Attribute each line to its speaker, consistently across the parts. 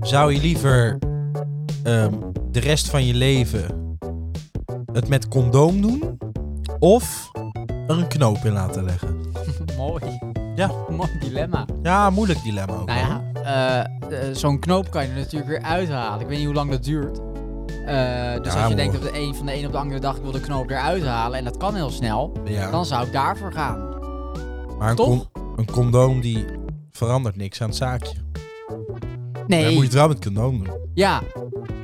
Speaker 1: Zou je liever ehm, de rest van je leven het met condoom doen? Of er een knoop in laten leggen?
Speaker 2: Mooi.
Speaker 1: Ja.
Speaker 2: Mooi dilemma.
Speaker 1: Ja, moeilijk dilemma ook.
Speaker 2: Nou
Speaker 1: wel.
Speaker 2: ja, eh, eh, zo'n knoop kan je er natuurlijk weer uithalen. Ik weet niet hoe lang dat duurt. Eh, dus
Speaker 1: Ja,
Speaker 2: als
Speaker 1: maar-
Speaker 2: je denkt op de een, van de een op de andere dag, ik wil de knoop eruit halen en dat kan heel snel,
Speaker 1: Ja.
Speaker 2: dan zou ik daarvoor gaan.
Speaker 1: maar een,
Speaker 2: toch?
Speaker 1: con- een condoom die verandert niks aan het zaakje. Dan moet je
Speaker 2: Nee,
Speaker 1: het wel met condoom doen.
Speaker 2: ja.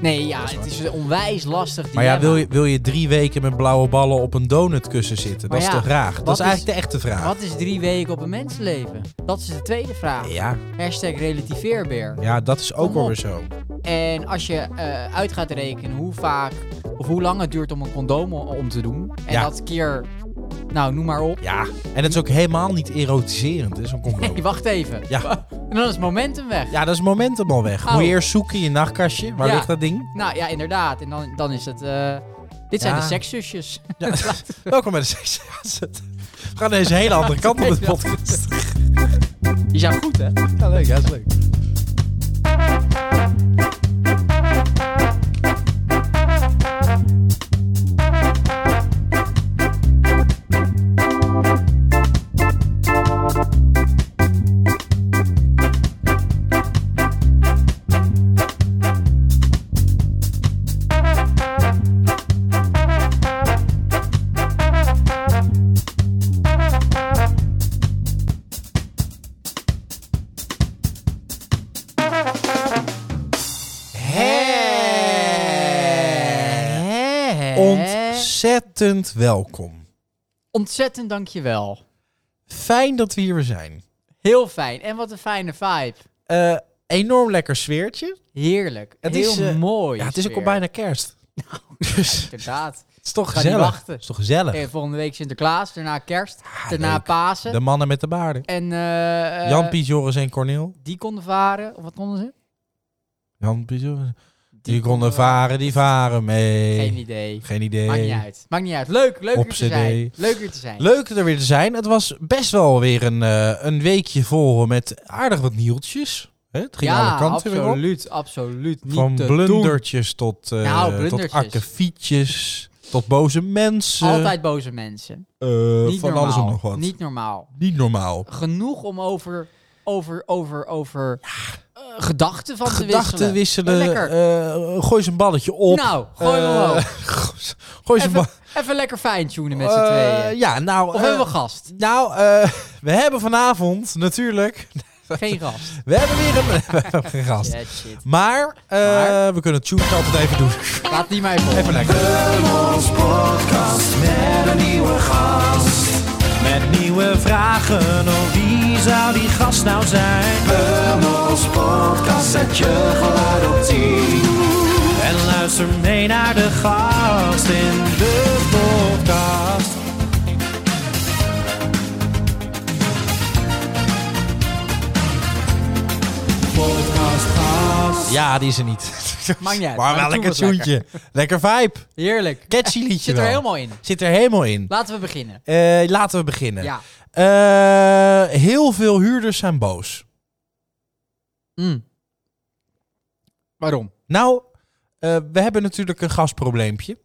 Speaker 2: Nee, ja,
Speaker 1: Dat is
Speaker 2: het
Speaker 1: waar.
Speaker 2: is een onwijs lastig dilemma.
Speaker 1: Maar ja, wil je, wil je drie weken met blauwe ballen op een donutkussen zitten? Dat
Speaker 2: Maar
Speaker 1: is
Speaker 2: ja,
Speaker 1: de vraag. Dat
Speaker 2: wat
Speaker 1: is eigenlijk de echte vraag.
Speaker 2: Wat is drie weken op een mensenleven? Dat is de tweede vraag.
Speaker 1: Ja,
Speaker 2: Hashtag relativeerbeer.
Speaker 1: ja, dat is ook
Speaker 2: Kom
Speaker 1: wel
Speaker 2: op.
Speaker 1: weer zo.
Speaker 2: En als je eh, uit gaat rekenen hoe vaak of hoe lang het duurt om een condoom o- om te doen. En
Speaker 1: Ja.
Speaker 2: dat keer, nou noem maar op.
Speaker 1: Ja, en het is ook helemaal niet erotiserend, hè, zo'n condoom.
Speaker 2: Hey, wacht even.
Speaker 1: Ja.
Speaker 2: En dan is momentum weg.
Speaker 1: Ja, dat is momentum al weg.
Speaker 2: Oh.
Speaker 1: Moet je eerst zoeken in je nachtkastje. Waar
Speaker 2: Ja.
Speaker 1: ligt dat ding?
Speaker 2: Nou ja, inderdaad. En dan, dan is het. eh, dit zijn
Speaker 1: Ja.
Speaker 2: de sekszusjes.
Speaker 1: Ja. Welkom bij de seks. We gaan deze hele andere kant op de podcast.
Speaker 2: Die zijn goed, hè?
Speaker 1: Ja, leuk. Ja, is leuk. Ontzettend welkom.
Speaker 2: Ontzettend dankjewel.
Speaker 1: Fijn dat we hier weer zijn.
Speaker 2: Heel fijn. En wat een fijne vibe.
Speaker 1: Eh, enorm lekker sfeertje.
Speaker 2: Heerlijk.
Speaker 1: Het
Speaker 2: Heel
Speaker 1: is, eh,
Speaker 2: mooi.
Speaker 1: Ja, het is ook al
Speaker 2: sfeer. Nou,
Speaker 1: bijna kerst. Dus
Speaker 2: Inderdaad.
Speaker 1: het is toch
Speaker 2: Ga niet
Speaker 1: gezellig.
Speaker 2: wachten.
Speaker 1: Het is toch gezellig.
Speaker 2: Eh, volgende week Sinterklaas, daarna Kerst,
Speaker 1: Ah,
Speaker 2: daarna
Speaker 1: leuk.
Speaker 2: Pasen.
Speaker 1: De mannen met de baarden.
Speaker 2: En eh eh,
Speaker 1: Jan, Piet, Joris en Corneel.
Speaker 2: die konden varen. Of wat konden ze?
Speaker 1: Jan, Piet, Joris. Die,
Speaker 2: konden
Speaker 1: konden varen, die varen mee.
Speaker 2: Geen idee.
Speaker 1: Geen idee.
Speaker 2: Maakt niet uit. Maakt niet uit. Leuk, leuk
Speaker 1: Op
Speaker 2: er te zijn.
Speaker 1: CD.
Speaker 2: Leuk er te zijn.
Speaker 1: Leuk er weer te zijn. Het was best wel weer een, eh, een weekje vol met aardig wat nieuwtjes. Hè, Het ging
Speaker 2: ja,
Speaker 1: alle kanten weer op.
Speaker 2: absoluut, absoluut. Niet
Speaker 1: Van
Speaker 2: te
Speaker 1: blundertjes tot, eh
Speaker 2: Nou,
Speaker 1: tot
Speaker 2: blundertjes.
Speaker 1: akkefietjes, tot boze mensen.
Speaker 2: doen. Altijd boze mensen.
Speaker 1: eh,
Speaker 2: Niet
Speaker 1: van
Speaker 2: normaal.
Speaker 1: alles en nog wat. Niet,
Speaker 2: Niet normaal.
Speaker 1: normaal.
Speaker 2: Genoeg om over, over, over, over eh, gedachten van te
Speaker 1: Gedachten
Speaker 2: wisselen.
Speaker 1: wisselen.
Speaker 2: Lekker.
Speaker 1: eh, gooi eens een balletje op.
Speaker 2: Nou, gooi hem
Speaker 1: Eh,
Speaker 2: omhoog.
Speaker 1: gooi eens een
Speaker 2: Even,
Speaker 1: balletje
Speaker 2: even lekker fijntunen met z'n tweeën.
Speaker 1: Eh, ja, nou...
Speaker 2: Of
Speaker 1: eh,
Speaker 2: hebben we gast?
Speaker 1: nou, eh, we hebben vanavond natuurlijk...
Speaker 2: Geen gast.
Speaker 1: We hebben weer een, we hebben geen gast.
Speaker 2: Shit, shit.
Speaker 1: Maar, eh,
Speaker 2: Maar?
Speaker 1: we kunnen het tune altijd even doen.
Speaker 2: Laat die maar even op.
Speaker 1: Even lekker.
Speaker 3: Met nieuwe vragen, oh wie zou die gast nou zijn? Bummels Podcast, zet je geluid op 10. En luister mee naar de gast in de podcast. Podcast gast.
Speaker 1: Ja, die is er niet.
Speaker 2: Maakt niet uit.
Speaker 1: Maar wel
Speaker 2: de
Speaker 1: lekker
Speaker 2: tune was lekker.
Speaker 1: tuentje. Lekker vibe.
Speaker 2: Heerlijk.
Speaker 1: Catchy liedje
Speaker 2: Zit er
Speaker 1: wel.
Speaker 2: helemaal in.
Speaker 1: Zit er helemaal in.
Speaker 2: Laten we beginnen.
Speaker 1: Eh, laten we beginnen.
Speaker 2: Ja.
Speaker 1: Eh, heel veel huurders zijn boos.
Speaker 2: Mm. Waarom?
Speaker 1: Nou, eh, we hebben natuurlijk een gasprobleempje.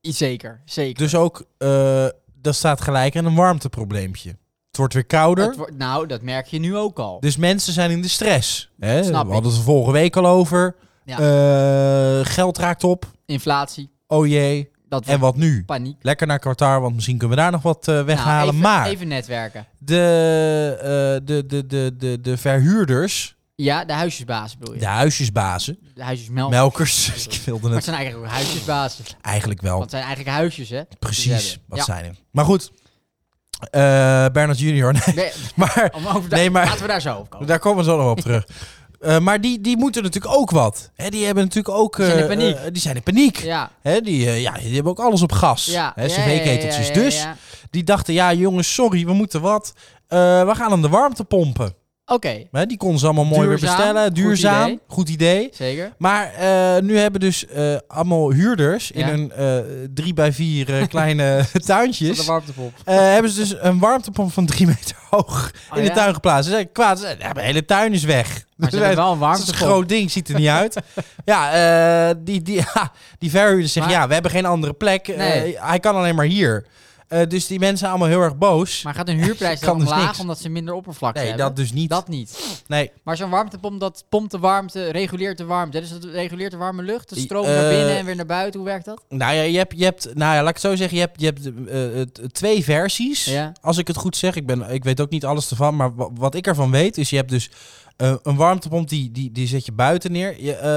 Speaker 2: Zeker, zeker.
Speaker 1: Dus ook, eh, dat staat gelijk aan een warmteprobleempje. Het wordt weer kouder.
Speaker 2: Het wordt- nou, dat merk je nu ook al.
Speaker 1: Dus mensen zijn in de stress. Hè?
Speaker 2: Snap
Speaker 1: we
Speaker 2: ik.
Speaker 1: hadden het er vorige week al over.
Speaker 2: Ja.
Speaker 1: Eh, geld raakt op.
Speaker 2: Inflatie,
Speaker 1: Oh jee.
Speaker 2: dat
Speaker 1: En
Speaker 2: wordt
Speaker 1: wat nu?
Speaker 2: paniek.
Speaker 1: Lekker naar Qatar, want misschien kunnen we daar nog wat eh,
Speaker 2: Nou,
Speaker 1: weghalen.
Speaker 2: even,
Speaker 1: maar
Speaker 2: Even netwerken.
Speaker 1: De, eh, de, de, de, de, de verhuurders,
Speaker 2: Ja, de huisjesbazen bedoel je.
Speaker 1: de huisjesbazen,
Speaker 2: De huisjesmelkers.
Speaker 1: melkers, ik wilde
Speaker 2: Maar het
Speaker 1: het
Speaker 2: zijn eigenlijk ook huisjesbazen. Want
Speaker 1: eigenlijk wel
Speaker 2: het zijn eigenlijk huisjes, hè?
Speaker 1: precies
Speaker 2: hebben.
Speaker 1: wat
Speaker 2: Ja.
Speaker 1: zijn er. Maar goed, eh Bernard Junior, nee.
Speaker 2: Nee,
Speaker 1: maar
Speaker 2: om over
Speaker 1: Nee, maar-
Speaker 2: Laten we daar zo op komen.
Speaker 1: daar komen we zo nog op terug. Eh, maar die, die moeten natuurlijk ook wat. Hè, die hebben natuurlijk ook...
Speaker 2: Die zijn in
Speaker 1: eh,
Speaker 2: paniek.
Speaker 1: eh, die zijn in paniek.
Speaker 2: Ja,
Speaker 1: Hè, die, eh, ja, die hebben ook alles op gas.
Speaker 2: ja.
Speaker 1: Hè,
Speaker 2: ja, ja,
Speaker 1: CV-keteltjes.
Speaker 2: ja, ja,
Speaker 1: Dus
Speaker 2: ja.
Speaker 1: die dachten, ja jongens, sorry, we moeten wat. Eh, we gaan aan de warmte pompen.
Speaker 2: Oké,
Speaker 1: Hè, die konden ze allemaal mooi weer
Speaker 2: Duurzaam,
Speaker 1: bestellen.
Speaker 2: goed
Speaker 1: Duurzaam,
Speaker 2: idee.
Speaker 1: goed idee.
Speaker 2: zeker.
Speaker 1: Maar eh, nu hebben dus eh, allemaal huurders
Speaker 2: Ja.
Speaker 1: in hun 3 bij 4 kleine tuintjes.
Speaker 2: Tot de Oh warmtepomp.
Speaker 1: eh, hebben ze dus een warmtepomp van 3 meter hoog
Speaker 2: Oh,
Speaker 1: in de
Speaker 2: ja?
Speaker 1: tuin geplaatst. Ze zijn kwaad. Ze zeiden, ja, mijn hele tuin is weg.
Speaker 2: Maar ze hebben
Speaker 1: Het
Speaker 2: wel een
Speaker 1: is een
Speaker 2: warmtepomp.
Speaker 1: groot ding, ziet er niet uit. ja, eh, die, die, ja, die verhuurder zegt,
Speaker 2: Maar-
Speaker 1: ja, we hebben geen andere plek.
Speaker 2: Nee.
Speaker 1: Eh, hij kan alleen maar hier. Eh, dus die mensen zijn allemaal heel erg boos.
Speaker 2: Maar gaat hun huurprijs
Speaker 1: Kan
Speaker 2: dan
Speaker 1: dus
Speaker 2: omlaag
Speaker 1: niks.
Speaker 2: omdat ze minder oppervlakte
Speaker 1: nee,
Speaker 2: hebben?
Speaker 1: dat dus niet.
Speaker 2: Dat niet.
Speaker 1: nee.
Speaker 2: Maar zo'n warmtepomp, dat pompt de warmte, reguleert de warmte. Dus dat reguleert de warme lucht, de
Speaker 1: I-
Speaker 2: stroom naar
Speaker 1: eh,
Speaker 2: binnen en weer naar buiten. Hoe werkt dat?
Speaker 1: Nou ja, je hebt, je hebt, nou ja, laat ik het zo zeggen, je hebt, je hebt eh, eh, t- twee versies.
Speaker 2: Ja.
Speaker 1: Als ik het goed zeg, ik, ben, ik weet ook niet alles ervan, maar wa- wat ik ervan weet is, je hebt dus eh, een warmtepomp, die, die, die zet je buiten neer. Je, eh,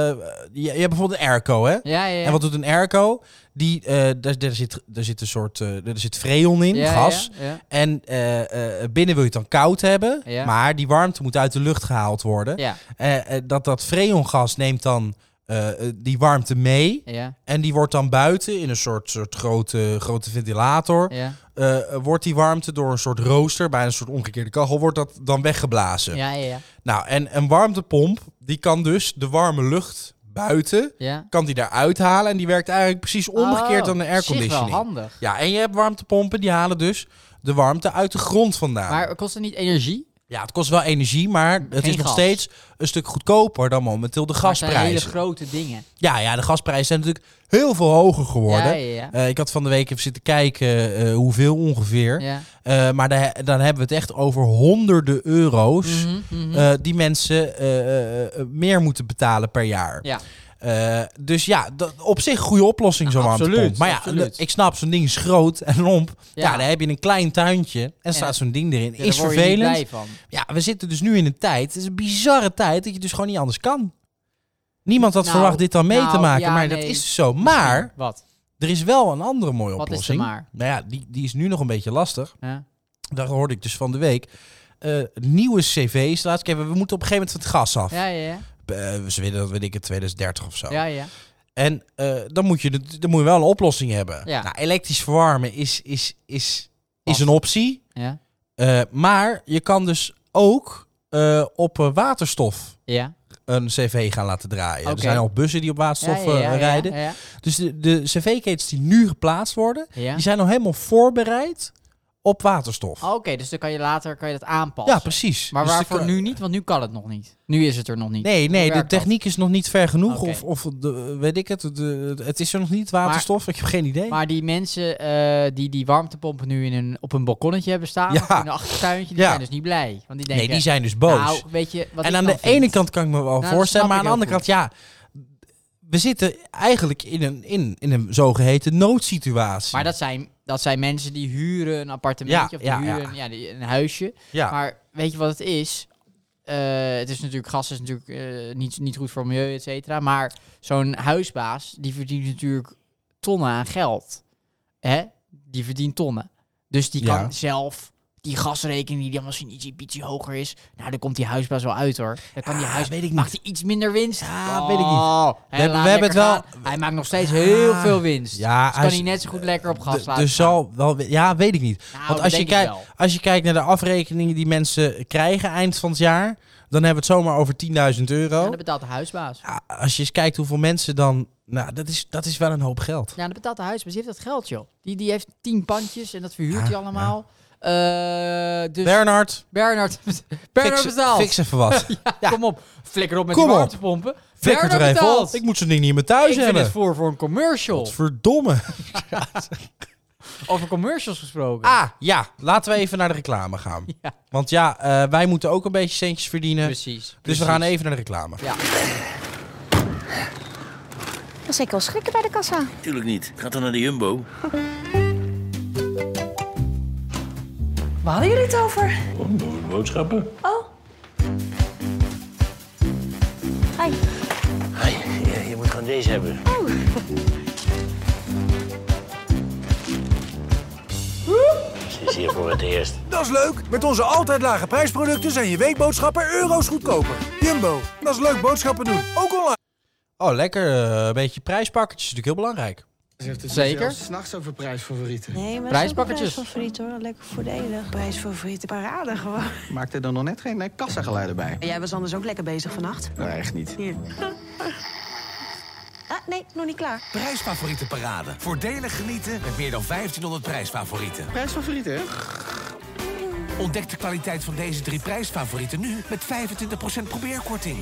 Speaker 1: je, je hebt bijvoorbeeld een airco, hè?
Speaker 2: Ja, ja, ja.
Speaker 1: En wat doet een airco? Die, eh, daar, daar, zit, daar zit een soort, eh, daar zit freon in,
Speaker 2: Ja,
Speaker 1: gas.
Speaker 2: Ja, ja.
Speaker 1: En eh, eh, binnen wil je het dan koud hebben,
Speaker 2: Ja.
Speaker 1: maar die warmte moet uit de lucht gehaald worden.
Speaker 2: Ja,
Speaker 1: Eh, eh, dat, dat freongas neemt dan eh, eh, die warmte mee.
Speaker 2: ja,
Speaker 1: En die wordt dan buiten in een soort, soort grote, grote ventilator.
Speaker 2: ja.
Speaker 1: eh, eh, wordt die warmte door een soort rooster, bij een soort omgekeerde kachel, wordt dat dan weggeblazen.
Speaker 2: Ja, ja, ja.
Speaker 1: Nou, en een warmtepomp, die kan dus de warme lucht buiten,
Speaker 2: ja.
Speaker 1: kan die daar uithalen. En die werkt eigenlijk precies omgekeerd dan
Speaker 2: Oh,
Speaker 1: een
Speaker 2: Op zich wel
Speaker 1: airconditioning.
Speaker 2: handig.
Speaker 1: Ja, en je hebt warmtepompen, die halen dus de warmte uit de grond vandaan.
Speaker 2: Maar kost het niet energie?
Speaker 1: ja, het kost wel energie, maar het
Speaker 2: Geen
Speaker 1: is nog
Speaker 2: gas.
Speaker 1: steeds een stuk goedkoper dan momenteel de
Speaker 2: Maar het zijn hele
Speaker 1: gasprijzen.
Speaker 2: grote dingen.
Speaker 1: Ja, ja, de gasprijzen zijn natuurlijk heel veel hoger geworden.
Speaker 2: Ja, ja, ja.
Speaker 1: Eh, ik had van de week even zitten kijken eh, hoeveel ongeveer.
Speaker 2: ja.
Speaker 1: Eh, maar daar- dan hebben we het echt over honderden euro's.
Speaker 2: Mhm, mhm.
Speaker 1: eh, die mensen eh, eh, eh, meer moeten betalen per jaar.
Speaker 2: Ja.
Speaker 1: Eh, dus ja, dat, op zich een goede oplossing zo'n
Speaker 2: Ja, absoluut,
Speaker 1: warmtepomp. Maar ja,
Speaker 2: absoluut.
Speaker 1: ik snap, zo'n ding is groot en lomp. Ja,
Speaker 2: Ja.
Speaker 1: dan heb je een klein tuintje en staat zo'n ding erin.
Speaker 2: Ja, daar
Speaker 1: is
Speaker 2: word je niet
Speaker 1: vervelend.
Speaker 2: blij van.
Speaker 1: Ja, we zitten dus nu in een tijd, het is een bizarre tijd, dat je dus gewoon niet anders kan. Niemand had
Speaker 2: Nou,
Speaker 1: verwacht dit dan mee te
Speaker 2: nou,
Speaker 1: maken,
Speaker 2: ja,
Speaker 1: maar dat
Speaker 2: nee.
Speaker 1: is dus zo. Maar...
Speaker 2: Wat?
Speaker 1: Er is wel een andere mooie
Speaker 2: Wat is er
Speaker 1: oplossing.
Speaker 2: maar?
Speaker 1: Nou ja, die, die is nu nog een beetje lastig.
Speaker 2: Ja.
Speaker 1: Daar hoorde ik dus van de week. Eh, nieuwe cv's. Laatst keer, we moeten op een gegeven moment van het gas af.
Speaker 2: Ja, ja,
Speaker 1: Eh, ze willen dat, weet ik het, 2030 of zo.
Speaker 2: ja. ja, ja.
Speaker 1: En eh, dan, moet je, het- dan moet je wel een oplossing hebben.
Speaker 2: Ja.
Speaker 1: Nou, elektrisch verwarmen is, is, is, is
Speaker 2: Lastig.
Speaker 1: een optie.
Speaker 2: ja.
Speaker 1: Eh, maar je kan dus ook eh, op eh, waterstof
Speaker 2: ja.
Speaker 1: een cv gaan laten draaien. Er
Speaker 2: Oké.
Speaker 1: zijn al bussen die op waterstof
Speaker 2: ja, ja, ja,
Speaker 1: eh, rijden.
Speaker 2: Ja, ja.
Speaker 1: Dus de, de cv-ketens die nu geplaatst worden...
Speaker 2: ja.
Speaker 1: Die zijn al helemaal voorbereid op waterstof.
Speaker 2: Oh, Oké, dus dan kan je later kan je dat aanpassen.
Speaker 1: ja, precies.
Speaker 2: Maar
Speaker 1: Dus de
Speaker 2: waarvoor
Speaker 1: ka-
Speaker 2: nu niet? Want nu kan het nog niet. Nu is het er nog niet.
Speaker 1: Nee,
Speaker 2: Hoe
Speaker 1: nee, de
Speaker 2: werkt dat?
Speaker 1: techniek is nog niet ver genoeg.
Speaker 2: Oké.
Speaker 1: Of, of de, weet ik het, de, het is er nog niet, waterstof. ik heb geen idee.
Speaker 2: Maar die mensen eh, die die warmtepompen nu in hun, op een balkonnetje hebben staan,
Speaker 1: Ja.
Speaker 2: of in een achtertuintje, die
Speaker 1: Ja.
Speaker 2: zijn dus niet blij. Want die denken,
Speaker 1: nee, die zijn dus boos.
Speaker 2: nou, weet je wat
Speaker 1: en
Speaker 2: ik
Speaker 1: aan
Speaker 2: dan
Speaker 1: de
Speaker 2: vind? Nou,
Speaker 1: ene kant kan ik me wel
Speaker 2: dat
Speaker 1: voorstellen,
Speaker 2: snap
Speaker 1: maar aan
Speaker 2: ik
Speaker 1: de andere
Speaker 2: heel
Speaker 1: kant, ja... We zitten eigenlijk in een, in, in een zogeheten noodsituatie.
Speaker 2: Maar dat zijn, dat zijn mensen die huren een appartementje
Speaker 1: Ja,
Speaker 2: of die
Speaker 1: ja, ja.
Speaker 2: huren ja, die- een huisje.
Speaker 1: ja.
Speaker 2: Maar weet je wat het is? Eh, het is natuurlijk, gas is natuurlijk eh, niet, niet goed voor het milieu, et cetera. Maar zo'n huisbaas, die verdient natuurlijk tonnen aan geld. Hè? Die verdient tonnen. Dus die
Speaker 1: Ja.
Speaker 2: kan zelf die gasrekening, die dan misschien ietsje, ietsje hoger is. Nou, daar komt die huisbaas wel uit hoor. Dan kan die
Speaker 1: Ah,
Speaker 2: huisbaas,
Speaker 1: weet ik
Speaker 2: maakt hij iets minder winst.
Speaker 1: Ja, weet ik niet.
Speaker 2: Oh, hè,
Speaker 1: hebben-
Speaker 2: laat
Speaker 1: we hebben
Speaker 2: lekker
Speaker 1: het wel-
Speaker 2: gaan. Hij maakt nog steeds heel
Speaker 1: Ah,
Speaker 2: veel winst.
Speaker 1: ja,
Speaker 2: dus
Speaker 1: hij
Speaker 2: kan
Speaker 1: is-
Speaker 2: hij net zo goed lekker op gas
Speaker 1: D-
Speaker 2: laten
Speaker 1: dus
Speaker 2: gaan.
Speaker 1: zal wel, we- ja, weet ik niet.
Speaker 2: Nou,
Speaker 1: Want
Speaker 2: dat
Speaker 1: als je,
Speaker 2: denk ik
Speaker 1: kijkt,
Speaker 2: wel.
Speaker 1: als je kijkt naar de afrekeningen die mensen krijgen eind van het jaar, dan hebben we het zomaar over 10.000 euro.
Speaker 2: Ja, dat betaalt de huisbaas.
Speaker 1: Ja, als je eens kijkt hoeveel mensen dan. Nou, dat is, dat is wel een hoop geld.
Speaker 2: Ja, dat betaalt Nou, de huisbaas. Die heeft dat geld, joh. Die, die heeft tien pandjes en dat verhuurt
Speaker 1: Ja,
Speaker 2: hij allemaal. Eh, dus
Speaker 1: Bernard,
Speaker 2: Bernard, Bernard
Speaker 1: fix,
Speaker 2: betaalt.
Speaker 1: fix even wat. ja.
Speaker 2: Kom op, flikker op met
Speaker 1: Kom
Speaker 2: die
Speaker 1: op.
Speaker 2: warmtepompen.
Speaker 1: Flikker het
Speaker 2: Bernard
Speaker 1: er even op.
Speaker 2: betaalt.
Speaker 1: Ik moet zo'n ding niet in mijn thuis
Speaker 2: Ik vind
Speaker 1: hebben.
Speaker 2: het voor voor een commercial.
Speaker 1: Verdomme.
Speaker 2: Over commercials gesproken.
Speaker 1: Ah, ja. Laten we even naar de reclame gaan.
Speaker 2: Ja.
Speaker 1: Want ja, eh, wij moeten ook een beetje centjes verdienen.
Speaker 2: precies.
Speaker 1: Dus we gaan even naar de reclame.
Speaker 2: Ja.
Speaker 4: Dat is zeker wel Dus schrikken bij de kassa.
Speaker 5: Tuurlijk niet. Gaat dan naar de Jumbo.
Speaker 4: Waar hadden jullie het over?
Speaker 5: Boodschappen?
Speaker 4: Oh. Hi. Oh.
Speaker 5: Ja, je moet gewoon deze hebben. Ze is hier voor het eerst.
Speaker 6: Dat is leuk. Met onze altijd lage prijsproducten zijn je weekboodschappen euro's goedkoper. Jumbo, dat is leuk boodschappen doen. Ook online.
Speaker 1: Oh, lekker. eh, een beetje prijspakketjes is natuurlijk heel belangrijk.
Speaker 7: Zegt het
Speaker 2: Zeker.
Speaker 7: zelfs 's nachts over prijsfavorieten.
Speaker 8: Nee, maar
Speaker 2: Prijspakkertjes.
Speaker 8: dat is ook een prijsfavoriet hoor. Lekker voordelig. Prijsfavoriete parade gewoon.
Speaker 7: Maakt er dan nog net geen eh, kassageluiden bij?
Speaker 8: Jij was anders ook lekker bezig vannacht.
Speaker 7: Nou, echt niet.
Speaker 8: Ah, nee, nog niet klaar.
Speaker 6: Prijsfavoriete parade. Voordelig genieten met meer dan 1500 prijsfavorieten.
Speaker 7: Prijsfavorieten, hè?
Speaker 6: Ontdek de kwaliteit van deze drie prijsfavorieten nu met 25% probeerkorting.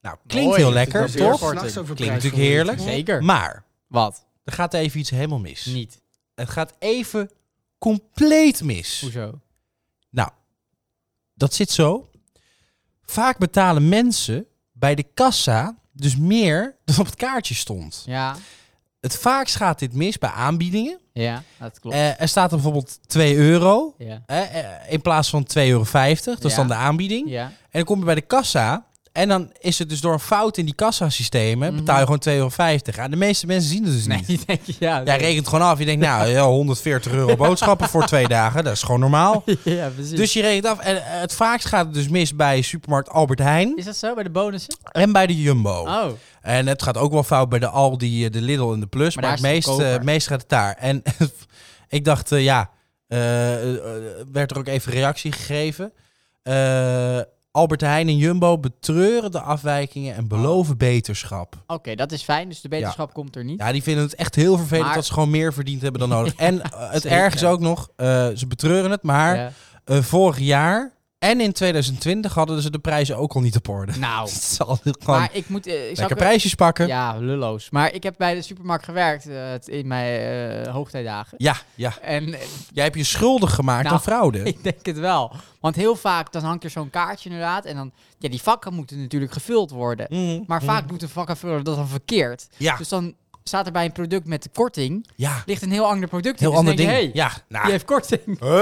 Speaker 1: Nou, klinkt
Speaker 2: Mooi.
Speaker 1: heel lekker,
Speaker 7: Het is wel
Speaker 1: toch?
Speaker 7: weer 's nachts over
Speaker 1: Klinkt natuurlijk
Speaker 7: prijsfavorieten.
Speaker 1: heerlijk.
Speaker 2: Zeker.
Speaker 1: Maar
Speaker 2: Wat?
Speaker 1: er gaat even iets helemaal mis.
Speaker 2: Niet.
Speaker 1: Het gaat even compleet mis.
Speaker 2: Hoezo?
Speaker 1: Nou, dat zit zo. Vaak betalen mensen bij de kassa dus meer dan op het kaartje stond.
Speaker 2: Ja.
Speaker 1: Het vaakst gaat dit mis bij aanbiedingen.
Speaker 2: Ja, dat klopt.
Speaker 1: Eh, er staat er bijvoorbeeld 2 euro
Speaker 2: ja.
Speaker 1: eh, eh, in plaats van 2,50 euro. Dat is
Speaker 2: Ja.
Speaker 1: dan de aanbieding.
Speaker 2: Ja.
Speaker 1: En dan kom je bij de kassa. En dan is het dus door een fout in die kassasystemen betaal je gewoon 2,50 euro. En de meeste mensen zien het dus
Speaker 2: Mhm. Nee,
Speaker 1: niet.
Speaker 2: die denk je, ja.
Speaker 1: Jij
Speaker 2: dat-
Speaker 1: rekent gewoon af. Je denkt, nou, ja, 140 euro boodschappen voor twee dagen. Dat is gewoon normaal.
Speaker 2: ja, precies.
Speaker 1: Dus je rekent af. En eh, het vaakst gaat het dus mis bij supermarkt Albert Heijn
Speaker 2: is dat zo bij de bonussen?
Speaker 1: en bij de Jumbo.
Speaker 2: Oh,
Speaker 1: En het gaat ook wel fout bij de Aldi, eh, de Lidl en de Plus.
Speaker 2: Maar
Speaker 1: Maar,
Speaker 2: daar
Speaker 1: het
Speaker 2: is
Speaker 1: meest,
Speaker 2: het
Speaker 1: eh,
Speaker 2: goedkoper.
Speaker 1: het meest gaat het daar. En ik dacht, eh, ja, eh, eh, werd er ook even reactie gegeven. Eh, Albert Heijn en Jumbo betreuren de afwijkingen en
Speaker 2: Oh.
Speaker 1: beloven beterschap.
Speaker 2: oké, dat is fijn. Dus de wetenschap komt er niet.
Speaker 1: Ja, die vinden het echt heel vervelend
Speaker 2: Maar-
Speaker 1: dat ze gewoon meer verdiend hebben dan nodig. en eh, het
Speaker 2: zeker.
Speaker 1: erg is ook nog, eh, ze betreuren het, maar
Speaker 2: Ja.
Speaker 1: eh, vorig jaar en in 2020 hadden ze de prijzen ook al niet op orde.
Speaker 2: Nou,
Speaker 1: Het zal gewoon
Speaker 2: maar ik moet... eh, ik zou
Speaker 1: lekker prijsjes pakken. Ja,
Speaker 2: Ja, lulloos. Maar ik heb bij de supermarkt gewerkt eh, het- in mijn eh, hoogtijdagen.
Speaker 1: ja,
Speaker 2: En eh,
Speaker 1: Jij hebt je schuldig gemaakt
Speaker 2: Nou,
Speaker 1: aan fraude.
Speaker 2: ik denk het wel. Want heel vaak, dan hangt er zo'n kaartje inderdaad. En dan, ja, die vakken moeten natuurlijk gevuld worden.
Speaker 1: Mm.
Speaker 2: Maar vaak doet een vakkenvuller dat dan verkeerd.
Speaker 1: Ja.
Speaker 2: Mhm. Dus dan staat er bij een product met de korting,
Speaker 1: ja,
Speaker 2: ligt een heel ander product in.
Speaker 1: heel
Speaker 2: Dus dan
Speaker 1: ander ding.
Speaker 2: denk je, hey,
Speaker 1: ja, nou,
Speaker 2: die heeft korting.
Speaker 1: Huh?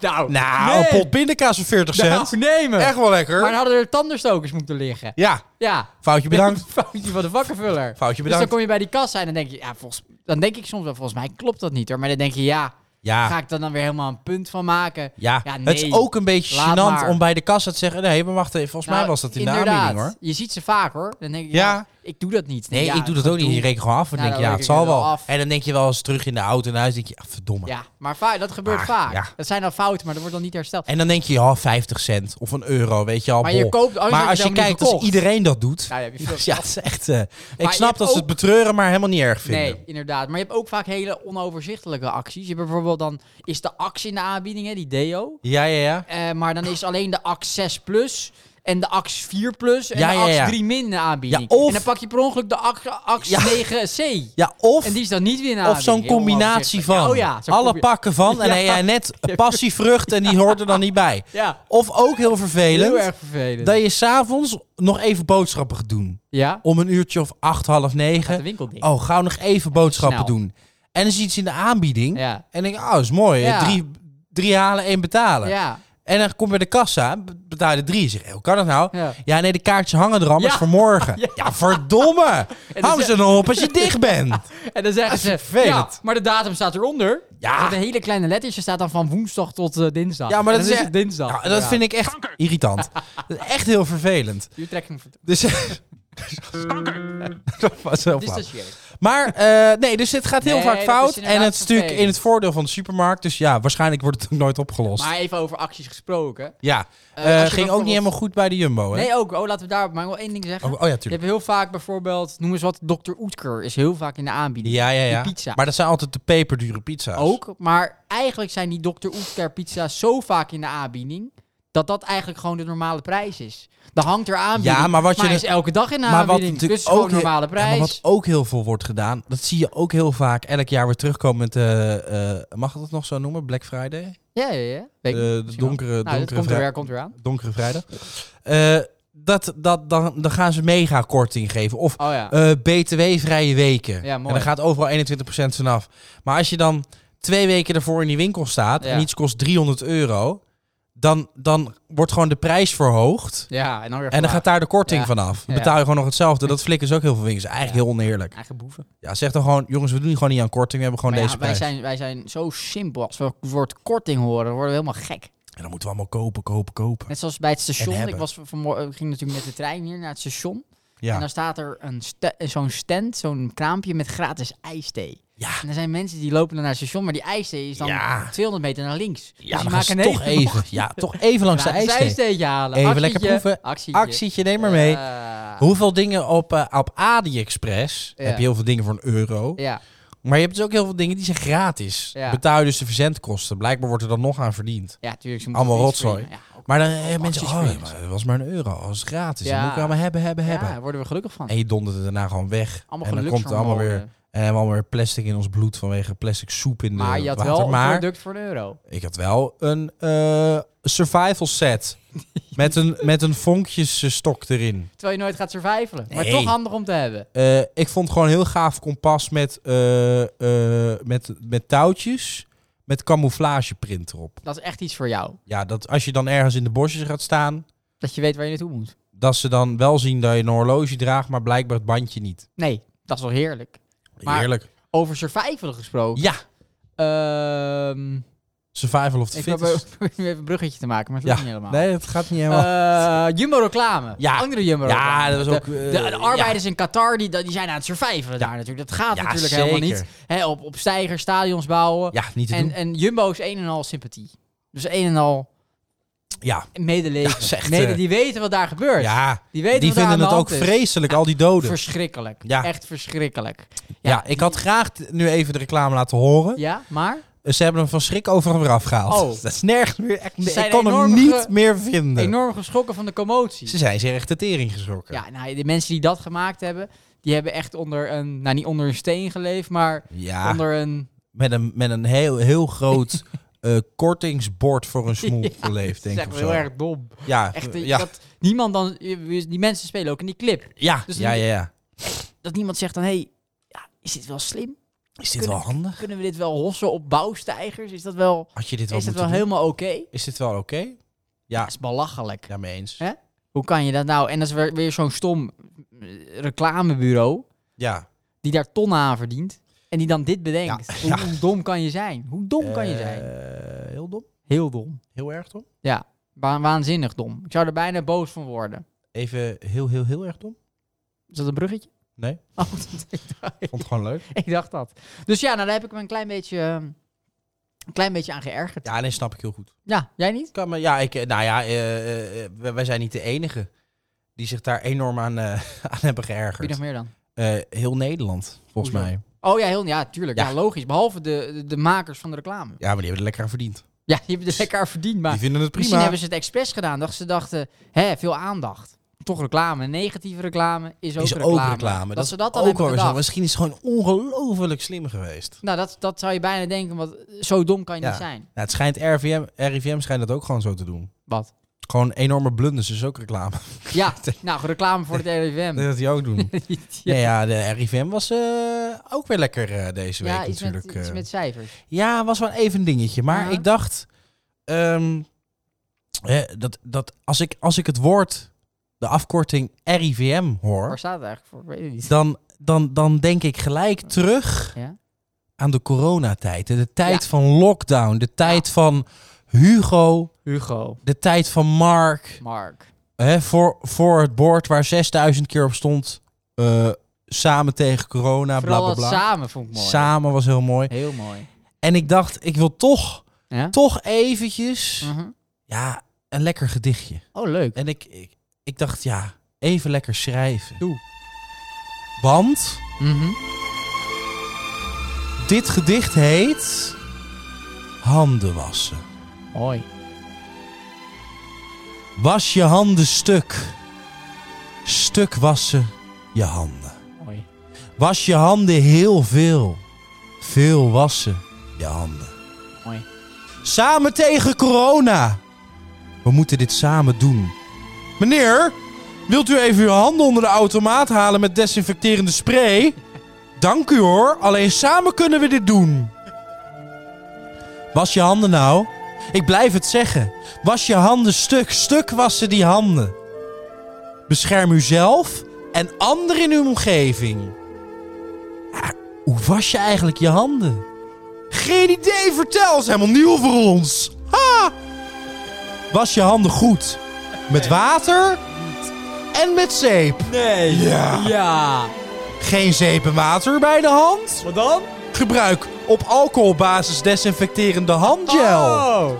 Speaker 2: nou,
Speaker 1: nou
Speaker 2: nee.
Speaker 1: een pot pindakaas voor 40
Speaker 2: Nou,
Speaker 1: cent.
Speaker 2: nemen.
Speaker 1: Echt wel lekker.
Speaker 2: Maar dan hadden er tandenstokers moeten liggen.
Speaker 1: ja,
Speaker 2: Ja.
Speaker 1: foutje bedankt.
Speaker 2: Foutje van de vakkenvuller.
Speaker 1: Foutje
Speaker 2: Dus dan
Speaker 1: bedankt.
Speaker 2: kom je bij die kassa en dan denk je, ja, volgens, dan denk ik soms wel, volgens mij klopt dat niet hoor. Maar dan denk je, ja, ga
Speaker 1: Ja,
Speaker 2: ik dan, dan weer helemaal een punt van maken?
Speaker 1: ja.
Speaker 2: Ja,
Speaker 1: het
Speaker 2: nee.
Speaker 1: is ook een beetje
Speaker 2: Laat maar.
Speaker 1: gênant om bij de kassa te zeggen... Nee, maar wacht even, volgens mij
Speaker 2: Nou,
Speaker 1: was dat in de
Speaker 2: inderdaad.
Speaker 1: aanbieding hoor.
Speaker 2: Je ziet ze vaak hoor. Dan denk ik, ja,
Speaker 1: Ja.
Speaker 2: ik doe dat niet.
Speaker 1: Nee,
Speaker 2: Ja,
Speaker 1: ik doe dat ook niet. Je
Speaker 2: gedoe.
Speaker 1: rekent gewoon af en
Speaker 2: Ja,
Speaker 1: denk je,
Speaker 2: dan
Speaker 1: ja,
Speaker 2: reken
Speaker 1: het
Speaker 2: ik
Speaker 1: zal
Speaker 2: het wel
Speaker 1: wel.
Speaker 2: af.
Speaker 1: En dan denk je wel eens terug in de auto en huis denk je, ah, verdomme.
Speaker 2: Ja, maar vaak, dat gebeurt
Speaker 1: Ah,
Speaker 2: vaak.
Speaker 1: ja.
Speaker 2: Dat zijn dan fouten, maar dat wordt dan niet hersteld.
Speaker 1: En dan denk je, ja, 50 cent of een euro, weet je al.
Speaker 2: Maar je
Speaker 1: bol.
Speaker 2: koopt- anders
Speaker 1: maar
Speaker 2: had je
Speaker 1: als
Speaker 2: het
Speaker 1: je
Speaker 2: helemaal niet
Speaker 1: kijkt, als
Speaker 2: gekocht.
Speaker 1: iedereen dat doet...
Speaker 2: Nou, ja, heb je veel
Speaker 1: Ja, het is echt... eh, ik
Speaker 2: je
Speaker 1: snap
Speaker 2: hebt
Speaker 1: dat ze het
Speaker 2: ook-
Speaker 1: betreuren, maar helemaal niet erg vinden.
Speaker 2: Nee, inderdaad. Maar je hebt ook vaak hele onoverzichtelijke acties. Je hebt bijvoorbeeld dan, is de actie in de aanbieding, hè, die deo.
Speaker 1: Ja, ja, ja.
Speaker 2: Eh, maar dan is alleen de ax 6 plus en de ax 4 plus en
Speaker 1: Ja,
Speaker 2: de
Speaker 1: ja,
Speaker 2: ax
Speaker 1: ja.
Speaker 2: 3 min in de aanbieding.
Speaker 1: Ja, of-
Speaker 2: En dan pak je per ongeluk de ax, ax
Speaker 1: Ja.
Speaker 2: 9C.
Speaker 1: Ja, of,
Speaker 2: En die is dan niet weer in de
Speaker 1: of zo'n
Speaker 2: aanbieding. Heel
Speaker 1: combinatie
Speaker 2: onoverzichtelijk.
Speaker 1: van.
Speaker 2: Ja, oh ja, zo'n
Speaker 1: alle
Speaker 2: combi-
Speaker 1: pakken van. En
Speaker 2: Ja.
Speaker 1: hij had net een passievrucht en die hoort er dan niet bij.
Speaker 2: Ja,
Speaker 1: Of ook heel vervelend,
Speaker 2: heel erg vervelend.
Speaker 1: dat je s'avonds nog even boodschappen gaat doen.
Speaker 2: Ja,
Speaker 1: Om een uurtje of acht, half
Speaker 2: gaat de
Speaker 1: negen.
Speaker 2: winkel dicht.
Speaker 1: Oh, gauw nog even boodschappen
Speaker 2: snel.
Speaker 1: doen. En dan zie je iets in de aanbieding.
Speaker 2: Ja.
Speaker 1: En denk ik, oh, is mooi. hè.
Speaker 2: Ja.
Speaker 1: Drie, drie halen, één betalen.
Speaker 2: Ja.
Speaker 1: En dan kom je bij de kassa, b- betaal je drie. Zeg, hoe kan dat nou?
Speaker 2: Ja.
Speaker 1: Ja, nee, de kaartjes hangen er al, maar het
Speaker 2: Ja.
Speaker 1: is voor morgen. Ja, verdomme! Hou
Speaker 2: is-
Speaker 1: ze dan op als je dicht bent.
Speaker 2: En dan zeggen ze,
Speaker 1: vervelend.
Speaker 2: ja, maar de datum staat eronder.
Speaker 1: Ja.
Speaker 2: Met een hele kleine lettertje staat dan van woensdag tot eh, dinsdag.
Speaker 1: Ja, maar
Speaker 2: En
Speaker 1: dat
Speaker 2: dan
Speaker 1: is,
Speaker 2: het dinsdag.
Speaker 1: Ja, dat vind ik echt irritant. Dat is echt heel vervelend.
Speaker 2: Duurtrekking voor
Speaker 1: Dus. dat was heel flauw.
Speaker 2: dissociëren.
Speaker 1: Maar eh, nee, dus het gaat heel
Speaker 2: Nee,
Speaker 1: vaak
Speaker 2: dat is
Speaker 1: fout.
Speaker 2: inderdaad
Speaker 1: En het is natuurlijk
Speaker 2: vervelend.
Speaker 1: in het voordeel van de supermarkt. Dus ja, waarschijnlijk wordt het ook nooit opgelost.
Speaker 2: Maar even over acties gesproken.
Speaker 1: ja,
Speaker 2: Eh,
Speaker 1: Eh, ging
Speaker 2: als je
Speaker 1: ook
Speaker 2: bijvoorbeeld-
Speaker 1: niet helemaal goed bij de Jumbo. Hè?
Speaker 2: Nee, ook. Oh, laten we daar maar wel één ding zeggen.
Speaker 1: oh, oh ja,
Speaker 2: Je
Speaker 1: tuurlijk.
Speaker 2: hebt heel vaak bijvoorbeeld, noem eens wat, Dr. Oetker is heel vaak in de aanbieding.
Speaker 1: Ja, ja,
Speaker 2: Die
Speaker 1: ja.
Speaker 2: pizza.
Speaker 1: Maar dat zijn altijd de peperdure pizza's.
Speaker 2: Ook, maar eigenlijk zijn die Dr. Oetker pizza's zo vaak in de aanbieding, dat dat eigenlijk gewoon de normale prijs is. Dan hangt er aanbieding,
Speaker 1: Ja, maar wat je
Speaker 2: hij is
Speaker 1: dus-
Speaker 2: elke dag in de
Speaker 1: Maar wat
Speaker 2: aanbieding. Dus
Speaker 1: natuurlijk
Speaker 2: het is
Speaker 1: ook
Speaker 2: gewoon normale
Speaker 1: heel- ja, maar
Speaker 2: prijs.
Speaker 1: wat ook heel veel wordt gedaan, dat zie je ook heel vaak elk jaar weer terugkomen met, eh, eh, mag ik dat nog zo noemen? Black Friday?
Speaker 2: Ja, ja, ja. Weet ik
Speaker 1: Eh,
Speaker 2: niet,
Speaker 1: de
Speaker 2: misschien wel.
Speaker 1: donkere-
Speaker 2: Nou, dat
Speaker 1: donkere
Speaker 2: komt er
Speaker 1: vrij-
Speaker 2: weer, komt er weer aan.
Speaker 1: Donkere Vrijdag. Eh, dat, dat, dan, dan gaan ze mega korting geven. Of
Speaker 2: Oh ja.
Speaker 1: eh, BTW-vrije weken.
Speaker 2: Ja, mooi.
Speaker 1: en dan gaat overal 21% vanaf. Maar als je dan twee weken ervoor in die winkel staat
Speaker 2: Ja.
Speaker 1: en iets kost 300 euro, dan, dan wordt gewoon de prijs verhoogd.
Speaker 2: ja, en dan weer
Speaker 1: En dan
Speaker 2: verlaagd.
Speaker 1: gaat daar de korting
Speaker 2: Ja.
Speaker 1: vanaf.
Speaker 2: Ja.
Speaker 1: Dan betaal je gewoon nog hetzelfde. Dat flikken ze ook heel veel winkels. Eigenlijk
Speaker 2: Ja.
Speaker 1: heel oneerlijk.
Speaker 2: Eigen boeven.
Speaker 1: Ja, zeg dan gewoon, jongens, we doen gewoon niet aan korting. We hebben gewoon
Speaker 2: Maar ja,
Speaker 1: deze
Speaker 2: wij,
Speaker 1: prijs.
Speaker 2: zijn, wij zijn zo simpel. Als we het woord korting horen, dan worden we helemaal gek.
Speaker 1: En dan moeten we allemaal kopen, kopen, kopen.
Speaker 2: Net zoals bij het
Speaker 1: En
Speaker 2: station. Ik
Speaker 1: hebben.
Speaker 2: was vanmorgen, ik ging natuurlijk met de trein hier naar het station. En
Speaker 1: Ja,
Speaker 2: daar staat er een sta- eh, zo'n stand, zo'n kraampje met gratis ijsthee.
Speaker 1: Ja.
Speaker 2: En er zijn mensen die lopen dan naar het station, maar die ijsthee is dan
Speaker 1: Ja.
Speaker 2: 200 meter naar links.
Speaker 1: Ja,
Speaker 2: dus
Speaker 1: dan
Speaker 2: die
Speaker 1: gaan ze
Speaker 2: maken een
Speaker 1: toch
Speaker 2: hele dus
Speaker 1: even, ja, toch even langs de
Speaker 2: gratis
Speaker 1: ijsthee.
Speaker 2: ijstheetje halen.
Speaker 1: Even
Speaker 2: Actietje,
Speaker 1: lekker proeven.
Speaker 2: Actietje.
Speaker 1: Actietje, neem maar mee.
Speaker 2: Ja.
Speaker 1: Ah. Hoeveel dingen op, eh, op AliExpress
Speaker 2: Ja.
Speaker 1: heb je heel veel dingen voor een euro.
Speaker 2: Ja.
Speaker 1: Maar je hebt dus ook heel veel dingen die zijn gratis.
Speaker 2: Ja.
Speaker 1: Betaal je dus de verzendkosten. Blijkbaar wordt er dan nog aan verdiend.
Speaker 2: ja, tuurlijk. Ze moeten
Speaker 1: Allemaal
Speaker 2: iets
Speaker 1: rotzooi.
Speaker 2: verdienen. Ja, ook-
Speaker 1: Maar dan hebben mensen,
Speaker 2: acties
Speaker 1: oh,
Speaker 2: verdienen
Speaker 1: maar
Speaker 2: ze.
Speaker 1: het was maar een euro. Dat is gratis.
Speaker 2: Ja.
Speaker 1: Dat moet ik allemaal hebben, hebben,
Speaker 2: ja,
Speaker 1: hebben.
Speaker 2: daar worden we gelukkig van.
Speaker 1: En je dondert het daarna gewoon weg.
Speaker 2: Allemaal
Speaker 1: en dan komt het allemaal
Speaker 2: gelukshormonen.
Speaker 1: weer... En hebben we allemaal weer plastic in ons bloed vanwege plastic soep in de
Speaker 2: Maar je had
Speaker 1: water.
Speaker 2: wel een
Speaker 1: maar
Speaker 2: product voor een euro.
Speaker 1: ik had wel een eh, survival set. met een, met een vonkjesstok erin.
Speaker 2: Terwijl je nooit gaat survivalen. Maar
Speaker 1: Nee.
Speaker 2: toch handig om te hebben.
Speaker 1: Eh, ik vond gewoon een heel gaaf kompas met, eh, eh, met, met touwtjes. Met camouflageprint erop.
Speaker 2: Dat is echt iets voor jou.
Speaker 1: Ja, dat als je dan ergens in de bosjes gaat staan.
Speaker 2: Dat je weet waar je naartoe moet.
Speaker 1: Dat ze dan wel zien dat je een horloge draagt, maar blijkbaar het bandje niet.
Speaker 2: Nee, dat is wel heerlijk. Maar-
Speaker 1: Heerlijk.
Speaker 2: Over survivalen gesproken.
Speaker 1: Ja,
Speaker 2: Ehm,
Speaker 1: survival of the
Speaker 2: ik probeer
Speaker 1: fittest.
Speaker 2: probeer nu even een bruggetje te maken, maar het
Speaker 1: dus- Ja,
Speaker 2: lukt niet helemaal.
Speaker 1: nee, het gaat niet helemaal.
Speaker 2: Eh, Jumbo reclame.
Speaker 1: Ja.
Speaker 2: Andere Jumbo reclame.
Speaker 1: ja, dat was ook...
Speaker 2: De,
Speaker 1: eh,
Speaker 2: de, de arbeiders in Qatar die, die zijn aan het survivalen daar natuurlijk. Dat gaat
Speaker 1: Ja,
Speaker 2: natuurlijk
Speaker 1: zeker.
Speaker 2: helemaal niet. Hè, op, op stijgers, stadions bouwen.
Speaker 1: Ja, niet te
Speaker 2: en,
Speaker 1: doen.
Speaker 2: en Jumbo is een en al sympathie. Dus een en al
Speaker 1: Ja, Ja, dat is
Speaker 2: medeleven.
Speaker 1: echt,
Speaker 2: Mede-
Speaker 1: eh,
Speaker 2: die weten wat daar gebeurt.
Speaker 1: ja.
Speaker 2: Die weten
Speaker 1: die
Speaker 2: wat daar
Speaker 1: vinden
Speaker 2: aan
Speaker 1: het
Speaker 2: de
Speaker 1: ook
Speaker 2: hand is.
Speaker 1: vreselijk, al die doden.
Speaker 2: Verschrikkelijk.
Speaker 1: Ja.
Speaker 2: Echt verschrikkelijk.
Speaker 1: ja, ik had graag t- nu even de reclame laten horen.
Speaker 2: Ja, maar?
Speaker 1: Ze hebben hem van schrik over hem eraf gehaald.
Speaker 2: Oh.
Speaker 1: Dat is nergens meer... echt-
Speaker 2: zijn
Speaker 1: ik kon hem
Speaker 2: enorm
Speaker 1: niet
Speaker 2: ge-
Speaker 1: meer vinden.
Speaker 2: Enorm geschrokken van de commotie.
Speaker 1: Ze zijn zich echt de tering geschrokken.
Speaker 2: Ja, nou, de mensen die dat gemaakt hebben, die hebben echt onder een, nou niet onder een steen geleefd, maar
Speaker 1: Ja,
Speaker 2: onder een,
Speaker 1: met een, met een heel, heel groot eh, kortingsbord voor een smoel
Speaker 2: Ja,
Speaker 1: geleefd,
Speaker 2: dat is
Speaker 1: denk ik.
Speaker 2: echt
Speaker 1: of
Speaker 2: heel
Speaker 1: zo.
Speaker 2: erg dom.
Speaker 1: Ja,
Speaker 2: Echt, eh,
Speaker 1: ja, ja,
Speaker 2: dat niemand dan, die mensen spelen ook in die clip,
Speaker 1: ja,
Speaker 2: dus
Speaker 1: ja,
Speaker 2: een-
Speaker 1: ja.
Speaker 2: dat niemand zegt dan, hey, ja, is dit wel slim?
Speaker 1: Is dit wel handig?
Speaker 2: Kunnen we dit wel hossen op bouwstijgers? Is dat wel,
Speaker 1: Had je dit wel
Speaker 2: is dat
Speaker 1: moeten
Speaker 2: wel
Speaker 1: doen?
Speaker 2: helemaal oké?
Speaker 1: Is dit wel oké? Ja,
Speaker 2: Dat is belachelijk.
Speaker 1: ja, mee eens.
Speaker 2: Hè? Hoe kan je dat nou? En dat is weer, weer zo'n stom eh, reclamebureau
Speaker 1: Ja.
Speaker 2: die daar tonnen aan verdient en die dan dit bedenkt.
Speaker 1: Ja,
Speaker 2: Hoe,
Speaker 1: ja.
Speaker 2: hoe dom kan je zijn? Hoe dom kan je
Speaker 1: Eh,
Speaker 2: zijn?
Speaker 1: heel dom.
Speaker 2: Heel dom.
Speaker 1: Heel erg dom.
Speaker 2: Ja, wa- waanzinnig dom. Ik zou er bijna boos van worden.
Speaker 1: Even heel, heel, heel erg dom.
Speaker 2: Is dat een bruggetje?
Speaker 1: Nee.
Speaker 2: Oh, dat- ik, dacht,
Speaker 1: Vond het gewoon leuk.
Speaker 2: ik dacht dat. Dus ja, nou, daar heb ik me een klein beetje, ehm, een klein beetje aan geërgerd. Ja,
Speaker 1: Ja, nee, snap ik heel goed.
Speaker 2: jij niet?
Speaker 1: Kan me, ja, ik, eh, nou ja, eh, eh, wij- wij zijn niet de enige die zich daar enorm aan, eh, aan hebben
Speaker 2: Wie
Speaker 1: geërgerd.
Speaker 2: nog meer dan?
Speaker 1: Eh, heel Nederland, volgens
Speaker 2: Hoezo?
Speaker 1: mij.
Speaker 2: Oh ja, heel, ja tuurlijk.
Speaker 1: Ja.
Speaker 2: Ja, logisch. Behalve de, de, de makers van de reclame.
Speaker 1: Ja, maar die hebben er lekker aan verdiend.
Speaker 2: Ja, die hebben er lekker aan verdiend. Maar
Speaker 1: die vinden het prima.
Speaker 2: misschien hebben ze het expres gedaan. Dat ze dachten, hè, veel aandacht. Toch reclame. Negatieve reclame is dus ook
Speaker 1: is
Speaker 2: reclame.
Speaker 1: ook reclame.
Speaker 2: Dat, ze dat dan
Speaker 1: ook wel
Speaker 2: hebben
Speaker 1: weer zo.
Speaker 2: gedacht.
Speaker 1: Misschien is het gewoon ongelooflijk slim geweest.
Speaker 2: Nou, dat, dat zou je bijna denken, want zo dom kan je
Speaker 1: Ja.
Speaker 2: niet zijn.
Speaker 1: Nou, het schijnt RIVM, RIVM schijnt dat ook gewoon zo te doen.
Speaker 2: Wat?
Speaker 1: Gewoon enorme blunders is ook reclame.
Speaker 2: Ja, nou, reclame voor het RIVM.
Speaker 1: Dat die ook doen. ja.
Speaker 2: ja,
Speaker 1: ja, de RIVM was eh, ook weer lekker eh, deze week
Speaker 2: ja, iets, met,
Speaker 1: natuurlijk.
Speaker 2: iets
Speaker 1: eh.
Speaker 2: met cijfers.
Speaker 1: Ja, was wel even een dingetje. Maar
Speaker 2: Ja.
Speaker 1: ik dacht, ehm, eh, dat, dat als, ik, als ik het woord, de afkorting RIVM hoor,
Speaker 2: Waar staat het eigenlijk voor? Ik weet het niet.
Speaker 1: dan, dan, dan denk ik gelijk terug
Speaker 2: Ja.
Speaker 1: aan de coronatijd. De tijd van lockdown, de tijd van Hugo,
Speaker 2: Hugo,
Speaker 1: de tijd van Mark.
Speaker 2: Mark.
Speaker 1: Hè, voor, voor het bord waar 6000 keer op stond, eh, samen tegen corona, bla bla
Speaker 2: Vooral dat
Speaker 1: bla.
Speaker 2: samen vond ik mooi.
Speaker 1: Samen was heel mooi.
Speaker 2: Heel mooi.
Speaker 1: En ik dacht, ik wil toch,
Speaker 2: Ja?
Speaker 1: toch eventjes...
Speaker 2: Mhm.
Speaker 1: Ja, een lekker gedichtje.
Speaker 2: Oh, leuk.
Speaker 1: En ik, ik, ik dacht, ja, even lekker schrijven.
Speaker 2: Doe.
Speaker 1: Want
Speaker 2: Mhm.
Speaker 1: dit gedicht heet Handen wassen.
Speaker 2: Mooi.
Speaker 1: Was je handen stuk. Stuk wassen je handen.
Speaker 2: Mooi.
Speaker 1: Was je handen heel veel. Veel wassen je handen.
Speaker 2: Mooi.
Speaker 1: Samen tegen corona. We moeten dit samen doen. Meneer, wilt u even uw handen onder de automaat halen met desinfecterende spray? Dank u hoor, alleen samen kunnen we dit doen. Was je handen nou? Ik blijf het zeggen. Was je handen stuk, stuk wassen die handen. Bescherm uzelf en anderen in uw omgeving. Ja, hoe was je eigenlijk je handen? Geen idee, vertel, is helemaal nieuw voor ons. Ha! Was je handen goed? Met water en met zeep.
Speaker 2: Nee. Ja.
Speaker 1: Ah. Geen zeep en water bij de hand?
Speaker 2: Wat dan?
Speaker 1: Gebruik op alcoholbasis desinfecterende handgel.
Speaker 2: Oh.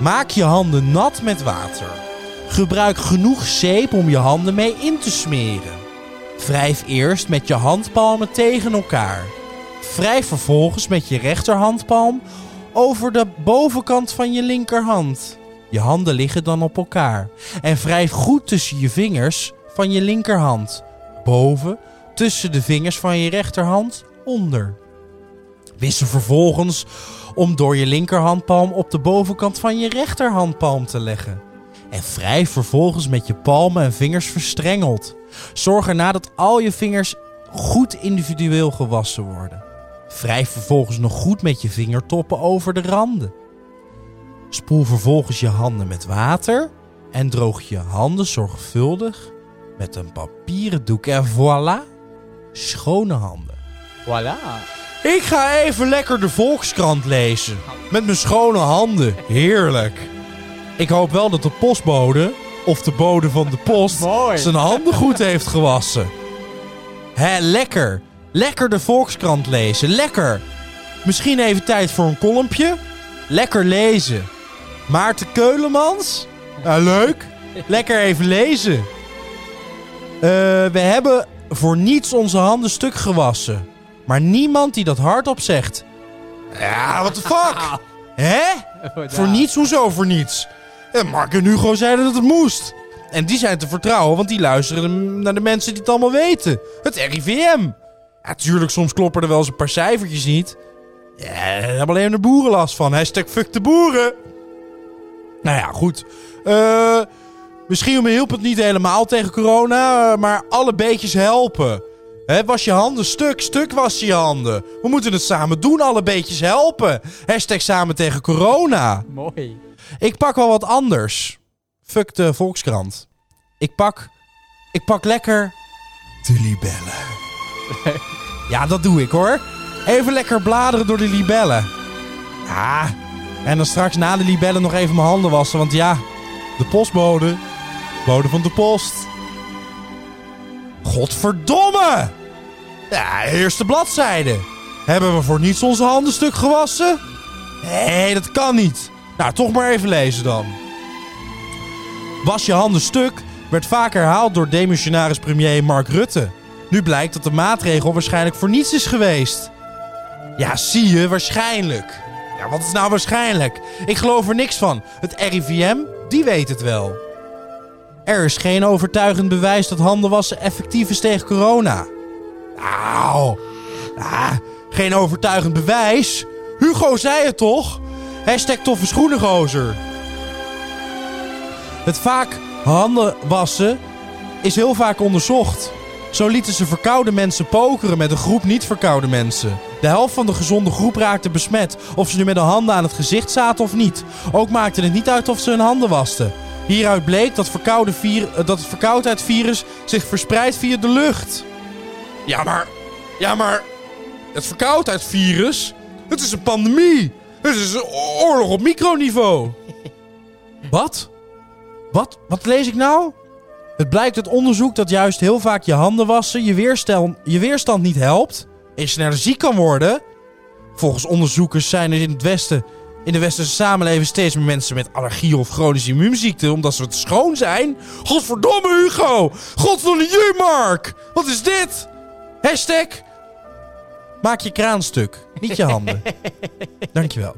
Speaker 1: Maak je handen nat met water. Gebruik genoeg zeep om je handen mee in te smeren. Wrijf eerst met je handpalmen tegen elkaar. Wrijf vervolgens met je rechterhandpalm over de bovenkant van je linkerhand. Je handen liggen dan op elkaar. En wrijf goed tussen je vingers van je linkerhand. Boven, tussen de vingers van je rechterhand, onder. Wissel vervolgens om door je linkerhandpalm op de bovenkant van je rechterhandpalm te leggen. En wrijf vervolgens met je palmen en vingers verstrengeld. Zorg erna dat al je vingers goed individueel gewassen worden. Wrijf vervolgens nog goed met je vingertoppen over de randen. Spoel vervolgens je handen met water en droog je handen zorgvuldig met een papieren doek. En voilà, schone handen.
Speaker 2: Voilà.
Speaker 1: Ik ga even lekker de Volkskrant lezen. Met mijn schone handen. Heerlijk. Ik hoop wel dat de postbode, of de bode van de post,
Speaker 2: Mooi.
Speaker 1: zijn handen goed heeft gewassen. Hé, lekker. Lekker de Volkskrant lezen. Lekker. Misschien even tijd voor een kolompje. Lekker lezen. Maarten Keulemans? Ja, leuk. Lekker even lezen. Eh, we hebben voor niets onze handen stuk gewassen. Maar niemand die dat hardop zegt. Ja, what the fuck? Hè? Voor niets, hoezo voor niets? En Mark en Hugo zeiden dat het moest. En die zijn te vertrouwen, want die luisteren naar de mensen die het allemaal weten. Het RIVM. Ja, tuurlijk, soms kloppen er wel eens een paar cijfertjes niet. Ja, daar hebben alleen de boeren last van. Hashtag fuck de boeren. Nou ja, goed. Eh, misschien hielp het niet helemaal tegen corona, eh, maar alle beetjes helpen. Hè, was je handen stuk, stuk was je handen. We moeten het samen doen, alle beetjes helpen. Hashtag samen tegen corona.
Speaker 2: Mooi.
Speaker 1: Ik pak wel wat anders. Fuck de Volkskrant. Ik pak... Ik pak lekker... De libellen. ja, dat doe ik hoor. Even lekker bladeren door de libellen. Ja, en dan straks na de libellen nog even mijn handen wassen. Want ja, de postbode. Bode van de post. Godverdomme! Ja, eerste bladzijde. Hebben we voor niets onze handen stuk gewassen? Nee, dat kan niet. Nou, toch maar even lezen dan. Was je handen stuk werd vaak herhaald door demissionaris premier Mark Rutte. Nu blijkt dat de maatregel waarschijnlijk voor niets is geweest. Ja, zie je, waarschijnlijk. Ja, wat is nou waarschijnlijk? Ik geloof er niks van. Het RIVM, die weet het wel. Er is geen overtuigend bewijs dat handen wassen effectief is tegen corona. Auw. Ah, geen overtuigend bewijs. Hugo zei het toch? Hashtag toffe schoenengozer. Het vaak handen wassen is heel vaak onderzocht. Zo lieten ze verkoude mensen pokeren met een groep niet verkoude mensen. De helft van de gezonde groep raakte besmet, of ze nu met de handen aan het gezicht zaten of niet. Ook maakte het niet uit of ze hun handen wasten. Hieruit bleek dat, verkoude vir- eh, dat het verkoudheidsvirus zich verspreidt via de lucht. Ja, maar. Ja, maar. Het verkoudheidsvirus? Het is een pandemie. Het is een oorlog op microniveau. Wat? Wat? Wat lees ik nou? Het blijkt uit onderzoek dat juist heel vaak je handen wassen je, weerstel, je weerstand niet helpt en je sneller ziek kan worden. Volgens onderzoekers zijn er in het Westen, in de westerse samenleving steeds meer mensen met allergie of chronische immuunziekten omdat ze het schoon zijn. Godverdomme Hugo! Godverdomme Mark! Wat is dit? Hashtag maak je kraan stuk, niet je handen. Dankjewel.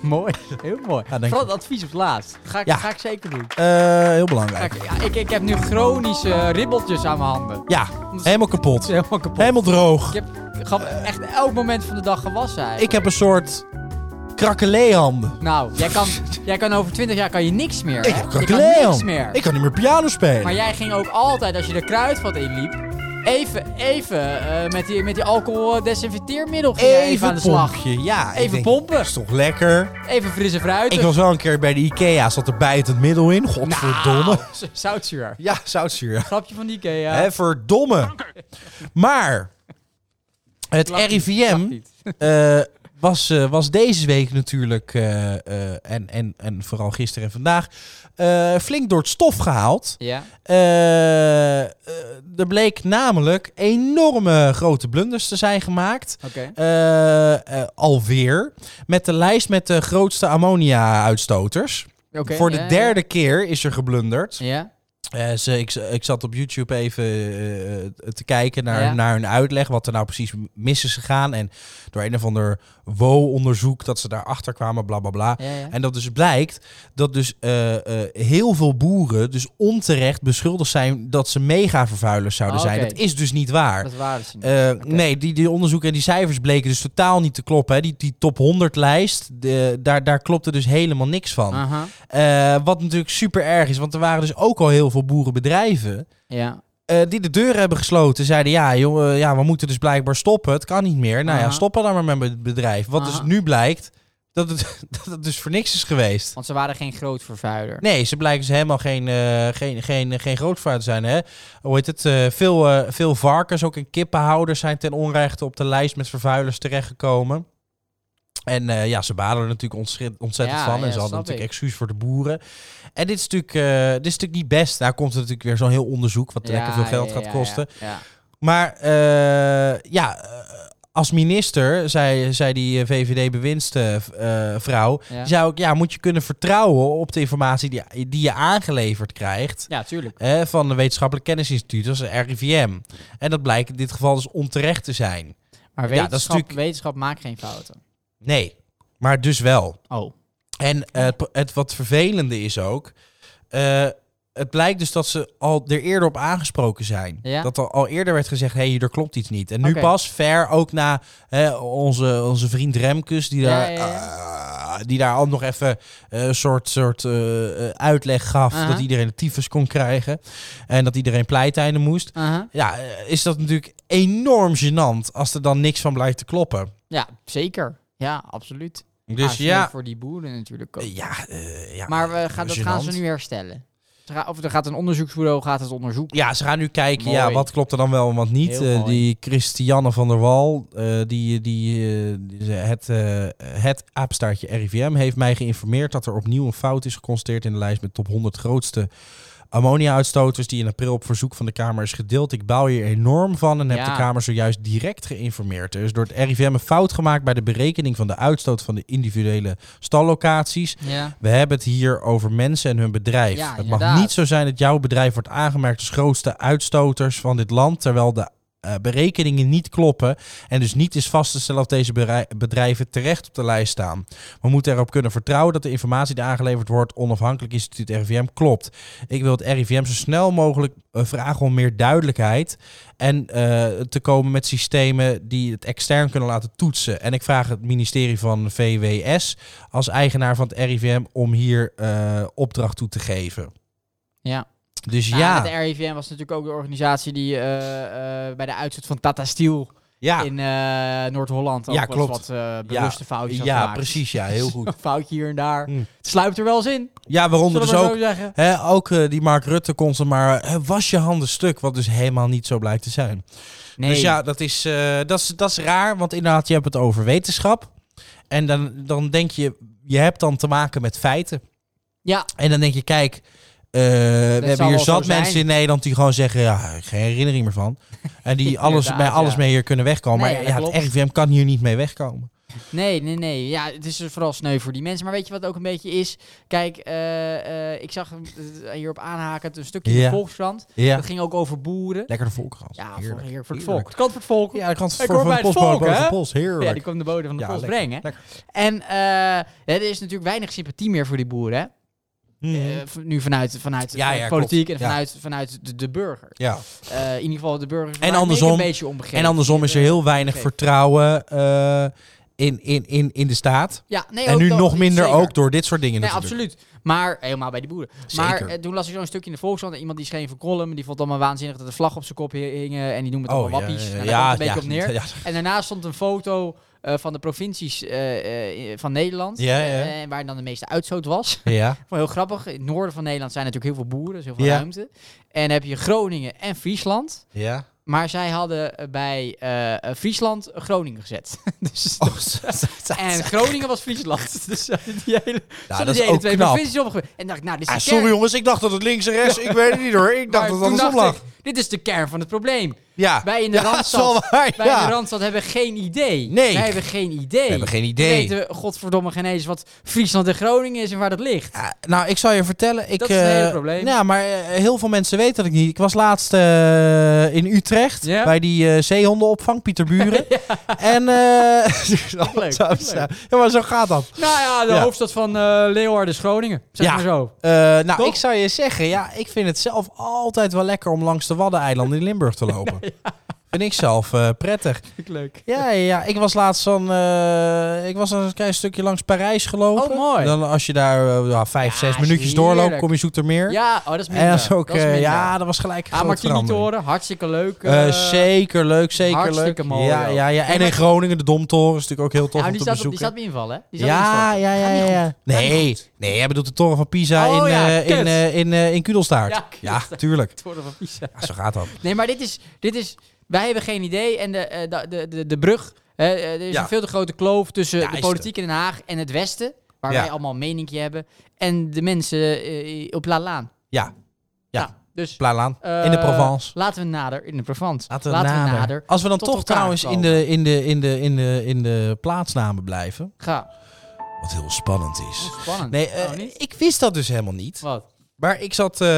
Speaker 2: Mooi. Heel mooi.
Speaker 1: Ja, dank je.
Speaker 2: Vooral het advies op het laatst. Ga ik,
Speaker 1: Ja.
Speaker 2: ga ik zeker doen.
Speaker 1: Eh heel
Speaker 2: Ga
Speaker 1: belangrijk.
Speaker 2: ik, ja, ik, ik heb nu chronische ribbeltjes aan mijn handen.
Speaker 1: Ja, helemaal kapot.
Speaker 2: Het is helemaal kapot.
Speaker 1: Helemaal droog.
Speaker 2: Ik heb gewoon echt elk moment van de dag gewassen eigenlijk.
Speaker 1: Ik heb een soort krakelee-handen.
Speaker 2: Nou, jij kan, jij kan over 20 jaar kan je niks meer.
Speaker 1: Ik
Speaker 2: hè?
Speaker 1: heb
Speaker 2: je kan niks
Speaker 1: krakelee-handen.
Speaker 2: meer.
Speaker 1: Ik kan niet meer piano spelen.
Speaker 2: Maar jij ging ook altijd, als je de kruidvat inliep, even, even eh, met die, met die alcohol-desinfecteermiddel ging jij even aan de slag.
Speaker 1: pompje, ja. ik
Speaker 2: Even
Speaker 1: denk,
Speaker 2: pompen.
Speaker 1: Dat is toch lekker.
Speaker 2: Even frisse fruit.
Speaker 1: Ik was wel een keer bij de Ikea, zat er bijtend middel in. Godverdomme.
Speaker 2: Nou. Zoutzuur.
Speaker 1: Ja, zoutzuur.
Speaker 2: Grapje van Ikea.
Speaker 1: Hè, verdomme. Maar het
Speaker 2: Lacht niet, lacht
Speaker 1: RIVM
Speaker 2: niet.
Speaker 1: eh, was, eh, was deze week natuurlijk, eh, eh, en, en, en vooral gisteren en vandaag, eh, flink door het stof gehaald.
Speaker 2: Ja.
Speaker 1: Eh, eh, er bleek namelijk enorme grote blunders te zijn gemaakt.
Speaker 2: Oké.
Speaker 1: Eh, eh, alweer. Met de lijst met de grootste ammonia-uitstoters.
Speaker 2: Oké,
Speaker 1: Voor de
Speaker 2: ja, ja.
Speaker 1: derde keer is er geblunderd.
Speaker 2: Ja.
Speaker 1: Eh, ze, ik, ik zat op YouTube even eh, te kijken naar,
Speaker 2: Ja.
Speaker 1: naar hun uitleg. Wat er nou precies mis is gegaan. En door een of ander WO-onderzoek dat ze daarachter kwamen, bla bla bla.
Speaker 2: Ja, ja.
Speaker 1: En dat dus blijkt dat dus eh, eh, heel veel boeren dus onterecht beschuldigd zijn dat ze megavervuilers zouden
Speaker 2: Ah,
Speaker 1: zijn.
Speaker 2: oké.
Speaker 1: Dat is dus niet waar.
Speaker 2: Dat waren ze niet.
Speaker 1: Eh, Nee, die, die onderzoeken en die cijfers bleken dus totaal niet te kloppen. Hè. Die, die top 100 lijst, de, daar, daar klopte dus helemaal niks van.
Speaker 2: Aha.
Speaker 1: Eh, wat natuurlijk super erg is, want er waren dus ook al heel veel boerenbedrijven
Speaker 2: Ja.
Speaker 1: eh, die de deuren hebben gesloten. Zeiden ja, jongen, ja, we moeten dus blijkbaar stoppen. Het kan niet meer. Nou ja,
Speaker 2: Aha.
Speaker 1: stoppen dan maar met het bedrijf. Wat dus
Speaker 2: Aha.
Speaker 1: nu blijkt, dat het, dat het dus voor niks is geweest.
Speaker 2: Want ze waren geen groot vervuiler.
Speaker 1: Nee, ze blijken dus helemaal geen, eh geen, geen, geen grootvader te zijn. Hè? Hoe heet het? Eh, veel, eh, veel varkens, ook en kippenhouders zijn ten onrechte op de lijst met vervuilers terechtgekomen. En eh, ja, ze baden er natuurlijk ontschri- ontzettend
Speaker 2: Ja,
Speaker 1: van. En
Speaker 2: ja,
Speaker 1: ze hadden
Speaker 2: snap
Speaker 1: natuurlijk
Speaker 2: ik.
Speaker 1: excuus voor de boeren. En dit is natuurlijk, eh, dit is natuurlijk niet best. Daar komt er natuurlijk weer zo'n heel onderzoek, wat
Speaker 2: Ja,
Speaker 1: lekker veel
Speaker 2: ja,
Speaker 1: geld
Speaker 2: ja,
Speaker 1: gaat
Speaker 2: ja,
Speaker 1: kosten.
Speaker 2: Ja. ja.
Speaker 1: Maar eh, ja, eh, als minister, zei, zei die eh, VVD-bewindsvrouw,
Speaker 2: Ja.
Speaker 1: die zei ook, ja, moet je kunnen vertrouwen op de informatie die, die je aangeleverd krijgt
Speaker 2: Ja, tuurlijk.
Speaker 1: hè, van de Wetenschappelijk Kennisinstituut, dat is een RIVM. En dat blijkt in dit geval dus onterecht te zijn.
Speaker 2: Maar
Speaker 1: Ja, dat is
Speaker 2: wetenschap,
Speaker 1: natuurlijk-
Speaker 2: wetenschap maakt geen fouten.
Speaker 1: Nee, maar dus wel.
Speaker 2: Oh.
Speaker 1: En eh, het, het wat vervelende is ook, eh, het blijkt dus dat ze al er eerder op aangesproken zijn.
Speaker 2: Ja.
Speaker 1: Dat er al eerder werd gezegd, hé, hey, er klopt iets niet. En nu
Speaker 2: Oké.
Speaker 1: pas, ver ook na hè, onze, onze vriend Remkes, die
Speaker 2: Ja,
Speaker 1: daar,
Speaker 2: ja,
Speaker 1: ah, die daar al nog even eh, een soort, soort eh, eh, uitleg gaf,
Speaker 2: Aha.
Speaker 1: dat iedereen de tyfus kon krijgen en dat iedereen pleitijden moest.
Speaker 2: Aha.
Speaker 1: Ja, eh, is dat natuurlijk enorm gênant als er dan niks van blijkt te kloppen.
Speaker 2: Ja, zeker. Ja, absoluut.
Speaker 1: Dus
Speaker 2: Ah,
Speaker 1: ja,
Speaker 2: Voor die boeren natuurlijk ook.
Speaker 1: ja, eh, ja.
Speaker 2: Maar we gaan, dat gaan ze
Speaker 1: gênant.
Speaker 2: nu herstellen. Ze gaan- Of er gaat een onderzoeksbureau gaat het onderzoeken.
Speaker 1: Ja, ze gaan nu kijken,
Speaker 2: Mooi.
Speaker 1: ja, wat klopt er dan wel en wat niet.
Speaker 2: Heel
Speaker 1: Eh,
Speaker 2: mooi.
Speaker 1: die Christiane van der Wal, eh, die, die, eh, die- het, eh het apenstaartje RIVM, heeft mij geïnformeerd dat er opnieuw een fout is geconstateerd in de lijst met top 100 grootste ammonia-uitstoters die in april op verzoek van de Kamer is gedeeld. Ik bouw hier enorm van en heb
Speaker 2: Ja.
Speaker 1: de Kamer zojuist direct geïnformeerd. Er is door het RIVM een fout gemaakt bij de berekening van de uitstoot van de individuele stallocaties.
Speaker 2: Ja.
Speaker 1: We hebben het hier over mensen en hun bedrijf.
Speaker 2: Ja,
Speaker 1: het mag
Speaker 2: inderdaad.
Speaker 1: niet zo zijn dat jouw bedrijf wordt aangemerkt als grootste uitstoters van dit land, terwijl de eh, berekeningen niet kloppen en dus niet is vast te stellen of deze berei- bedrijven terecht op de lijst staan. We moeten erop kunnen vertrouwen dat de informatie die aangeleverd wordt onafhankelijk instituut RIVM klopt. Ik wil het RIVM zo snel mogelijk eh, vragen om meer duidelijkheid en eh, te komen met systemen die het extern kunnen laten toetsen. En ik vraag het ministerie van VWS als eigenaar van het RIVM om hier eh, opdracht toe te geven.
Speaker 2: Ja.
Speaker 1: Dus
Speaker 2: Nou,
Speaker 1: ja,
Speaker 2: Het RIVM was natuurlijk ook de organisatie die eh, eh, bij de uitzet van Tata Steel
Speaker 1: ja,
Speaker 2: in eh, Noord-Holland ook
Speaker 1: Ja,
Speaker 2: wel eens
Speaker 1: klopt.
Speaker 2: wat eh, bewuste foutjes had
Speaker 1: ja
Speaker 2: gemaakt.
Speaker 1: precies, ja, heel goed.
Speaker 2: Een foutje hier en daar.
Speaker 1: Hm.
Speaker 2: Het sluipt er wel eens in.
Speaker 1: Ja, waaronder
Speaker 2: Zullen
Speaker 1: dus
Speaker 2: we zo
Speaker 1: ook,
Speaker 2: zeggen.
Speaker 1: hè, ook eh, die Mark Rutte constant maar, eh, was je handen stuk, wat dus helemaal niet zo blijkt te zijn.
Speaker 2: Nee.
Speaker 1: Dus ja, dat is, eh, dat, is, dat is raar, want inderdaad, je hebt het over wetenschap. En dan, dan denk je, je hebt dan te maken met feiten.
Speaker 2: Ja.
Speaker 1: En dan denk je, kijk, eh, we hebben
Speaker 2: zal
Speaker 1: hier
Speaker 2: wel zo
Speaker 1: zat
Speaker 2: zijn.
Speaker 1: mensen in Nederland die gewoon zeggen, ja, geen herinnering meer van. En die alles, bij
Speaker 2: Inderdaad,
Speaker 1: alles
Speaker 2: ja.
Speaker 1: mee hier kunnen wegkomen.
Speaker 2: Nee,
Speaker 1: maar
Speaker 2: ja,
Speaker 1: ja,
Speaker 2: dat
Speaker 1: het
Speaker 2: klopt.
Speaker 1: RIVM kan hier niet mee wegkomen.
Speaker 2: Nee, nee, nee. Ja, het is dus vooral sneu voor die mensen. Maar weet je wat ook een beetje is? Kijk, eh, eh, ik zag hem, eh, hierop aanhaken een stukje in
Speaker 1: Ja.
Speaker 2: de Volkskrant.
Speaker 1: Ja,
Speaker 2: Dat ging ook over boeren.
Speaker 1: lekker de volkrant.
Speaker 2: Ja, voor,
Speaker 1: heerlijk.
Speaker 2: heerlijk voor het volk.
Speaker 1: Heerlijk.
Speaker 2: Het kan voor het volk.
Speaker 1: Ja, de krant voor,
Speaker 2: Ik hoor
Speaker 1: van
Speaker 2: bij
Speaker 1: de
Speaker 2: het
Speaker 1: post, maar
Speaker 2: volk,
Speaker 1: boven de
Speaker 2: hè?
Speaker 1: pols. Heerlijk.
Speaker 2: Ja, die kwam de bodem van de
Speaker 1: Ja,
Speaker 2: pols
Speaker 1: lekker,
Speaker 2: brengen.
Speaker 1: lekker.
Speaker 2: En eh, er is natuurlijk weinig sympathie meer voor die boeren. Hè?
Speaker 1: Mhm.
Speaker 2: Eh, v- nu vanuit, vanuit
Speaker 1: Ja,
Speaker 2: vanuit
Speaker 1: ja,
Speaker 2: politiek
Speaker 1: klopt.
Speaker 2: en
Speaker 1: Ja.
Speaker 2: vanuit, vanuit de, de burger.
Speaker 1: Ja.
Speaker 2: Eh, in ieder geval de burgers. waren
Speaker 1: andersom-
Speaker 2: een beetje onbegrepen.
Speaker 1: En andersom
Speaker 2: eh,
Speaker 1: is er heel weinig
Speaker 2: Oké.
Speaker 1: vertrouwen eh, in, in, in, in de staat.
Speaker 2: Ja, nee,
Speaker 1: En
Speaker 2: ook
Speaker 1: nu
Speaker 2: dat-
Speaker 1: nog minder
Speaker 2: zeker.
Speaker 1: ook door dit soort dingen
Speaker 2: Nee,
Speaker 1: natuurlijk.
Speaker 2: absoluut. Maar helemaal bij die boeren. Maar
Speaker 1: Zeker.
Speaker 2: eh, toen las ik zo'n stukje in de Volkskrant. en Iemand die schreef een column. Die vond het allemaal waanzinnig dat de vlag op zijn kop hingen. En die noemde het allemaal wappies. Nou, daar komt het een beetje op neer.
Speaker 1: Oh, Ja,
Speaker 2: En daarnaast stond een foto eh, van de provincies eh, eh, van Nederland.
Speaker 1: Ja, ja.
Speaker 2: eh, waar dan de meeste uitstoot was.
Speaker 1: ja, ja.
Speaker 2: Vond ik heel grappig. In het noorden van Nederland zijn natuurlijk heel veel boeren, dus heel veel
Speaker 1: Ja.
Speaker 2: ruimte. En dan heb je Groningen en Friesland.
Speaker 1: ja.
Speaker 2: Maar zij hadden eh, bij eh, eh, Friesland Groningen gezet. dus,
Speaker 1: Oh, ze-
Speaker 2: en Groningen was Friesland. dus eh, die hele,
Speaker 1: dat
Speaker 2: ja,
Speaker 1: is
Speaker 2: die hele
Speaker 1: ook
Speaker 2: twee
Speaker 1: knap.
Speaker 2: provincies opgegeven. En dacht ik, nou, dit is
Speaker 1: Ah,
Speaker 2: de kern.
Speaker 1: sorry jongens, ik dacht dat het links en rechts. Ik weet het niet hoor. Ik dacht
Speaker 2: Maar
Speaker 1: dat
Speaker 2: toen
Speaker 1: het andersom
Speaker 2: dacht
Speaker 1: lag.
Speaker 2: ik, dit is de kern van het probleem.
Speaker 1: Ja.
Speaker 2: Wij in de
Speaker 1: Ja, dat is wel
Speaker 2: Randstad,
Speaker 1: waar,
Speaker 2: wij
Speaker 1: ja.
Speaker 2: in de Randstad hebben geen idee.
Speaker 1: Nee.
Speaker 2: Wij hebben geen idee. We
Speaker 1: hebben geen idee.
Speaker 2: We weten godverdomme geen eens wat Friesland en Groningen is en waar dat ligt.
Speaker 1: Ja, nou, ik zal je vertellen. Ik,
Speaker 2: Dat is het
Speaker 1: eh,
Speaker 2: hele probleem.
Speaker 1: Ja, maar eh, heel veel mensen weten dat ik niet. Ik was laatst eh, in Utrecht
Speaker 2: Ja?
Speaker 1: bij die eh, zeehondenopvang, Pieterburen. En eh
Speaker 2: Leuk,
Speaker 1: zo- zo- Ja, maar zo gaat dat.
Speaker 2: Nou ja, de
Speaker 1: Ja.
Speaker 2: hoofdstad van eh, Leeuwarden is Groningen. Zeg
Speaker 1: Ja.
Speaker 2: maar zo.
Speaker 1: Eh, nou,
Speaker 2: Toch?
Speaker 1: ik zou je zeggen, ja, ik vind het zelf altijd wel lekker om langs de Waddeneilanden in Limburg te lopen. Vind ik zelf eh, prettig.
Speaker 2: Vind ik leuk.
Speaker 1: Ja, ja, ja, ik was laatst van, eh, ik was een klein stukje langs Parijs gelopen.
Speaker 2: Oh, mooi.
Speaker 1: Dan als je daar eh, nou, vijf,
Speaker 2: Ja,
Speaker 1: zes
Speaker 2: is
Speaker 1: minuutjes
Speaker 2: heerlijk.
Speaker 1: doorloopt, kom je Zoetermeer.
Speaker 2: Ja, oh, dat is minder.
Speaker 1: En dat is ook, eh,
Speaker 2: minder.
Speaker 1: ja, dat was gelijk een
Speaker 2: Ah,
Speaker 1: grote verandering.
Speaker 2: Martini-toren, hartstikke leuk.
Speaker 1: Eh,
Speaker 2: eh,
Speaker 1: zeker leuk, zeker
Speaker 2: hartstikke
Speaker 1: leuk.
Speaker 2: mooi
Speaker 1: ja,
Speaker 2: ook.
Speaker 1: ja, ja. En in Groningen, de Domtoren is natuurlijk ook heel tof
Speaker 2: ja,
Speaker 1: om te
Speaker 2: die, staat op, die
Speaker 1: bezoeken.
Speaker 2: staat bij inval, hè? Die staat
Speaker 1: ja,
Speaker 2: bij
Speaker 1: ja, ja, ja, ja. Nee, nee, jij bedoelt de Toren van Pisa
Speaker 2: Oh,
Speaker 1: in,
Speaker 2: ja,
Speaker 1: eh, in,
Speaker 2: kut.
Speaker 1: eh, in, eh, in Kudelstaart.
Speaker 2: Ja,
Speaker 1: Ja,
Speaker 2: Kudelstaart.
Speaker 1: tuurlijk.
Speaker 2: Toren van Pisa.
Speaker 1: Ja, zo gaat dat.
Speaker 2: Nee, maar dit is, dit is. Wij hebben geen idee. En de, eh, da- de, de, de brug. hè, eh, er is
Speaker 1: Ja.
Speaker 2: een veel te grote kloof tussen
Speaker 1: Ja,
Speaker 2: de
Speaker 1: is
Speaker 2: politiek in Den Haag en het Westen. Waar
Speaker 1: Ja.
Speaker 2: wij allemaal een meninkje hebben. En de mensen eh, op La Laan.
Speaker 1: Ja, Ja.
Speaker 2: Nou, dus.
Speaker 1: Plalaan.
Speaker 2: eh,
Speaker 1: in de Provence.
Speaker 2: Laten we nader in de Provence.
Speaker 1: Laten we, nader. Als we dan
Speaker 2: tot
Speaker 1: toch
Speaker 2: elkaar
Speaker 1: trouwens in
Speaker 2: komen.
Speaker 1: de, in, de, in, de, in, de, in de plaatsnamen blijven.
Speaker 2: Ga.
Speaker 1: Wat heel spannend is.
Speaker 2: Spannend.
Speaker 1: Nee, eh,
Speaker 2: Oh, niet?
Speaker 1: ik wist dat dus helemaal niet.
Speaker 2: Wat?
Speaker 1: Maar ik zat. eh,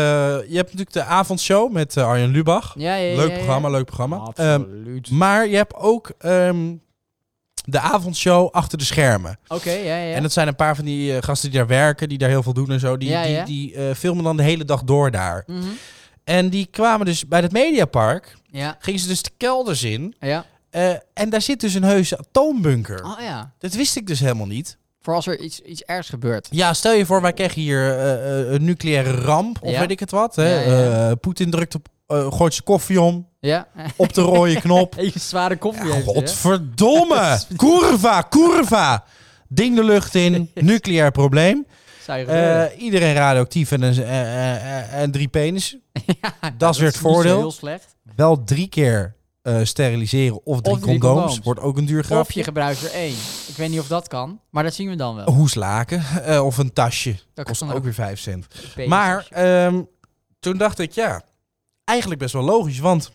Speaker 1: je hebt natuurlijk de avondshow met eh, Arjen Lubach.
Speaker 2: Ja, ja, ja,
Speaker 1: leuk
Speaker 2: ja, ja.
Speaker 1: programma, leuk programma. Ehm,
Speaker 2: Absoluut.
Speaker 1: maar je hebt ook ehm, de avondshow achter de schermen.
Speaker 2: Oké, ja, ja.
Speaker 1: Ehm, En dat zijn een paar van die eh, gasten die daar werken, die daar heel veel doen en zo. Die,
Speaker 2: Ja, ja.
Speaker 1: die, die eh, filmen dan de hele dag door daar.
Speaker 2: Mhm.
Speaker 1: En die kwamen dus bij het Mediapark.
Speaker 2: Ja,
Speaker 1: Gingen ze dus de kelders in.
Speaker 2: ja.
Speaker 1: eh, en daar zit dus een heuse atoombunker.
Speaker 2: Oh ja.
Speaker 1: Dat wist ik dus helemaal niet.
Speaker 2: Voor als er iets, iets ergs gebeurt.
Speaker 1: Ja, stel je voor, wij kregen hier eh, eh, een nucleaire ramp of
Speaker 2: Ja.
Speaker 1: weet ik het wat. Hè?
Speaker 2: Ja, ja.
Speaker 1: Eh, Poetin drukt op, eh, gooit zijn koffie om,
Speaker 2: Ja.
Speaker 1: op de rode knop.
Speaker 2: Even zware koffie.
Speaker 1: Ja,
Speaker 2: heeft hij, hè?
Speaker 1: godverdomme! Kurva, kurva! Ding de lucht in, nucleair probleem.
Speaker 2: Zou je gebeuren.
Speaker 1: Eh, iedereen radioactief en, een, eh, eh, eh, en drie penissen. dat is weer het
Speaker 2: niet zo
Speaker 1: voordeel.
Speaker 2: Heel slecht.
Speaker 1: Wel drie keer eh, steriliseren of drie,
Speaker 2: drie
Speaker 1: condooms.
Speaker 2: condooms.
Speaker 1: Wordt ook een duur
Speaker 2: Of
Speaker 1: grapje.
Speaker 2: je gebruikt er één. Ik weet niet of dat kan, maar dat zien we dan wel.
Speaker 1: Hoeslaken eh, of een tasje.
Speaker 2: Dat
Speaker 1: Oh, Kost
Speaker 2: kan
Speaker 1: ook
Speaker 2: ook.
Speaker 1: weer vijf cent.
Speaker 2: Penis.
Speaker 1: Maar ehm, toen dacht ik, ja, eigenlijk best wel logisch. Want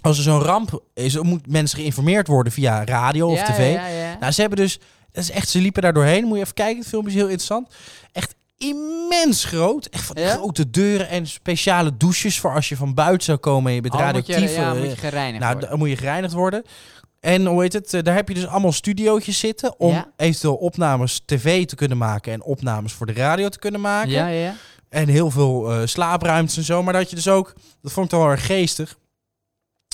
Speaker 1: als er zo'n ramp is, dan moet mensen geïnformeerd worden via radio of
Speaker 2: Ja,
Speaker 1: oh, tv.
Speaker 2: Ja, ja, Oh, ja.
Speaker 1: Nou, ze hebben dus, dat is echt, ze liepen daar doorheen. Moet je even kijken, het filmpje is heel interessant. Echt immens groot. Echt van die
Speaker 2: Ja?
Speaker 1: grote deuren en speciale douches voor als je van buiten zou komen en je bent
Speaker 2: Oh, moet je,
Speaker 1: radioactief.
Speaker 2: ja,
Speaker 1: eh,
Speaker 2: moet je gereinigd
Speaker 1: nou,
Speaker 2: worden.
Speaker 1: dan moet je gereinigd worden. En hoe heet het? eh, Daar heb je dus allemaal studiootjes zitten om
Speaker 2: Ja.
Speaker 1: eventueel opnames tv te kunnen maken en opnames voor de radio te kunnen maken.
Speaker 2: Ja, ja, ja.
Speaker 1: En heel veel eh, slaapruimtes en zo. Maar dat je dus ook, dat vond ik dan wel erg geestig.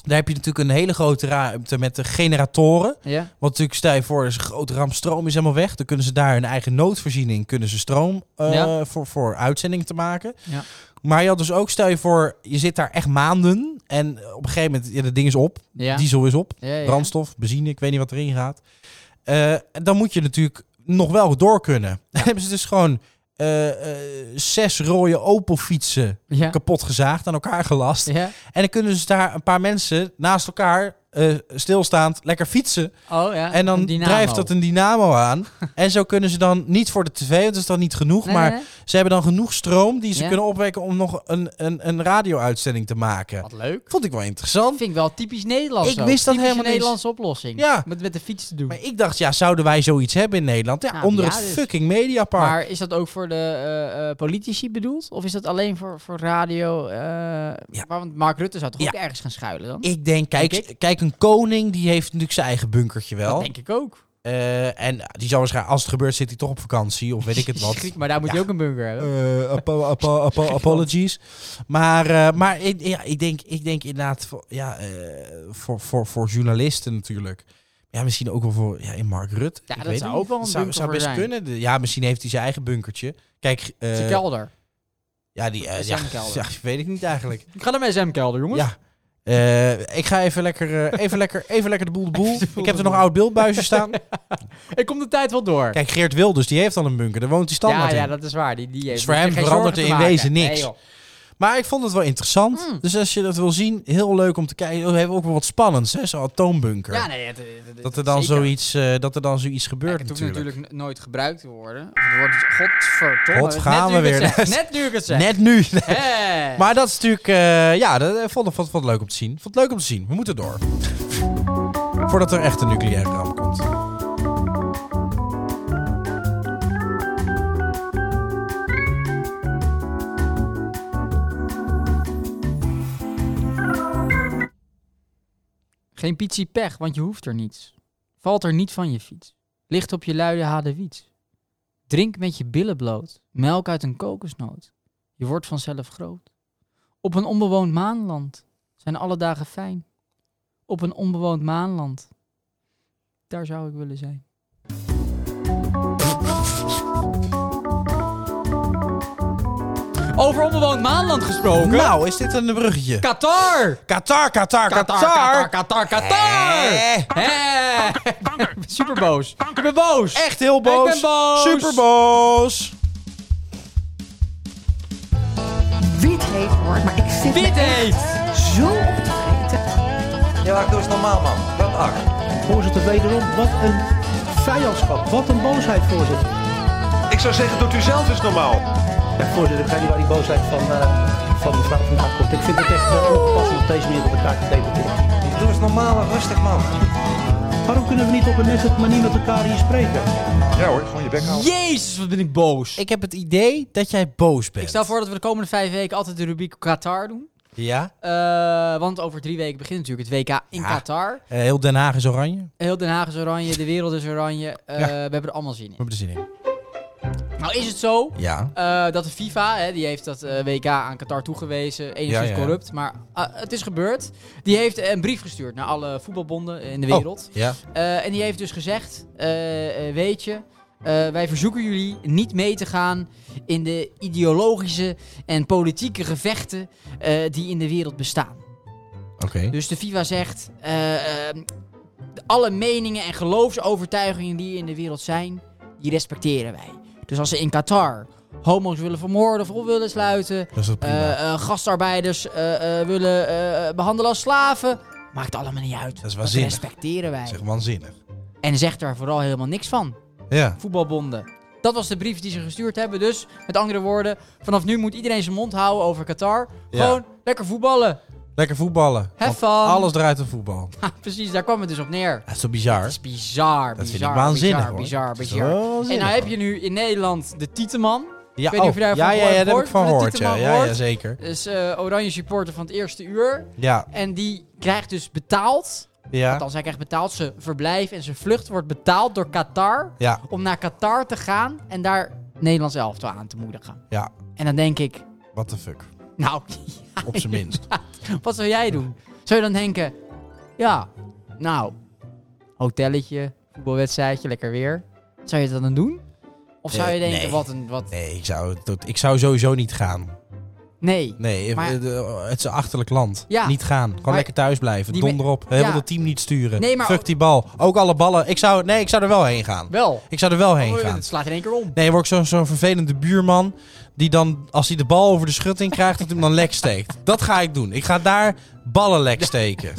Speaker 1: Daar heb je natuurlijk een hele grote ruimte met de generatoren.
Speaker 2: ja.
Speaker 1: Want natuurlijk, stel je voor, er is een grote ramp, stroom is helemaal weg. Dan kunnen ze daar hun eigen noodvoorziening, kunnen ze stroom eh,
Speaker 2: Ja.
Speaker 1: voor, voor uitzendingen te maken.
Speaker 2: Ja.
Speaker 1: Maar je had dus ook, stel je voor, je zit daar echt maanden. En op een gegeven moment, ja, dat ding is op.
Speaker 2: Ja.
Speaker 1: Diesel is op.
Speaker 2: Ja, ja.
Speaker 1: Brandstof, benzine, ik weet niet wat erin gaat. Eh, dan moet je natuurlijk nog wel door kunnen. Dan hebben ze dus gewoon eh, eh, zes rode Opel fietsen
Speaker 2: Ja.
Speaker 1: kapot gezaagd, aan elkaar gelast.
Speaker 2: Ja.
Speaker 1: En dan kunnen ze daar een paar mensen naast elkaar eh, stilstaand lekker fietsen.
Speaker 2: Oh ja.
Speaker 1: En dan
Speaker 2: een dynamo.
Speaker 1: drijft dat een dynamo aan. en zo kunnen ze dan niet voor de tv, want dat is dan niet genoeg.
Speaker 2: Nee,
Speaker 1: maar
Speaker 2: nee, nee.
Speaker 1: ze hebben dan genoeg stroom die ze
Speaker 2: Ja.
Speaker 1: kunnen opwekken om nog een, een, een radio-uitzending te maken.
Speaker 2: Wat leuk.
Speaker 1: Vond ik wel interessant.
Speaker 2: Dat vind ik wel typisch Nederlands.
Speaker 1: Ik
Speaker 2: ook.
Speaker 1: wist dat
Speaker 2: Typische
Speaker 1: helemaal niet.
Speaker 2: Nederlandse oplossing.
Speaker 1: Ja.
Speaker 2: Met, met de fiets te doen.
Speaker 1: Maar
Speaker 2: Maar,
Speaker 1: ik dacht, ja, zouden wij zoiets hebben in Nederland? Ja,
Speaker 2: Nou,
Speaker 1: onder
Speaker 2: ja,
Speaker 1: het
Speaker 2: dus.
Speaker 1: fucking Mediapark.
Speaker 2: is dat ook voor de eh, eh, politici bedoeld? Of is dat alleen voor, voor radio? eh, maar, want Mark Rutte zou toch ook ergens gaan schuilen dan?
Speaker 1: Ik denk, kijk,
Speaker 2: Denk
Speaker 1: kijk, een koning die heeft natuurlijk zijn eigen bunkertje wel.
Speaker 2: Dat denk ik ook.
Speaker 1: Eh, en die zal waarschijnlijk, als het gebeurt, zit hij toch op vakantie of weet ik het wat.
Speaker 2: Schrik, maar daar moet je ook een bunker hebben.
Speaker 1: Eh, apo- apo- apo- apologies. Maar, eh, maar ik, ja, ik, denk, ik denk inderdaad voor, ja, eh, voor, voor, voor journalisten natuurlijk. Ja, misschien ook wel voor ja, in Mark Rutte.
Speaker 2: Ja,
Speaker 1: Ik
Speaker 2: dat
Speaker 1: weet
Speaker 2: zou
Speaker 1: het niet.
Speaker 2: ook wel een
Speaker 1: zou,
Speaker 2: bunker
Speaker 1: zou
Speaker 2: voor
Speaker 1: best
Speaker 2: zijn.
Speaker 1: kunnen. De- Ja, misschien heeft hij zijn eigen bunkertje. Kijk, eh,
Speaker 2: Zijn kelder.
Speaker 1: ja, die, eh,
Speaker 2: is
Speaker 1: ja,
Speaker 2: zijn kelder.
Speaker 1: ja, weet ik niet eigenlijk.
Speaker 2: Ik ga naar mijn SM-kelder, jongens.
Speaker 1: Ja. Eh, ik ga even lekker, eh, even, lekker, even lekker de boel de boel. Ik heb er nog oud beeldbuizen staan.
Speaker 2: Ik kom de tijd wel door.
Speaker 1: Kijk, Geert Wilders, die heeft al een bunker. Daar woont hij standaard
Speaker 2: ja, ja,
Speaker 1: in.
Speaker 2: dat is waar. Die, die heeft
Speaker 1: Dus voor
Speaker 2: zich
Speaker 1: hem
Speaker 2: geen
Speaker 1: verandert
Speaker 2: zorgen
Speaker 1: er
Speaker 2: te
Speaker 1: in wezen
Speaker 2: maken.
Speaker 1: niks.
Speaker 2: Nee, joh.
Speaker 1: Maar ik vond het wel interessant.
Speaker 2: Hmm.
Speaker 1: Dus als je dat wil zien, heel leuk om te kijken. Oh, We hebben ook wel wat spannends, hè? Zo'n atoombunker.
Speaker 2: Ja, nee, het- het- het-
Speaker 1: dat, er dan
Speaker 2: zeker.
Speaker 1: zoiets, eh, dat er dan zoiets gebeurt
Speaker 2: Kijk, het hoeft
Speaker 1: natuurlijk.
Speaker 2: natuurlijk n- nooit gebruikt te worden. Of Het wordt godverdomme.
Speaker 1: God, gaan
Speaker 2: net
Speaker 1: we
Speaker 2: nu ik het
Speaker 1: weer.
Speaker 2: zeg. Net nu ik het zeg.
Speaker 1: Net nu.
Speaker 2: Hè.
Speaker 1: Maar dat is natuurlijk, eh, ja, dat eh, vond ik vond, vond het leuk om te zien. Vond het leuk om te zien. We moeten door. Voordat er echt een nucleaire ramp komt.
Speaker 2: Geen pitsie pech, want je hoeft er niets. Valt er niet van je fiets. Ligt op je luie hadewiet. Drink met je billen bloot. Melk uit een kokosnoot. Je wordt vanzelf groot. Op een onbewoond maanland zijn alle dagen fijn. Op een onbewoond maanland. Daar zou ik willen zijn. Over onbewoond maanland gesproken.
Speaker 1: Nou, is dit een bruggetje?
Speaker 2: Qatar!
Speaker 1: Qatar, Qatar, Qatar.
Speaker 2: Qatar, Qatar, Qatar!
Speaker 1: Eh,
Speaker 2: Hé! Ik ben Super boos. Ik ben boos.
Speaker 1: Echt heel boos.
Speaker 2: Ik ben boos.
Speaker 1: Super boos.
Speaker 4: Wit heet hoor, maar ik zit
Speaker 2: Dit heet.
Speaker 4: zo op te vreten.
Speaker 9: Voorzitter, wederom, wat een vijandschap. Wat een boosheid, voorzitter.
Speaker 10: Ik zou zeggen, doet u zelf eens normaal.
Speaker 9: Ja, voorzitter, ik ga niet waar die boosheid van, eh van mevrouw vandaan komt. Ik vind het echt eh, ongepast om op deze manier op elkaar te debatteren.
Speaker 10: Doe eens normaal en rustig, man.
Speaker 9: Waarom kunnen we niet op een nette manier met elkaar hier spreken?
Speaker 10: Ja hoor, gewoon je bek houden.
Speaker 2: Jezus, wat ben ik boos. Ik,
Speaker 1: Ik heb het idee dat jij boos bent.
Speaker 2: stel voor dat we de komende vijf weken altijd de rubriek Qatar doen.
Speaker 1: Ja?
Speaker 2: Eh, want over drie weken begint natuurlijk het WK in
Speaker 1: Ja.
Speaker 2: Qatar.
Speaker 1: Eh, heel Den Haag is oranje. We
Speaker 2: Heel Den Haag is oranje, de wereld is oranje. Eh, We hebben er allemaal zin in.
Speaker 1: hebben er zin in.
Speaker 2: Nou is het zo
Speaker 1: Ja.
Speaker 2: eh, dat de FIFA, hè, die heeft dat eh, WK aan Qatar toegewezen. Enigszins
Speaker 1: Ja, ja.
Speaker 2: corrupt, maar ah, het is gebeurd. Die heeft een brief gestuurd naar alle voetbalbonden in de
Speaker 1: Oh.
Speaker 2: wereld.
Speaker 1: Ja.
Speaker 2: Eh, en die heeft dus gezegd: eh, eh, Weet je, eh, wij verzoeken jullie niet mee te gaan in de ideologische en politieke gevechten eh, die in de wereld bestaan.
Speaker 1: Oké.
Speaker 2: Dus de FIFA zegt: eh, eh, Alle meningen en geloofsovertuigingen die in de wereld zijn, die respecteren wij. Dus als ze in Qatar homo's willen vermoorden of op willen sluiten,
Speaker 1: Dat is dat prima.
Speaker 2: eh, eh, gastarbeiders eh, eh, willen eh, behandelen als slaven. Maakt allemaal niet uit.
Speaker 1: Dat is waanzinnig.
Speaker 2: respecteren wij.
Speaker 1: zeg waanzinnig.
Speaker 2: En zegt daar vooral helemaal niks van.
Speaker 1: Ja.
Speaker 2: Voetbalbonden. Dat was de brief die ze gestuurd hebben. Dus met andere woorden, vanaf nu moet iedereen zijn mond houden over Qatar.
Speaker 1: Ja.
Speaker 2: Gewoon lekker voetballen.
Speaker 1: Lekker voetballen.
Speaker 2: Have
Speaker 1: Want
Speaker 2: fun.
Speaker 1: Alles draait op voetbal.
Speaker 2: Ha, precies, daar kwam het dus op neer.
Speaker 1: Dat is zo bizar.
Speaker 2: Dat is bizar,
Speaker 1: Dat vind ik
Speaker 2: bizar,
Speaker 1: waanzinnig.
Speaker 2: bizar,
Speaker 1: hoor.
Speaker 2: bizar,
Speaker 1: Dat is
Speaker 2: bizar.
Speaker 1: wel
Speaker 2: En
Speaker 1: waanzinnig,
Speaker 2: nou heb
Speaker 1: hoor.
Speaker 2: je nu in Nederland de Tieteman.
Speaker 1: Ja,
Speaker 2: weet niet of je daarvan
Speaker 1: oh. ja, ja,
Speaker 2: gehoord
Speaker 1: ja, daar heb ik
Speaker 2: hebt,
Speaker 1: van
Speaker 2: van de
Speaker 1: gehoord. Ja,
Speaker 2: Tieteman
Speaker 1: ja, ja,
Speaker 2: gehoord.
Speaker 1: zeker.
Speaker 2: Dus eh, oranje supporter van het eerste uur.
Speaker 1: Ja,
Speaker 2: En die krijgt dus betaald.
Speaker 1: ja,
Speaker 2: Althans, hij krijgt betaald. Zijn verblijf en zijn vlucht wordt betaald door Qatar.
Speaker 1: ja,
Speaker 2: om naar Qatar te gaan en daar Nederlands elftal aan te moedigen.
Speaker 1: ja.
Speaker 2: En dan denk ik,
Speaker 1: What the fuck.
Speaker 2: nou,
Speaker 1: Op zijn minst.
Speaker 2: wat zou jij doen? Zou je dan denken, ja, nou, hotelletje, voetbalwedstrijdje, lekker weer. Zou je dat dan doen? Of zou
Speaker 1: Eh,
Speaker 2: je denken,
Speaker 1: nee.
Speaker 2: wat een, wat,
Speaker 1: Nee, ik zou, het tot- ik zou sowieso niet gaan.
Speaker 2: nee.
Speaker 1: Nee,
Speaker 2: Maar-
Speaker 1: eh, de- het is een achterlijk land.
Speaker 2: Ja.
Speaker 1: Niet gaan. Gewoon
Speaker 2: Maar-
Speaker 1: lekker thuis blijven.
Speaker 2: Die
Speaker 1: Donder
Speaker 2: me-
Speaker 1: op. Heel
Speaker 2: Ja.
Speaker 1: het team niet sturen.
Speaker 2: Nee, maar-
Speaker 1: Fuck die bal. Ook alle ballen. Ik zou, nee, ik zou er wel heen gaan.
Speaker 2: Wel.
Speaker 1: Ik zou er wel heen
Speaker 2: Oh,
Speaker 1: gaan.
Speaker 2: Het slaat in één keer om.
Speaker 1: Nee, word ik zo'n zo'n vervelende buurman. Die dan, als hij de bal over de schutting krijgt, dat hij hem dan lek steekt. Dat ga ik doen. Ik ga daar ballen lek steken.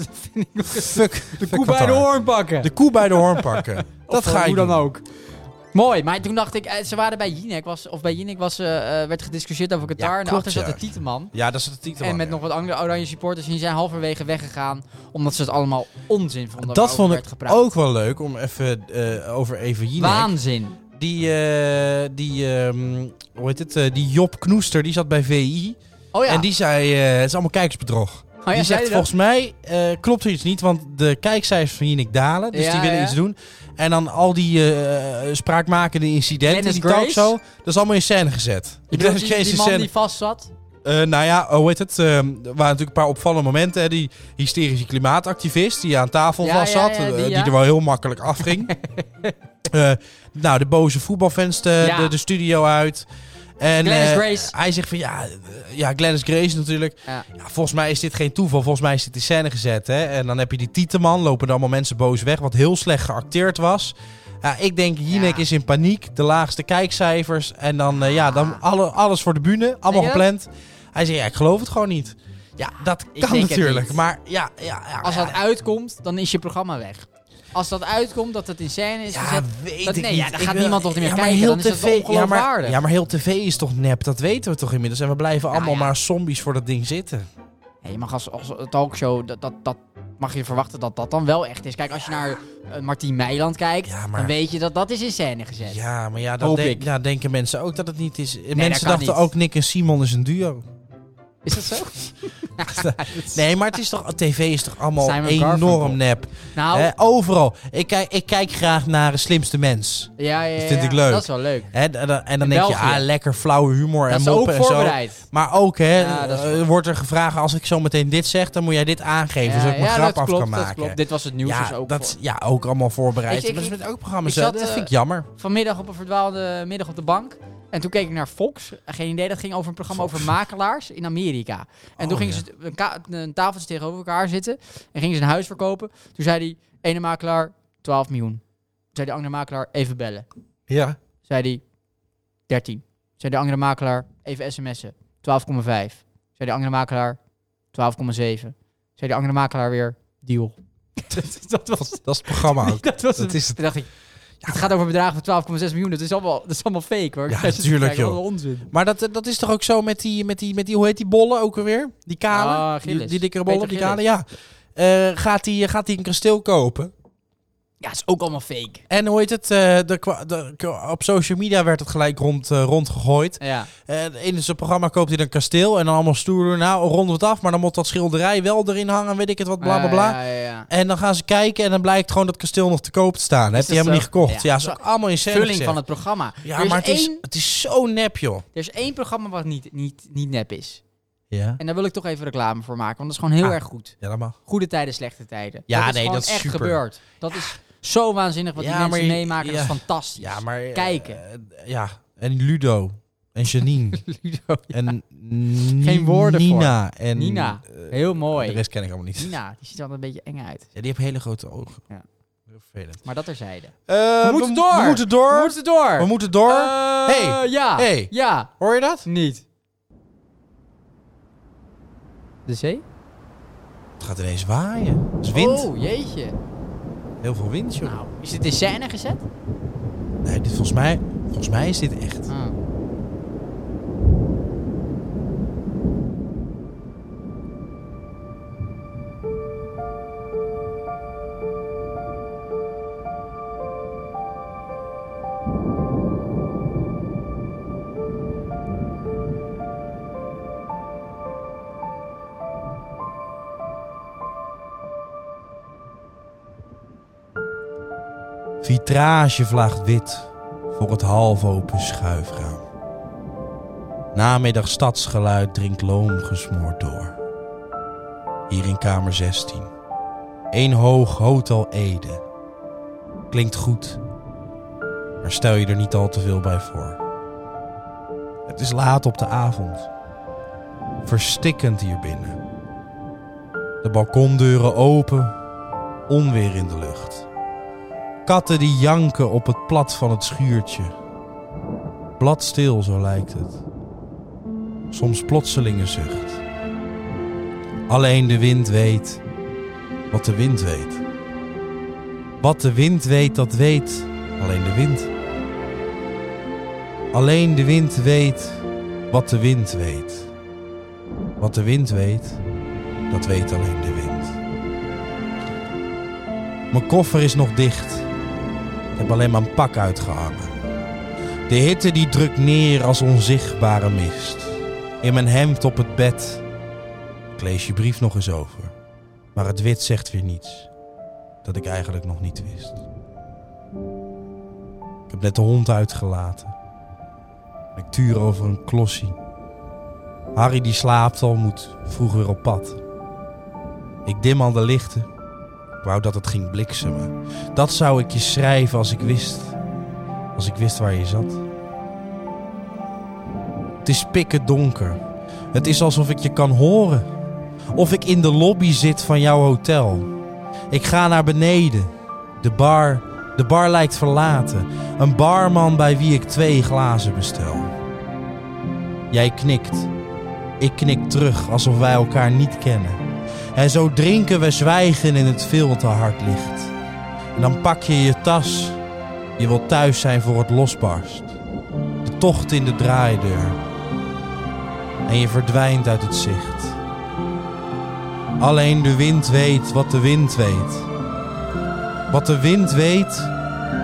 Speaker 1: Fuck. De
Speaker 2: Koe bij de hoorn pakken.
Speaker 1: De koe bij de hoorn pakken. Dat
Speaker 2: Of, eh,
Speaker 1: ga ik
Speaker 2: hoe dan
Speaker 1: doen.
Speaker 2: ook. Mooi, maar toen dacht ik, eh, ze waren bij Jinek, was, of bij Jinek was, eh, eh, werd gediscussieerd over Qatar.
Speaker 1: Ja,
Speaker 2: en
Speaker 1: klopt,
Speaker 2: daarachter zat
Speaker 1: ja.
Speaker 2: de Tieteman.
Speaker 1: Ja, dat is de titel.
Speaker 2: En met nog wat andere oranje supporters. En die zijn halverwege weggegaan. Omdat ze het allemaal onzin vonden.
Speaker 1: Dat
Speaker 2: waarover
Speaker 1: vond ik
Speaker 2: werd gepraat.
Speaker 1: ook wel leuk om even eh, over even Jinek.
Speaker 2: Waanzin.
Speaker 1: Die, eh, die, ehm, hoe heet het? eh, die Job Knoester, die zat bij VI.
Speaker 2: Oh ja.
Speaker 1: En die zei, eh, het is allemaal kijkersbedrog.
Speaker 2: Oh
Speaker 1: die
Speaker 2: ja, zei
Speaker 1: zegt,
Speaker 2: die
Speaker 1: volgens mij eh, klopt er iets niet, want de kijkcijfers van Jinek dalen. Dus
Speaker 2: Ja,
Speaker 1: die willen
Speaker 2: ja.
Speaker 1: iets doen. En dan al die eh spraakmakende incidenten,
Speaker 2: Dennis
Speaker 1: die
Speaker 2: Grace?
Speaker 1: talkshow, dat is allemaal in scène gezet.
Speaker 2: Je
Speaker 1: Dat
Speaker 2: bedoelt
Speaker 1: is
Speaker 2: die,
Speaker 1: geen
Speaker 2: die man
Speaker 1: scène.
Speaker 2: die vast zat.
Speaker 1: Eh, nou ja, hoe heet het? Ehm, er waren natuurlijk een paar opvallende momenten. Hè? Die hysterische klimaatactivist die aan tafel
Speaker 2: Ja,
Speaker 1: vast
Speaker 2: ja,
Speaker 1: zat.
Speaker 2: ja,
Speaker 1: eh,
Speaker 2: die,
Speaker 1: die,
Speaker 2: ja.
Speaker 1: er wel heel makkelijk afging. Eh, nou, de boze voetbalfans de,
Speaker 2: Ja.
Speaker 1: de, de studio uit. En,
Speaker 2: Glennis
Speaker 1: eh,
Speaker 2: Grace.
Speaker 1: Hij zegt van ja, eh, ja Glennis Grace natuurlijk.
Speaker 2: Ja.
Speaker 1: Ja. volgens mij is dit geen toeval. Volgens mij is dit in scène gezet. Hè? En dan heb je die Tieteman. Lopen er allemaal mensen boos weg. Wat heel slecht geacteerd was. Ja, ik denk, Jinek
Speaker 2: Ja.
Speaker 1: is in
Speaker 2: Ah.
Speaker 1: paniek. De laagste kijkcijfers. En dan, eh, ja, dan alle, alles voor de bühne. Allemaal
Speaker 2: Denk je dat?
Speaker 1: gepland. Hij Hij zei, ja, ik geloof het gewoon niet. Ja, dat
Speaker 2: Ik
Speaker 1: kan
Speaker 2: denk het
Speaker 1: natuurlijk.
Speaker 2: niet.
Speaker 1: Maar ja, ja, ja.
Speaker 2: Als
Speaker 1: ja,
Speaker 2: dat uitkomt, dan is je programma weg. Als dat uitkomt, dat het in scène is
Speaker 1: ja,
Speaker 2: gezet...
Speaker 1: weet
Speaker 2: dat-
Speaker 1: ik
Speaker 2: nee,
Speaker 1: niet.
Speaker 2: ja, dan
Speaker 1: Ik
Speaker 2: gaat
Speaker 1: wil-
Speaker 2: niemand toch niet meer
Speaker 1: maar
Speaker 2: kijken, dan is dat wel
Speaker 1: ja, maar,
Speaker 2: ongeloofwaardig. Nou
Speaker 1: ja, maar heel tv is toch nep? Dat weten we toch inmiddels. En we blijven allemaal
Speaker 2: ja.
Speaker 1: maar zombies voor dat ding zitten.
Speaker 2: Ja, je mag als, als talkshow, dat, dat, dat mag je verwachten dat dat dan wel echt is. Kijk, als je naar eh, Martien Meiland kijkt,
Speaker 1: Ja, maar-
Speaker 2: dan weet je dat dat is in scène gezet.
Speaker 1: Ja, maar ja,
Speaker 2: Hoop
Speaker 1: dat denk,
Speaker 2: ik.
Speaker 1: ja, denken mensen ook dat het niet is.
Speaker 2: dat
Speaker 1: mensen
Speaker 2: kan
Speaker 1: dachten
Speaker 2: niet.
Speaker 1: ook Nick en Simon is een duo.
Speaker 2: Is dat zo?
Speaker 1: Nee, maar het is toch, tv is toch allemaal
Speaker 2: Simon Garfunkel.
Speaker 1: enorm nep.
Speaker 2: Nou,
Speaker 1: Hè, overal. Ik kijk, ik kijk graag naar de slimste mens.
Speaker 2: ja, ja, ja,
Speaker 1: dat vind
Speaker 2: ja.
Speaker 1: ik leuk.
Speaker 2: Dat is wel leuk.
Speaker 1: Hè, d- d- en dan denk je,
Speaker 2: België.
Speaker 1: ah, lekker flauwe humor
Speaker 2: Dat
Speaker 1: en
Speaker 2: is ook
Speaker 1: moppen en zo.
Speaker 2: voorbereid.
Speaker 1: Maar ook, hè,
Speaker 2: Ja, dat is
Speaker 1: eh, wordt er gevraagd, als ik zo meteen dit zeg, dan moet jij dit aangeven, zodat ik mijn grap
Speaker 2: dat
Speaker 1: af
Speaker 2: klopt,
Speaker 1: kan
Speaker 2: Dat
Speaker 1: maken.
Speaker 2: klopt. Dit was het nieuws
Speaker 1: ja,
Speaker 2: dus ook.
Speaker 1: dat is-
Speaker 2: voor-
Speaker 1: ja, ook allemaal voorbereid.
Speaker 2: Ik- ik-
Speaker 1: maar dat is
Speaker 2: ik-
Speaker 1: met elk programma
Speaker 2: ik
Speaker 1: zo.
Speaker 2: zat,
Speaker 1: Dat
Speaker 2: eh,
Speaker 1: vind ik jammer.
Speaker 2: Vanmiddag op een verdwaalde middag op de bank. En toen keek ik naar Fox. Geen idee, dat ging over een programma
Speaker 1: Fox.
Speaker 2: over makelaars in Amerika. En
Speaker 1: Oh,
Speaker 2: toen gingen
Speaker 1: ja.
Speaker 2: ze een, ka- een tafeltje tegenover elkaar zitten. En gingen ze een huis verkopen. Toen zei die ene makelaar 12 miljoen. Toen zei de andere makelaar even bellen.
Speaker 1: Ja.
Speaker 2: Zei die 13. Zei de andere makelaar even sms'en. 12,5. Zei de andere makelaar 12,7. Zei de andere makelaar weer deal. dat was
Speaker 1: Dat is het programma ook.
Speaker 2: dat was
Speaker 1: Dat
Speaker 2: het.
Speaker 1: is het.
Speaker 2: Toen dacht ik, het gaat over bedragen van 12,6 miljoen. Dat is allemaal, dat is allemaal fake hoor.
Speaker 1: Ja,
Speaker 2: Als je het
Speaker 1: natuurlijk,
Speaker 2: kijkt, wat
Speaker 1: joh.
Speaker 2: een onzin.
Speaker 1: Maar dat, dat is toch ook zo met die, met die, met die hoe heet die bollen ook alweer? Die kale?
Speaker 2: Ah, Gillis.
Speaker 1: die, die dikkere bollen,
Speaker 2: Peter
Speaker 1: die kale, ja. Eh, gaat hij gaat die een kasteel kopen?
Speaker 2: Ja, het is ook allemaal fake.
Speaker 1: En hoe heet het? eh, de, kwa- de, op social media werd het gelijk rond, eh, rondgegooid.
Speaker 2: Ja.
Speaker 1: Eh, in zijn programma koopt hij een kasteel en dan allemaal stoer doen. Nou, ronden we het af, maar dan moet dat schilderij wel erin hangen, weet ik het wat, bla bla bla.
Speaker 2: Ah, Ja, ja, ja.
Speaker 1: En dan gaan ze kijken en dan blijkt gewoon dat kasteel nog te koop te staan. Heb je
Speaker 2: dat
Speaker 1: helemaal
Speaker 2: zo?
Speaker 1: niet gekocht?
Speaker 2: Ja.
Speaker 1: Ja, ze is ook allemaal in scène
Speaker 2: Vulling
Speaker 1: gezet.
Speaker 2: van het programma.
Speaker 1: Ja,
Speaker 2: er, is
Speaker 1: maar het is,
Speaker 2: één,
Speaker 1: het is zo nep, joh.
Speaker 2: er is één programma wat niet, niet, niet nep is.
Speaker 1: Ja,
Speaker 2: En daar wil ik toch even reclame voor maken, want dat is gewoon heel
Speaker 1: Ah.
Speaker 2: erg goed.
Speaker 1: ja dat mag.
Speaker 2: Goede tijden, slechte tijden.
Speaker 1: Ja,
Speaker 2: dat is
Speaker 1: nee,
Speaker 2: gewoon
Speaker 1: dat is
Speaker 2: echt
Speaker 1: super.
Speaker 2: gebeurd. Dat is zo waanzinnig wat
Speaker 1: Ja,
Speaker 2: die
Speaker 1: maar
Speaker 2: mensen
Speaker 1: je-
Speaker 2: meemaken. Dat is
Speaker 1: ja.
Speaker 2: fantastisch.
Speaker 1: Ja, maar... eh,
Speaker 2: Kijken.
Speaker 1: eh, ja, en Ludo. En Janine.
Speaker 2: Ludo,
Speaker 1: En
Speaker 2: Geen woorden voor.
Speaker 1: Nina. En eh,
Speaker 2: Nina, heel
Speaker 1: De
Speaker 2: mooi.
Speaker 1: rest ken ik allemaal niet.
Speaker 2: Nina, die ziet er wel een beetje eng uit.
Speaker 1: Ja, die heeft hele grote ogen.
Speaker 2: Ja.
Speaker 1: Heel vervelend.
Speaker 2: Maar dat terzijde.
Speaker 1: Eh, we,
Speaker 2: moeten
Speaker 1: m-
Speaker 2: door.
Speaker 1: We moeten door.
Speaker 2: We moeten door.
Speaker 1: We moeten door.
Speaker 2: Eh,
Speaker 1: Hey.
Speaker 2: Ja.
Speaker 1: Hey.
Speaker 2: Ja.
Speaker 1: Hoor je dat?
Speaker 2: Niet. De zee?
Speaker 1: Het gaat ineens waaien. Het is wind.
Speaker 2: Oh, jeetje.
Speaker 1: Heel veel wind, joh.
Speaker 2: Nou, is dit in scène gezet?
Speaker 1: Nee, dit volgens mij... Volgens mij is dit echt.
Speaker 2: Ah.
Speaker 1: Vitrage vlaagt wit voor het half open schuifraam. Namiddag stadsgeluid dringt loom gesmoord door. Hier in kamer 16. Eén hoog Hotel Ede. Klinkt goed, maar stel je er niet al te veel bij voor. Het is laat op de avond. Verstikkend hier binnen. De balkondeuren open, onweer in de lucht. Katten die janken op het plat van het schuurtje. Bladstil, zo lijkt het. Soms plotseling een zucht. Alleen de wind weet wat de wind weet. Wat de wind weet, dat weet alleen de wind. Alleen de wind weet wat de wind weet. Wat de wind weet, dat weet alleen de wind. Mijn koffer is nog dicht. Ik heb alleen maar een pak uitgehangen. De hitte die drukt neer als onzichtbare mist. In mijn hemd op het bed. Ik lees je brief nog eens over. Maar het wit zegt weer niets. Dat ik eigenlijk nog niet wist. Ik heb net de hond uitgelaten. Ik tuur over een klossie. Harry die slaapt al moet vroeg weer op pad. Ik dim al de lichten. Ik wou dat het ging bliksemen. Dat zou ik je schrijven als ik wist. Als ik wist waar je zat. Het is pikken donker. Het is alsof ik je kan horen. Of ik in de lobby zit van jouw hotel. Ik ga naar beneden. De bar. De bar lijkt verlaten. Een barman bij wie ik twee glazen bestel. Jij knikt. Ik knik terug alsof wij elkaar niet kennen. En zo drinken we zwijgen in het veel te hard ligt. En dan pak je je tas. Je wilt thuis zijn voor het losbarst. De tocht in de draaideur. En je verdwijnt uit het zicht. Alleen de wind weet wat de wind weet. Wat de wind weet,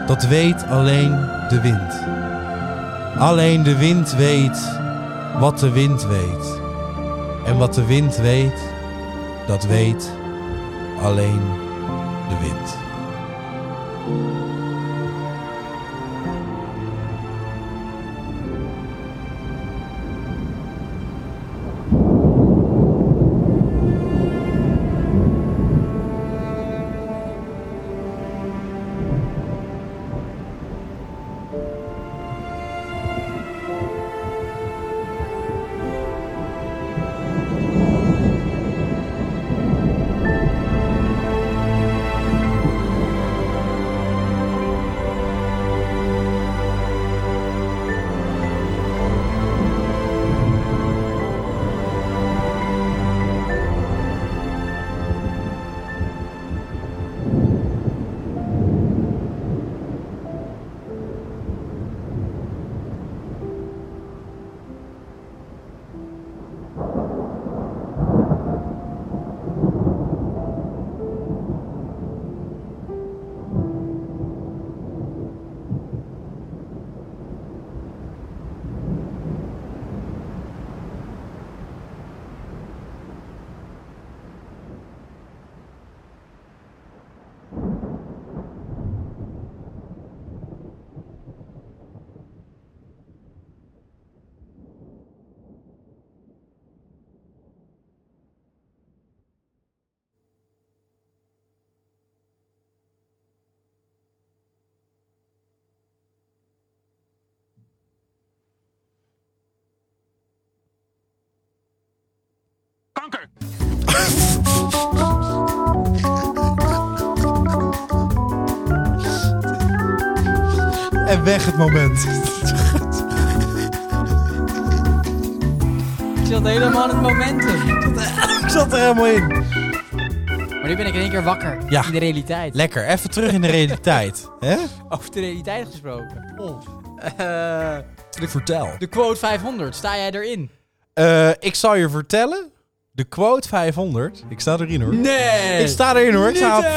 Speaker 1: dat weet alleen de wind. Alleen de wind weet wat de wind weet. En wat de wind weet, dat weet alleen de wind.
Speaker 6: Kanker!
Speaker 1: En weg het moment.
Speaker 2: Ik zat helemaal in het momentum.
Speaker 1: Ik zat er helemaal in.
Speaker 2: Maar nu ben ik in één keer wakker.
Speaker 1: Ja.
Speaker 2: In de realiteit.
Speaker 1: Lekker, even terug in de realiteit. hè?
Speaker 2: Over de realiteit gesproken.
Speaker 1: Oh. Eh, Vertel.
Speaker 2: De quote 500, sta jij erin?
Speaker 1: Eh, ik zal je vertellen. De quote 500. Ik sta erin hoor.
Speaker 2: Nee!
Speaker 1: Ik sta erin hoor. Ik sta op
Speaker 2: Niet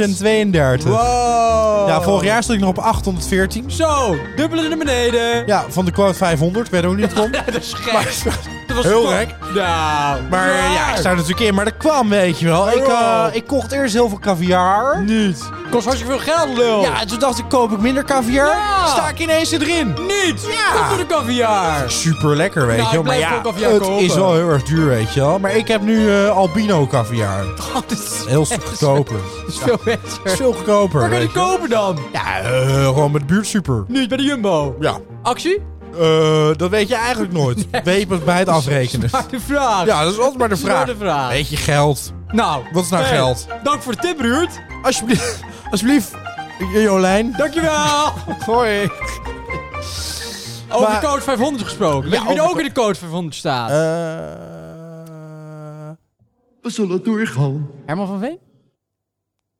Speaker 2: eens!
Speaker 1: 432.
Speaker 2: Wow!
Speaker 1: Ja, vorig jaar stond ik nog op 814.
Speaker 2: Zo, dubbele naar beneden.
Speaker 1: Ja, van de quote 500. Ik weet ook niet waarom.
Speaker 2: Dat is gek. Dat was
Speaker 1: Heel
Speaker 2: toch-
Speaker 1: gek.
Speaker 2: Nou.
Speaker 1: Maar eh, ja, ik sta er natuurlijk in. Maar dat kwam, weet je wel. Ik, eh, ik kocht eerst heel veel caviar.
Speaker 2: Oh. Niet. Kost hartstikke veel geld, lul.
Speaker 1: Ja, en toen dacht ik, koop ik minder caviar?
Speaker 2: Ja.
Speaker 1: Sta ik ineens erin.
Speaker 2: Niet.
Speaker 1: Ja.
Speaker 2: Goed voor de caviar.
Speaker 1: Super lekker, weet
Speaker 2: Nou,
Speaker 1: je wel.
Speaker 2: ik
Speaker 1: Maar
Speaker 2: blijf
Speaker 1: ja,
Speaker 2: ook caviar
Speaker 1: het
Speaker 2: kopen.
Speaker 1: is wel heel erg duur, weet je wel. Maar ik heb nu eh, albino caviar.
Speaker 2: Oh,
Speaker 1: Heel stuk goedkoper.
Speaker 2: Dat is veel
Speaker 1: Is
Speaker 2: beter.
Speaker 1: veel goedkoper.
Speaker 2: Waar kan je
Speaker 1: weet
Speaker 2: die
Speaker 1: je wel.
Speaker 2: kopen dan?
Speaker 1: Ja, eh, gewoon met de buurt super.
Speaker 2: Niet bij de Jumbo.
Speaker 1: Ja.
Speaker 2: Actie?
Speaker 1: Eh, dat weet je eigenlijk nooit. Weet je pas bij het afrekenen.
Speaker 2: Maar de vraag.
Speaker 1: Ja, dat is altijd maar de
Speaker 2: Dat is maar
Speaker 1: vraag.
Speaker 2: de vraag.
Speaker 1: Weet je geld?
Speaker 2: Nou.
Speaker 1: Wat is nou
Speaker 2: hey,
Speaker 1: geld?
Speaker 2: Dank voor de tip, Ruurt.
Speaker 1: Alsjeblieft. Alsjeblieft. Jolijn.
Speaker 2: Dankjewel.
Speaker 1: Hoi.
Speaker 2: Over
Speaker 1: Maar-
Speaker 2: code 500 gesproken. Weet
Speaker 1: Ja,
Speaker 2: je wie er
Speaker 1: over Eh.
Speaker 2: ook in de code 500 staat?
Speaker 7: We zullen doorgaan.
Speaker 2: Herman van Veen?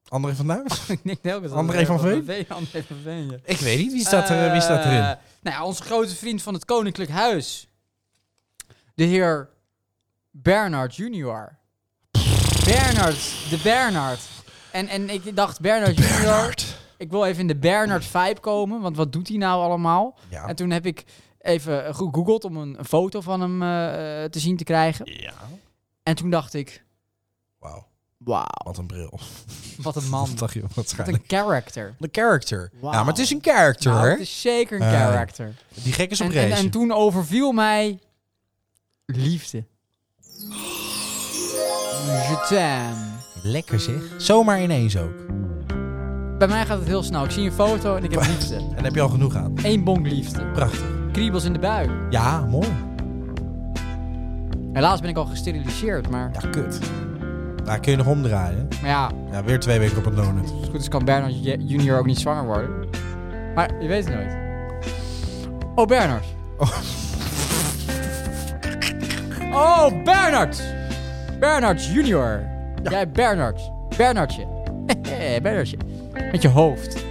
Speaker 1: André van Duin?
Speaker 2: Nick Nelkens.
Speaker 1: André van Veen?
Speaker 2: André van Veen, ja.
Speaker 1: Ik weet niet. Wie staat, er, wie staat
Speaker 2: Eh,
Speaker 1: erin?
Speaker 2: Nou ja, onze grote vriend van het Koninklijk Huis. De heer Bernard junior. Bernard, de Bernard. En, en ik dacht, Bernard junior, ik wil even in de Bernard vibe komen, want wat doet hij nou allemaal?
Speaker 1: Ja.
Speaker 2: En toen heb ik even gegoogeld om een, een foto van hem eh, eh, te zien te krijgen.
Speaker 1: Ja.
Speaker 2: En toen dacht ik,
Speaker 1: Wauw.
Speaker 2: wauw,
Speaker 1: Wat een bril.
Speaker 2: wat een man.
Speaker 1: Dat dacht je wel
Speaker 2: Wat een
Speaker 1: waarschijnlijk.
Speaker 2: character.
Speaker 1: De character.
Speaker 2: Wauw.
Speaker 1: Ja, maar het is een character,
Speaker 2: Nou,
Speaker 1: hè?
Speaker 2: het is zeker een
Speaker 1: Eh,
Speaker 2: character.
Speaker 1: Die gek is op
Speaker 2: En, en,
Speaker 1: race.
Speaker 2: en toen overviel mij liefde. Je t'aime.
Speaker 1: Lekker zeg. Zomaar ineens ook.
Speaker 2: Bij mij gaat het heel snel. Ik zie een foto en ik heb liefde.
Speaker 1: En daar heb je al genoeg aan.
Speaker 2: Eén bonk liefde.
Speaker 1: Prachtig.
Speaker 2: Kriebels in de bui.
Speaker 1: Ja, mooi.
Speaker 2: Helaas ben ik al gesteriliseerd, maar
Speaker 1: Ja, kut. Nou, kun je nog omdraaien.
Speaker 2: maar ja,
Speaker 1: Ja, weer twee weken op een donut.
Speaker 2: als het goed is kan Bernard J- junior ook niet zwanger worden. Maar je weet het nooit. Oh, Bernard. Oh, Bernard! Bernard junior. Jij Bernard. Bernardje. Bernardje. Met je hoofd.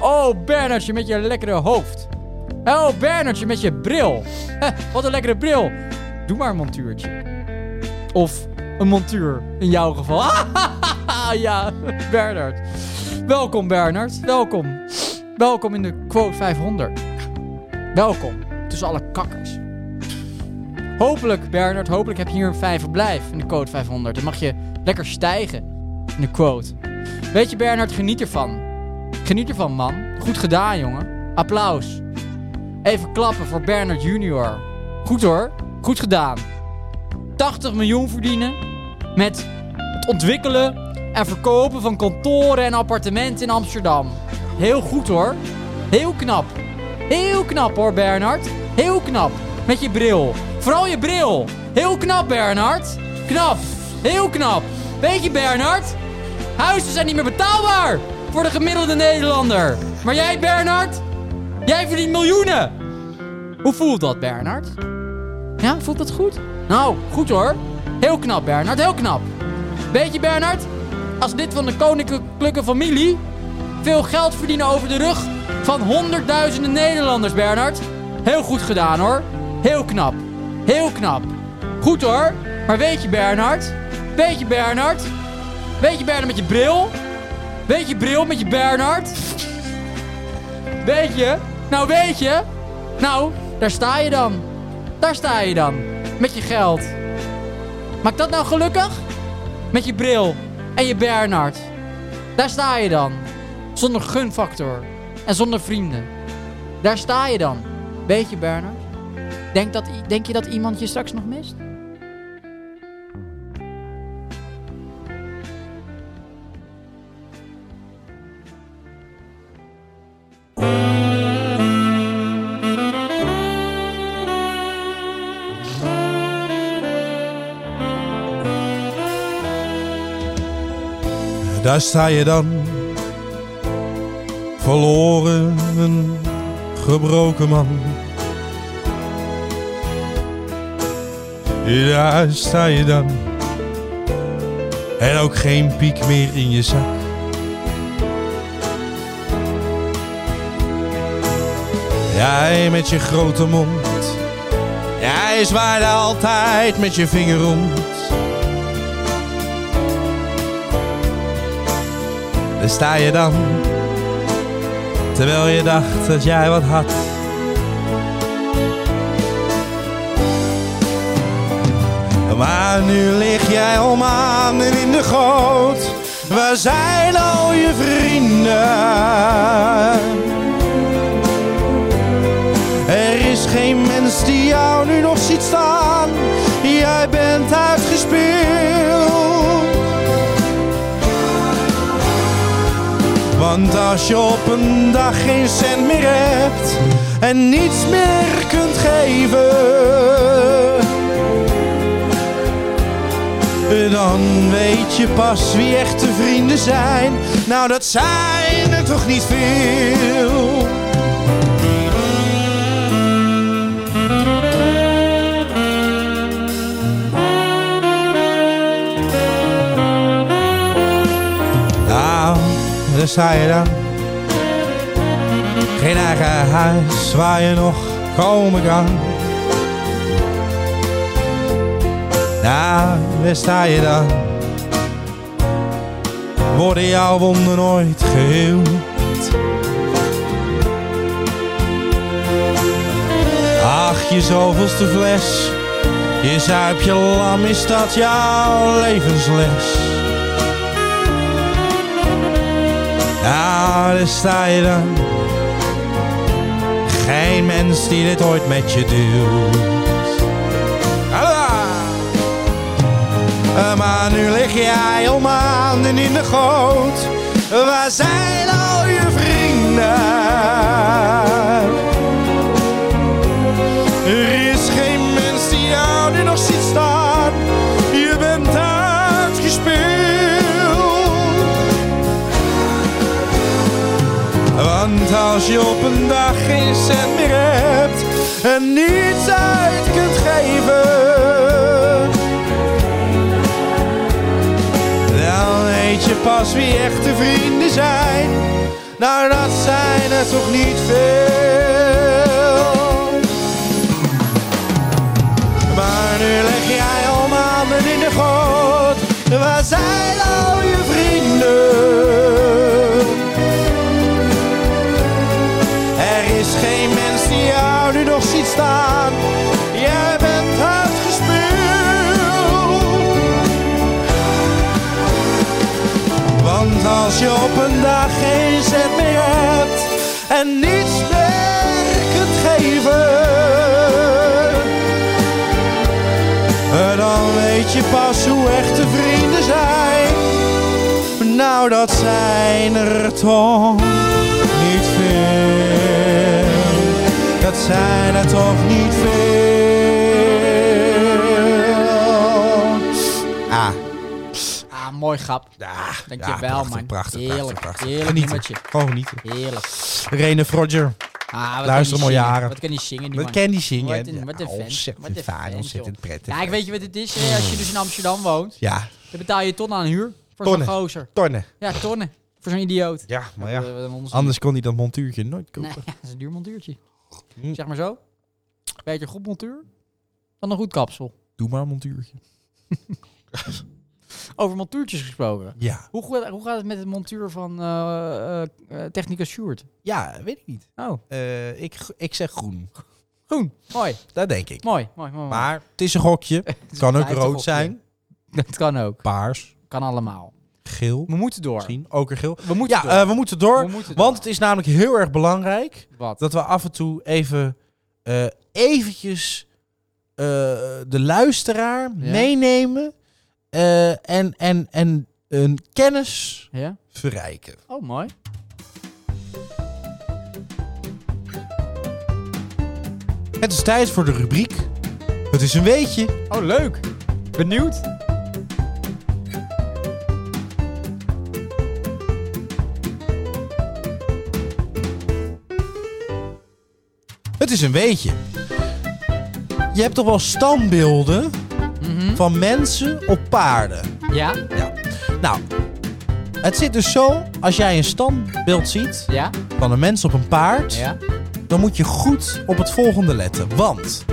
Speaker 2: Oh, Bernardje met je lekkere hoofd. Oh, Bernardje met je bril. Heh, wat een lekkere bril. Doe maar een montuurtje. Of een montuur, in jouw geval. ja, Bernard. Welkom, Bernard. Welkom. Welkom in de Quote 500. Welkom tussen alle kakkers. Hopelijk, Bernard, hopelijk heb je hier een vijf verblijf in de Quote 500. Dan mag je lekker stijgen in de Quote. Weet je, Bernard, geniet ervan. Geniet ervan, man. Goed gedaan, jongen. Applaus. Even klappen voor Bernard Junior. Goed hoor. Goed gedaan. 80 miljoen verdienen met het ontwikkelen en verkopen van kantoren en appartementen in Amsterdam. Heel goed hoor. Heel knap. Heel knap hoor, Bernard. Heel knap. Met je bril. Vooral je bril. Heel knap, Bernard. Knap. Heel knap. Weet je, Bernard? Huizen zijn niet meer betaalbaar voor de gemiddelde Nederlander. Maar jij, Bernard? Jij verdient miljoenen. Hoe voelt dat, Bernard? Ja, voelt dat goed? Nou, goed hoor. Heel knap, Bernard. Heel knap. Weet je, Bernard? Als dit van de koninklijke familie veel geld verdienen over de rug van honderdduizenden Nederlanders, Bernard. Heel goed gedaan hoor. Heel knap. Heel knap. Goed hoor. Maar weet je, Bernard? Weet je, Bernard? Weet je, Bernard, met je bril? Weet je, bril met je Bernard? Weet je? Nou, weet je? Nou, daar sta je dan. Daar sta je dan. Met je geld. Maakt dat nou gelukkig? Met je bril en je Bernard. Daar sta je dan. Zonder gunfactor. En zonder vrienden. Daar sta je dan. Weet je, Bernard? Denk, dat, i- denk je dat iemand je straks nog mist?
Speaker 1: Daar sta je dan, verloren, een gebroken man. Daar sta je dan, en ook geen piek meer in je zak. Jij met je grote mond, jij zwaaide altijd met je vinger rond. Daar sta je dan, terwijl je dacht dat jij wat had. Maar nu lig jij al maanden in de goot. Waar zijn al je vrienden? Er is geen mens die jou nu nog ziet staan. Jij bent uitgespeeld. Want als je op een dag geen cent meer hebt en niets meer kunt geven, dan weet je pas wie echte vrienden zijn. Nou, dat zijn er toch niet veel. Nou, daar sta je dan. Geen eigen huis waar je nog komen kan. Nou, daar sta je dan. Worden jouw wonden nooit geheeld? Ach, je zoveelste fles. Je zuip je lam, is dat jouw levensles? Ja, daar sta je dan. Geen mens die dit ooit met je deelt. Hallo! Eh, Maar nu lig jij al maanden in de goot. Waar zijn al je vrienden? Er is geen mens die jou nu nog ziet staan. Je bent uitgespeeld. Want als je op een dag geen cent meer hebt en niets uit kunt geven,
Speaker 3: pas wie echte vrienden zijn. Nou, dat zijn er toch niet veel. Maar nu leg jij al maanden in de goot. Waar zijn al je vrienden? Er is geen mens die jou nu nog ziet staan. Jij bent uitgespuwd. Want als je op een dag geen zet meer hebt en niets meer kunt geven. Eh, Dan weet je pas hoe echte vrienden zijn. Nou, dat zijn er toch niet veel. Dat zijn er toch niet veel. Ah.
Speaker 2: Ah, mooi grap. Dank je wel,
Speaker 1: prachtig,
Speaker 2: man.
Speaker 1: Prachtig,
Speaker 2: heerlijk,
Speaker 1: prachtig, prachtig.
Speaker 2: heerlijk
Speaker 1: Genieten.
Speaker 2: nummertje.
Speaker 1: Gewoon genieten.
Speaker 2: Heerlijk.
Speaker 1: Rene Froger.
Speaker 2: Ah, wat
Speaker 1: Luister,
Speaker 2: kan die
Speaker 1: mooie
Speaker 2: zingen.
Speaker 1: haren.
Speaker 2: Wat kan die zingen, die
Speaker 1: Wat
Speaker 2: man.
Speaker 1: kan die zingen?
Speaker 2: Wat een, wat een
Speaker 1: Ja,
Speaker 2: vent.
Speaker 1: ontzettend
Speaker 2: Wat een
Speaker 1: fijn,
Speaker 2: vent,
Speaker 1: ontzettend
Speaker 2: joh.
Speaker 1: prettig.
Speaker 2: Ja, ik weet je wat het is? hè? Als je dus in Amsterdam woont,
Speaker 1: Ja,
Speaker 2: dan betaal je ton aan huur. Voor
Speaker 1: Tonnen.
Speaker 2: zo'n gozer.
Speaker 1: tonnen.
Speaker 2: Ja, tonnen. Voor zo'n idioot.
Speaker 1: Ja, maar
Speaker 2: Wat, eh, wat een onzin.
Speaker 1: Anders kon hij dat montuurtje nooit kopen.
Speaker 2: Nee, ja, dat is een duur montuurtje.
Speaker 1: Hm.
Speaker 2: Zeg maar zo. Beetje een goed montuur dan een goed kapsel.
Speaker 1: Doe maar een montuurtje.
Speaker 2: Over montuurtjes gesproken.
Speaker 1: Ja.
Speaker 2: Hoe, goed- hoe gaat het met het montuur van eh eh, eh, Technicus Sjoerd?
Speaker 1: Ja, weet ik niet.
Speaker 2: Oh,
Speaker 1: Eh, ik, ik zeg groen.
Speaker 2: groen. Mooi,
Speaker 1: Dat denk ik.
Speaker 2: mooi, mooi. mooi. mooi.
Speaker 1: Maar het is een gokje. Het kan ook
Speaker 2: blijft een
Speaker 1: rood
Speaker 2: gokje.
Speaker 1: zijn.
Speaker 2: Dat kan ook.
Speaker 1: Paars.
Speaker 2: Kan allemaal.
Speaker 1: Geel.
Speaker 2: We moeten door.
Speaker 1: Misschien. Ook er geel.
Speaker 2: We moeten
Speaker 1: Ja,
Speaker 2: door.
Speaker 1: eh, we moeten door.
Speaker 2: We moeten
Speaker 1: Want het is namelijk heel erg belangrijk
Speaker 2: door. Wat?
Speaker 1: dat we af en toe even eh, eventjes eh, de luisteraar meenemen eh, en, en, en een kennis
Speaker 2: Ja?
Speaker 1: verrijken.
Speaker 2: Oh, mooi.
Speaker 1: Het is tijd voor de rubriek. Het is een weetje.
Speaker 2: Oh, leuk. Benieuwd?
Speaker 1: Het is een weetje. Je hebt toch wel standbeelden
Speaker 2: Mhm.
Speaker 1: van mensen op paarden.
Speaker 2: Ja?
Speaker 1: Ja. Nou, het zit dus zo. Als jij een standbeeld ziet
Speaker 2: Ja?
Speaker 1: van een mens op een paard,
Speaker 2: Ja?
Speaker 1: dan moet je goed op het volgende letten. Want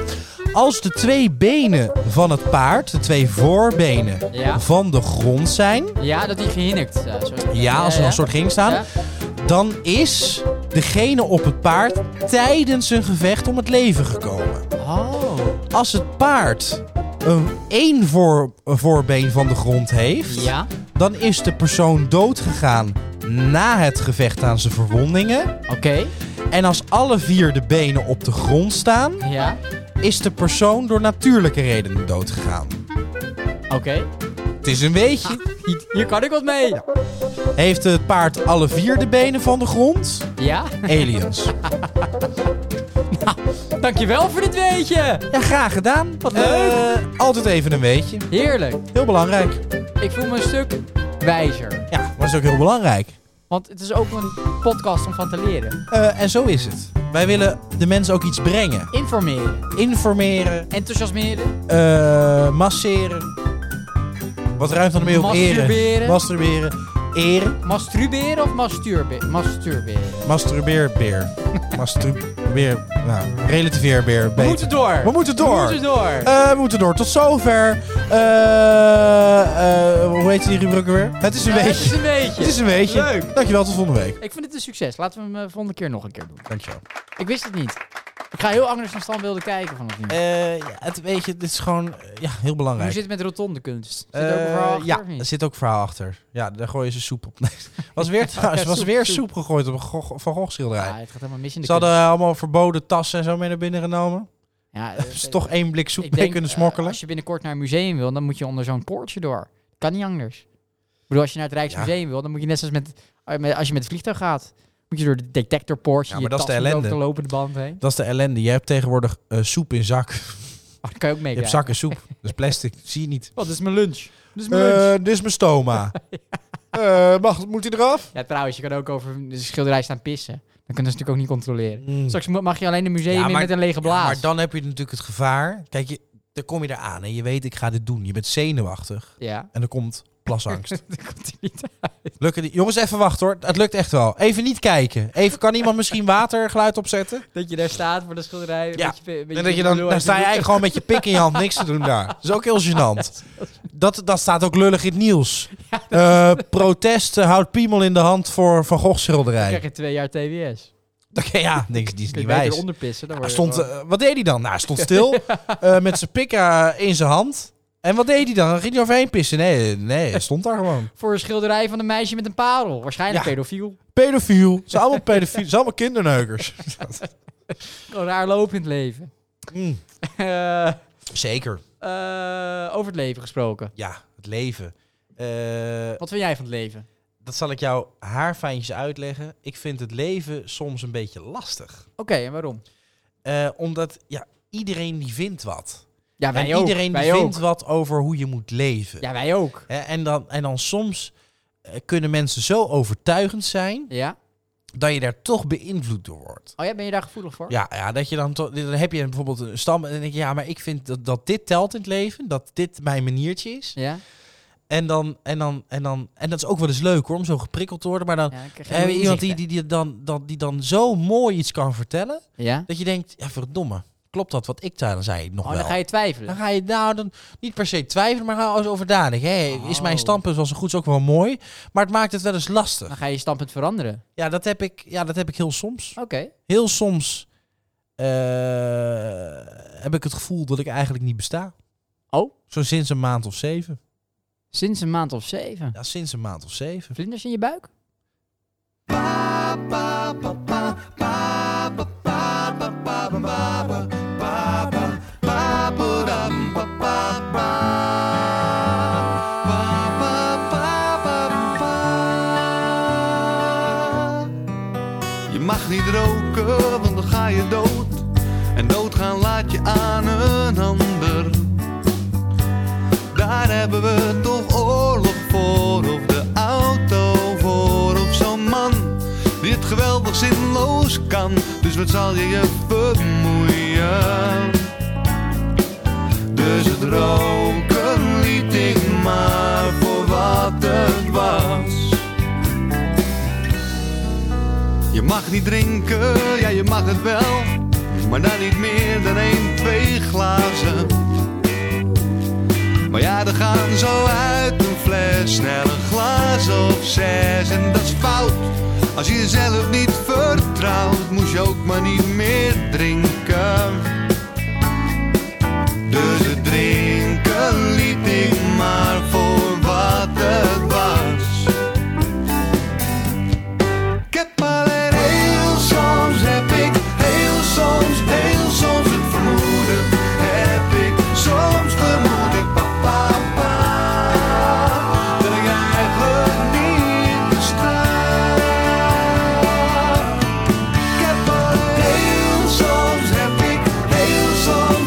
Speaker 1: als de twee benen van het paard, de twee voorbenen
Speaker 2: Ja.
Speaker 1: van de grond zijn,
Speaker 2: Ja, dat hij gehinnikt. eh, zo-
Speaker 1: ja, als er een soort ging staan,
Speaker 2: Ja.
Speaker 1: dan is degene op het paard tijdens een gevecht om het leven gekomen.
Speaker 2: Oh.
Speaker 1: Als het paard een één voor, een voorbeen van de grond heeft,
Speaker 2: Ja?
Speaker 1: dan is de persoon doodgegaan na het gevecht aan zijn verwondingen.
Speaker 2: Oké.
Speaker 1: En als alle vier de benen op de grond staan,
Speaker 2: Ja?
Speaker 1: is de persoon door natuurlijke redenen doodgegaan.
Speaker 2: Oké.
Speaker 1: Het is een weetje.
Speaker 2: Hier- Hier kan ik wat mee.
Speaker 1: Heeft het paard alle vier de benen van de grond?
Speaker 2: Ja?
Speaker 1: Aliens.
Speaker 2: Dankjewel voor dit weetje.
Speaker 1: Ja, graag gedaan. Wat leuk. altijd even een weetje.
Speaker 2: Heerlijk.
Speaker 1: Heel belangrijk.
Speaker 2: Ik voel me een stuk wijzer.
Speaker 1: Ja, maar dat is ook heel belangrijk.
Speaker 2: Want het is ook een podcast om van te leren.
Speaker 1: Eh, en zo is het. Wij willen de mensen ook iets brengen.
Speaker 2: Informeren.
Speaker 1: informeren,
Speaker 2: Enthousiasmeren.
Speaker 1: eh, masseren. Wat ruimt dan meer op eren?
Speaker 2: Masturberen.
Speaker 1: Masturberen. Eren.
Speaker 2: Masturberen of masturbe masturberen?
Speaker 1: Masturbeerbeer. Masturbeer. Nou, relativeerbeer.
Speaker 2: We
Speaker 1: beter.
Speaker 2: moeten door.
Speaker 1: We moeten
Speaker 2: We
Speaker 1: door.
Speaker 2: moeten door.
Speaker 1: Eh, we moeten door. Tot zover. Eh, eh, hoe heet die rubriek ook weer? Het is een
Speaker 2: Ja, het is
Speaker 1: beetje.
Speaker 2: een beetje.
Speaker 1: Het is een beetje.
Speaker 2: Leuk.
Speaker 1: Dankjewel, tot volgende week.
Speaker 2: Ik vind het een succes. Laten we hem eh, volgende keer nog een keer doen.
Speaker 1: Dankjewel.
Speaker 2: Ik wist het niet. Ik ga heel anders naar standbeelden kijken vanaf nu.
Speaker 1: Eh ja, het, weet je, dit is gewoon eh, ja, heel
Speaker 2: Hoe
Speaker 1: belangrijk.
Speaker 2: zit het met rotondekunst? Zit er ook een
Speaker 1: Eh,
Speaker 2: verhaal achter
Speaker 1: ja,
Speaker 2: of
Speaker 1: er
Speaker 2: niet?
Speaker 1: zit ook verhaal achter. Ja, daar gooien ze soep op. Nee, was weer, trouwens,
Speaker 2: Ja,
Speaker 1: was
Speaker 2: soep,
Speaker 1: weer
Speaker 2: soep.
Speaker 1: soep gegooid op een Gogh- Van Gogh schilderij.
Speaker 2: Ja, Ah, het gaat helemaal mis in de
Speaker 1: ze hadden eh, allemaal verboden tassen en zo mee naar binnen genomen.
Speaker 2: kunst. Ja, eh,
Speaker 1: Hebben ze toch één blik soep
Speaker 2: Ik
Speaker 1: mee
Speaker 2: denk,
Speaker 1: kunnen
Speaker 2: eh,
Speaker 1: smokkelen.
Speaker 2: als je binnenkort naar een museum wil, dan moet je onder zo'n poortje door. Kan niet anders. Ik bedoel, als je naar het Rijksmuseum wil, dan moet je net zoals met, eh, met- als je met het vliegtuig gaat, moet je door de detectorpoortje,
Speaker 1: Ja,
Speaker 2: je
Speaker 1: maar dat is de
Speaker 2: tas moet
Speaker 1: ellende.
Speaker 2: over de lopende band heen.
Speaker 1: Dat is de ellende. Je hebt tegenwoordig eh, soep in zak.
Speaker 2: Oh, dat kan je ook mee.
Speaker 1: Je hebt
Speaker 2: krijgen.
Speaker 1: zakken soep. Dat is plastic. Zie je niet.
Speaker 2: Wat is mijn lunch? Dit is mijn lunch.
Speaker 1: Eh, dit is mijn stoma. Eh, mag, moet hij eraf?
Speaker 2: Ja, trouwens, je kan ook over de schilderij staan pissen. Dan kunnen ze natuurlijk ook niet controleren. Straks mo- mag je alleen een museum
Speaker 1: Ja, maar-
Speaker 2: in met een lege blaas.
Speaker 1: Ja, maar dan heb je natuurlijk het gevaar. Kijk, je, dan kom je eraan en je weet ik ga dit doen. Je bent zenuwachtig.
Speaker 2: Ja.
Speaker 1: En dan komt plasangst.
Speaker 2: Dan komt hij niet uit.
Speaker 1: Lukken die... Jongens, even wachten hoor. Het lukt echt wel. Even niet kijken. Even, kan iemand misschien watergeluid opzetten?
Speaker 2: Dat je daar staat voor de schilderij. een
Speaker 1: Ja.
Speaker 2: beetje- een beetje
Speaker 1: En dat je dan,
Speaker 2: lul
Speaker 1: dan
Speaker 2: uit
Speaker 1: sta je
Speaker 2: de
Speaker 1: eigenlijk gewoon met je pik in je hand niks te doen daar. Dat is ook heel gênant. Dat, dat staat ook lullig in het nieuws. Eh, protest eh, houdt Piemel in de hand voor Van Gogh
Speaker 2: doek. Dan
Speaker 1: schilderij.
Speaker 2: krijg je twee jaar TBS.
Speaker 1: Ja, niks, die is
Speaker 2: Kun
Speaker 1: niet
Speaker 2: je beter
Speaker 1: wijs.
Speaker 2: onderpissen. Dan
Speaker 1: Hij
Speaker 2: word je
Speaker 1: stond,
Speaker 2: gewoon-
Speaker 1: eh, wat deed hij dan? Nou, hij stond stil eh, met zijn pik eh, in zijn hand. En wat deed hij dan? Ging hij overheen pissen? Nee, nee hij stond daar gewoon.
Speaker 2: Voor een schilderij van een meisje met een parel. Waarschijnlijk
Speaker 1: Ja.
Speaker 2: pedofiel.
Speaker 1: Pedofiel. Ze zijn allemaal pedofiel. Ze zijn allemaal kinderneukers.
Speaker 2: Gewoon raar lopen in het leven.
Speaker 1: Mm,
Speaker 2: Eh,
Speaker 1: Zeker.
Speaker 2: eh, over het leven gesproken.
Speaker 1: Ja, het leven. Eh,
Speaker 2: Wat vind jij van het leven?
Speaker 1: dat zal ik jou haarfijntjes uitleggen. Ik vind het leven soms een beetje lastig.
Speaker 2: Oké, en waarom?
Speaker 1: Eh, omdat ja, iedereen die vindt wat.
Speaker 2: Ja, wij
Speaker 1: en
Speaker 2: ook.
Speaker 1: iedereen
Speaker 2: wij
Speaker 1: die
Speaker 2: ook.
Speaker 1: vindt wat over hoe je moet leven.
Speaker 2: Ja, wij ook.
Speaker 1: Eh, en, dan, en dan soms eh, kunnen mensen zo overtuigend zijn...
Speaker 2: Ja?
Speaker 1: dat je daar toch beïnvloed door wordt.
Speaker 2: Oh ja, ben je daar gevoelig voor?
Speaker 1: Ja, ja dat je dan, toch- dan heb je bijvoorbeeld een stam en dan denk je, ja, maar ik vind dat, dat dit telt in het leven, dat dit mijn maniertje is.
Speaker 2: Ja?
Speaker 1: En dan, en dan, en dan, en dat is ook wel eens leuk hoor, om zo geprikkeld te worden, maar dan
Speaker 2: Ja, dan krijg je
Speaker 1: heb je
Speaker 2: nieuwe
Speaker 1: iemand die,
Speaker 2: inzichten.
Speaker 1: die, die, dan, dat, die dan zo mooi iets kan vertellen,
Speaker 2: Ja?
Speaker 1: dat je denkt, ja, verdomme, klopt dat wat ik daar dan zei nog
Speaker 2: Oh,
Speaker 1: wel?
Speaker 2: dan ga je
Speaker 1: Dan
Speaker 2: twijfelen.
Speaker 1: ga je nou dan niet per se twijfelen, maar ga eens over nadenken. Hé, is mijn
Speaker 2: Oh.
Speaker 1: standpunt wel zo goed, is ook wel mooi, maar het maakt het wel eens lastig.
Speaker 2: Dan ga je je standpunt veranderen.
Speaker 1: Ja, dat heb ik, ja, dat heb ik heel soms
Speaker 2: Oké.
Speaker 1: heel soms eh, heb ik het gevoel dat ik eigenlijk niet besta.
Speaker 2: Oh?
Speaker 1: Zo sinds een maand of zeven.
Speaker 2: Sinds een maand of zeven.
Speaker 1: Ja, sinds een maand of zeven.
Speaker 2: Vlinders in je buik?
Speaker 7: Je mag niet roken, want dan ga je dood. En doodgaan laat je aan een ander. Daar hebben we toch oorlog voor, of de auto voor, of zo'n man die het geweldig zinloos kan. Dus wat zal je je bemoeien? Dus het roken liet ik maar voor wat het was. Je mag niet drinken, ja je mag het wel, maar dan niet meer dan één, twee glazen. Maar ja, er gaan zo uit een fles snel een glas of zes en dat is fout. Als je jezelf niet vertrouwt, moest je ook maar niet meer drinken. Dus het drinken liet ik maar voor wat het was. Ik heb alleen heel soms heb ik, heel soms, heel soms het vermoeden. Heb ik soms vermoed ik, papa, papa, dat ik eigenlijk niet besta. Ik heb alleen heel soms heb ik, Oh,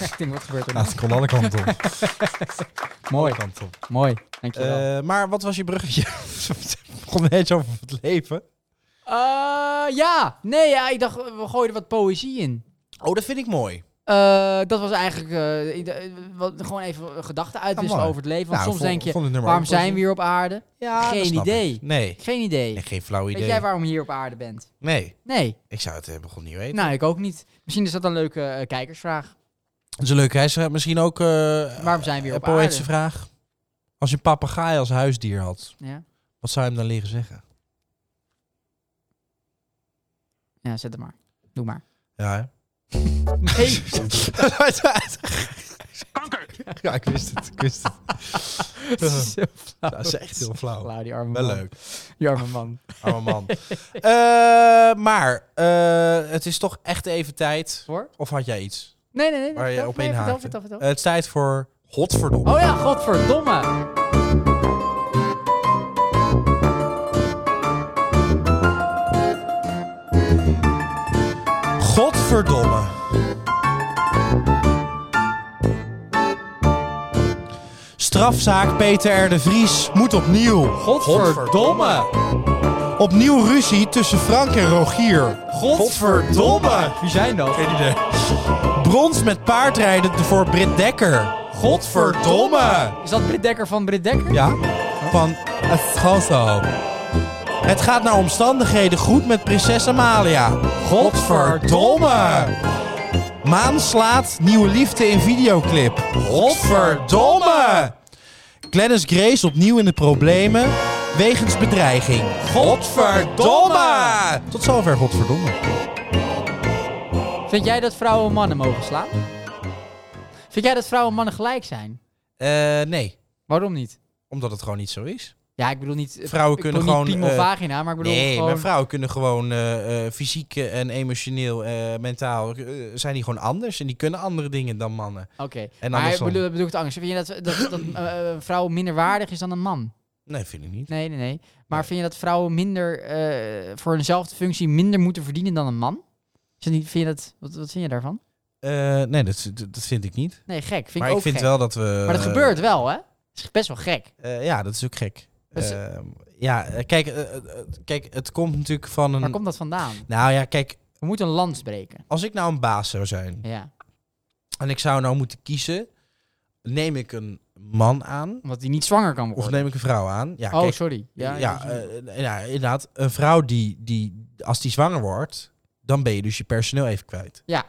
Speaker 2: ik denk, wat gebeurt er
Speaker 1: nou?
Speaker 2: nou?
Speaker 1: Het kon alle kanten op.
Speaker 2: Mooi.
Speaker 1: Kant op.
Speaker 2: Mooi, dankjewel.
Speaker 1: Eh, maar wat was je bruggetje? Het begon net over het leven.
Speaker 2: Eh, ja, nee, ja, ik dacht, we gooiden wat poëzie in.
Speaker 1: Oh, dat vind ik mooi.
Speaker 2: Eh, dat was eigenlijk eh, ik d- eh, wat, gewoon even gedachten uitwisselen
Speaker 1: mooi.
Speaker 2: over het leven. Want
Speaker 1: Nou,
Speaker 2: soms
Speaker 1: vond-
Speaker 2: denk je,
Speaker 1: vond het nummer
Speaker 2: waarom
Speaker 1: ook wel
Speaker 2: zijn
Speaker 1: zo.
Speaker 2: we hier op aarde?
Speaker 1: Ja, dat
Speaker 2: Geen
Speaker 1: snap
Speaker 2: idee.
Speaker 1: ik. Nee.
Speaker 2: Geen idee.
Speaker 1: nee, geen flauw idee.
Speaker 2: Weet jij waarom je hier op aarde bent?
Speaker 1: Nee,
Speaker 2: Nee.
Speaker 1: ik zou het eh, begon niet weten.
Speaker 2: Nou, ik ook niet. Misschien is dat een leuke eh, kijkersvraag.
Speaker 1: Dat is een leuke. Hij is misschien ook eh,
Speaker 2: Waarom zijn we hier
Speaker 1: een
Speaker 2: op
Speaker 1: poëtische
Speaker 2: aarde?
Speaker 1: vraag. Als je een papegaai als huisdier had,
Speaker 2: Ja.
Speaker 1: wat zou je hem dan leren zeggen?
Speaker 2: ja, zet hem maar. Doe maar.
Speaker 1: Ja, hè?
Speaker 2: Nee.
Speaker 1: ja, ik wist het. Ik wist het.
Speaker 2: Dat is heel flauw.
Speaker 1: Dat is echt heel flauw.
Speaker 2: Flauw, die arme
Speaker 1: Wel
Speaker 2: man.
Speaker 1: leuk.
Speaker 2: Die arme man.
Speaker 1: Arme man. Eh, maar eh, het is toch echt even tijd.
Speaker 2: Voor?
Speaker 1: Of had jij iets?
Speaker 2: Nee, nee, nee.
Speaker 1: Waar je
Speaker 2: vertel,
Speaker 1: op
Speaker 2: nee,
Speaker 1: inhaakte.
Speaker 2: vertel, vertel, vertel.
Speaker 1: Eh, het is tijd voor Godverdomme.
Speaker 2: Oh ja, godverdomme.
Speaker 1: Godverdomme. Strafzaak Peter R. de Vries moet opnieuw.
Speaker 2: Godverdomme.
Speaker 1: Opnieuw ruzie tussen Frank en Rogier. Godverdomme.
Speaker 2: Wie zijn dat?
Speaker 1: Geen idee. Brons met paardrijden voor Britt Dekker. Godverdomme.
Speaker 2: Is dat Britt Dekker van Britt Dekker?
Speaker 1: Ja, van het Gozo. Het gaat naar omstandigheden goed met prinses Amalia. Godverdomme! Maan slaat nieuwe liefde in videoclip. Godverdomme! Glennis Grace opnieuw in de problemen wegens bedreiging. Godverdomme! Tot zover, godverdomme.
Speaker 2: Vind jij dat vrouwen mannen mogen slaan? Vind jij dat vrouwen mannen gelijk zijn?
Speaker 1: Eh, nee,
Speaker 2: Waarom niet?
Speaker 1: omdat het gewoon niet zo is.
Speaker 2: Ja, ik bedoel niet... eh,
Speaker 1: Vrouwen
Speaker 2: ik
Speaker 1: kunnen
Speaker 2: bedoel niet
Speaker 1: gewoon,
Speaker 2: piemel
Speaker 1: eh,
Speaker 2: vagina, maar ik bedoel
Speaker 1: nee,
Speaker 2: gewoon...
Speaker 1: maar vrouwen kunnen gewoon eh, eh, fysiek eh, en emotioneel, eh, mentaal, eh, zijn die gewoon anders. En die kunnen andere dingen dan mannen.
Speaker 2: Oké,
Speaker 1: En
Speaker 2: maar
Speaker 1: andersom.
Speaker 2: bedoel, bedoel ik het anders. Vind je dat, dat, dat eh, een vrouw minder waardig is dan een man?
Speaker 1: Nee, vind ik niet.
Speaker 2: Nee, nee, nee. Maar vind je dat vrouwen minder eh, voor eenzelfde functie minder moeten verdienen dan een man? Is dat niet, vind je dat, wat, wat vind je daarvan?
Speaker 1: Eh, nee, dat, dat dat vind ik niet.
Speaker 2: Nee, gek. Vind
Speaker 1: maar
Speaker 2: ik
Speaker 1: ik,
Speaker 2: ook
Speaker 1: vind
Speaker 2: gek.
Speaker 1: wel eh, dat we...
Speaker 2: maar dat gebeurt wel, hè? is best wel gek.
Speaker 1: Eh, ja, dat is ook gek.
Speaker 2: Dat is-
Speaker 1: Ehm, ja, eh, kijk, eh, eh, kijk, het komt natuurlijk van een...
Speaker 2: Waar komt dat vandaan?
Speaker 1: Nou ja, kijk,
Speaker 2: We moeten een lans breken.
Speaker 1: als ik nou een baas zou zijn
Speaker 2: Ja.
Speaker 1: en ik zou nou moeten kiezen, neem ik een man aan
Speaker 2: Omdat die niet zwanger kan worden.
Speaker 1: of neem ik een vrouw aan? Ja,
Speaker 2: oh,
Speaker 1: kijk,
Speaker 2: sorry. Ja,
Speaker 1: ja, eh, ja, inderdaad, een vrouw die, die, als die zwanger wordt, dan ben je dus je personeel even kwijt.
Speaker 2: Ja.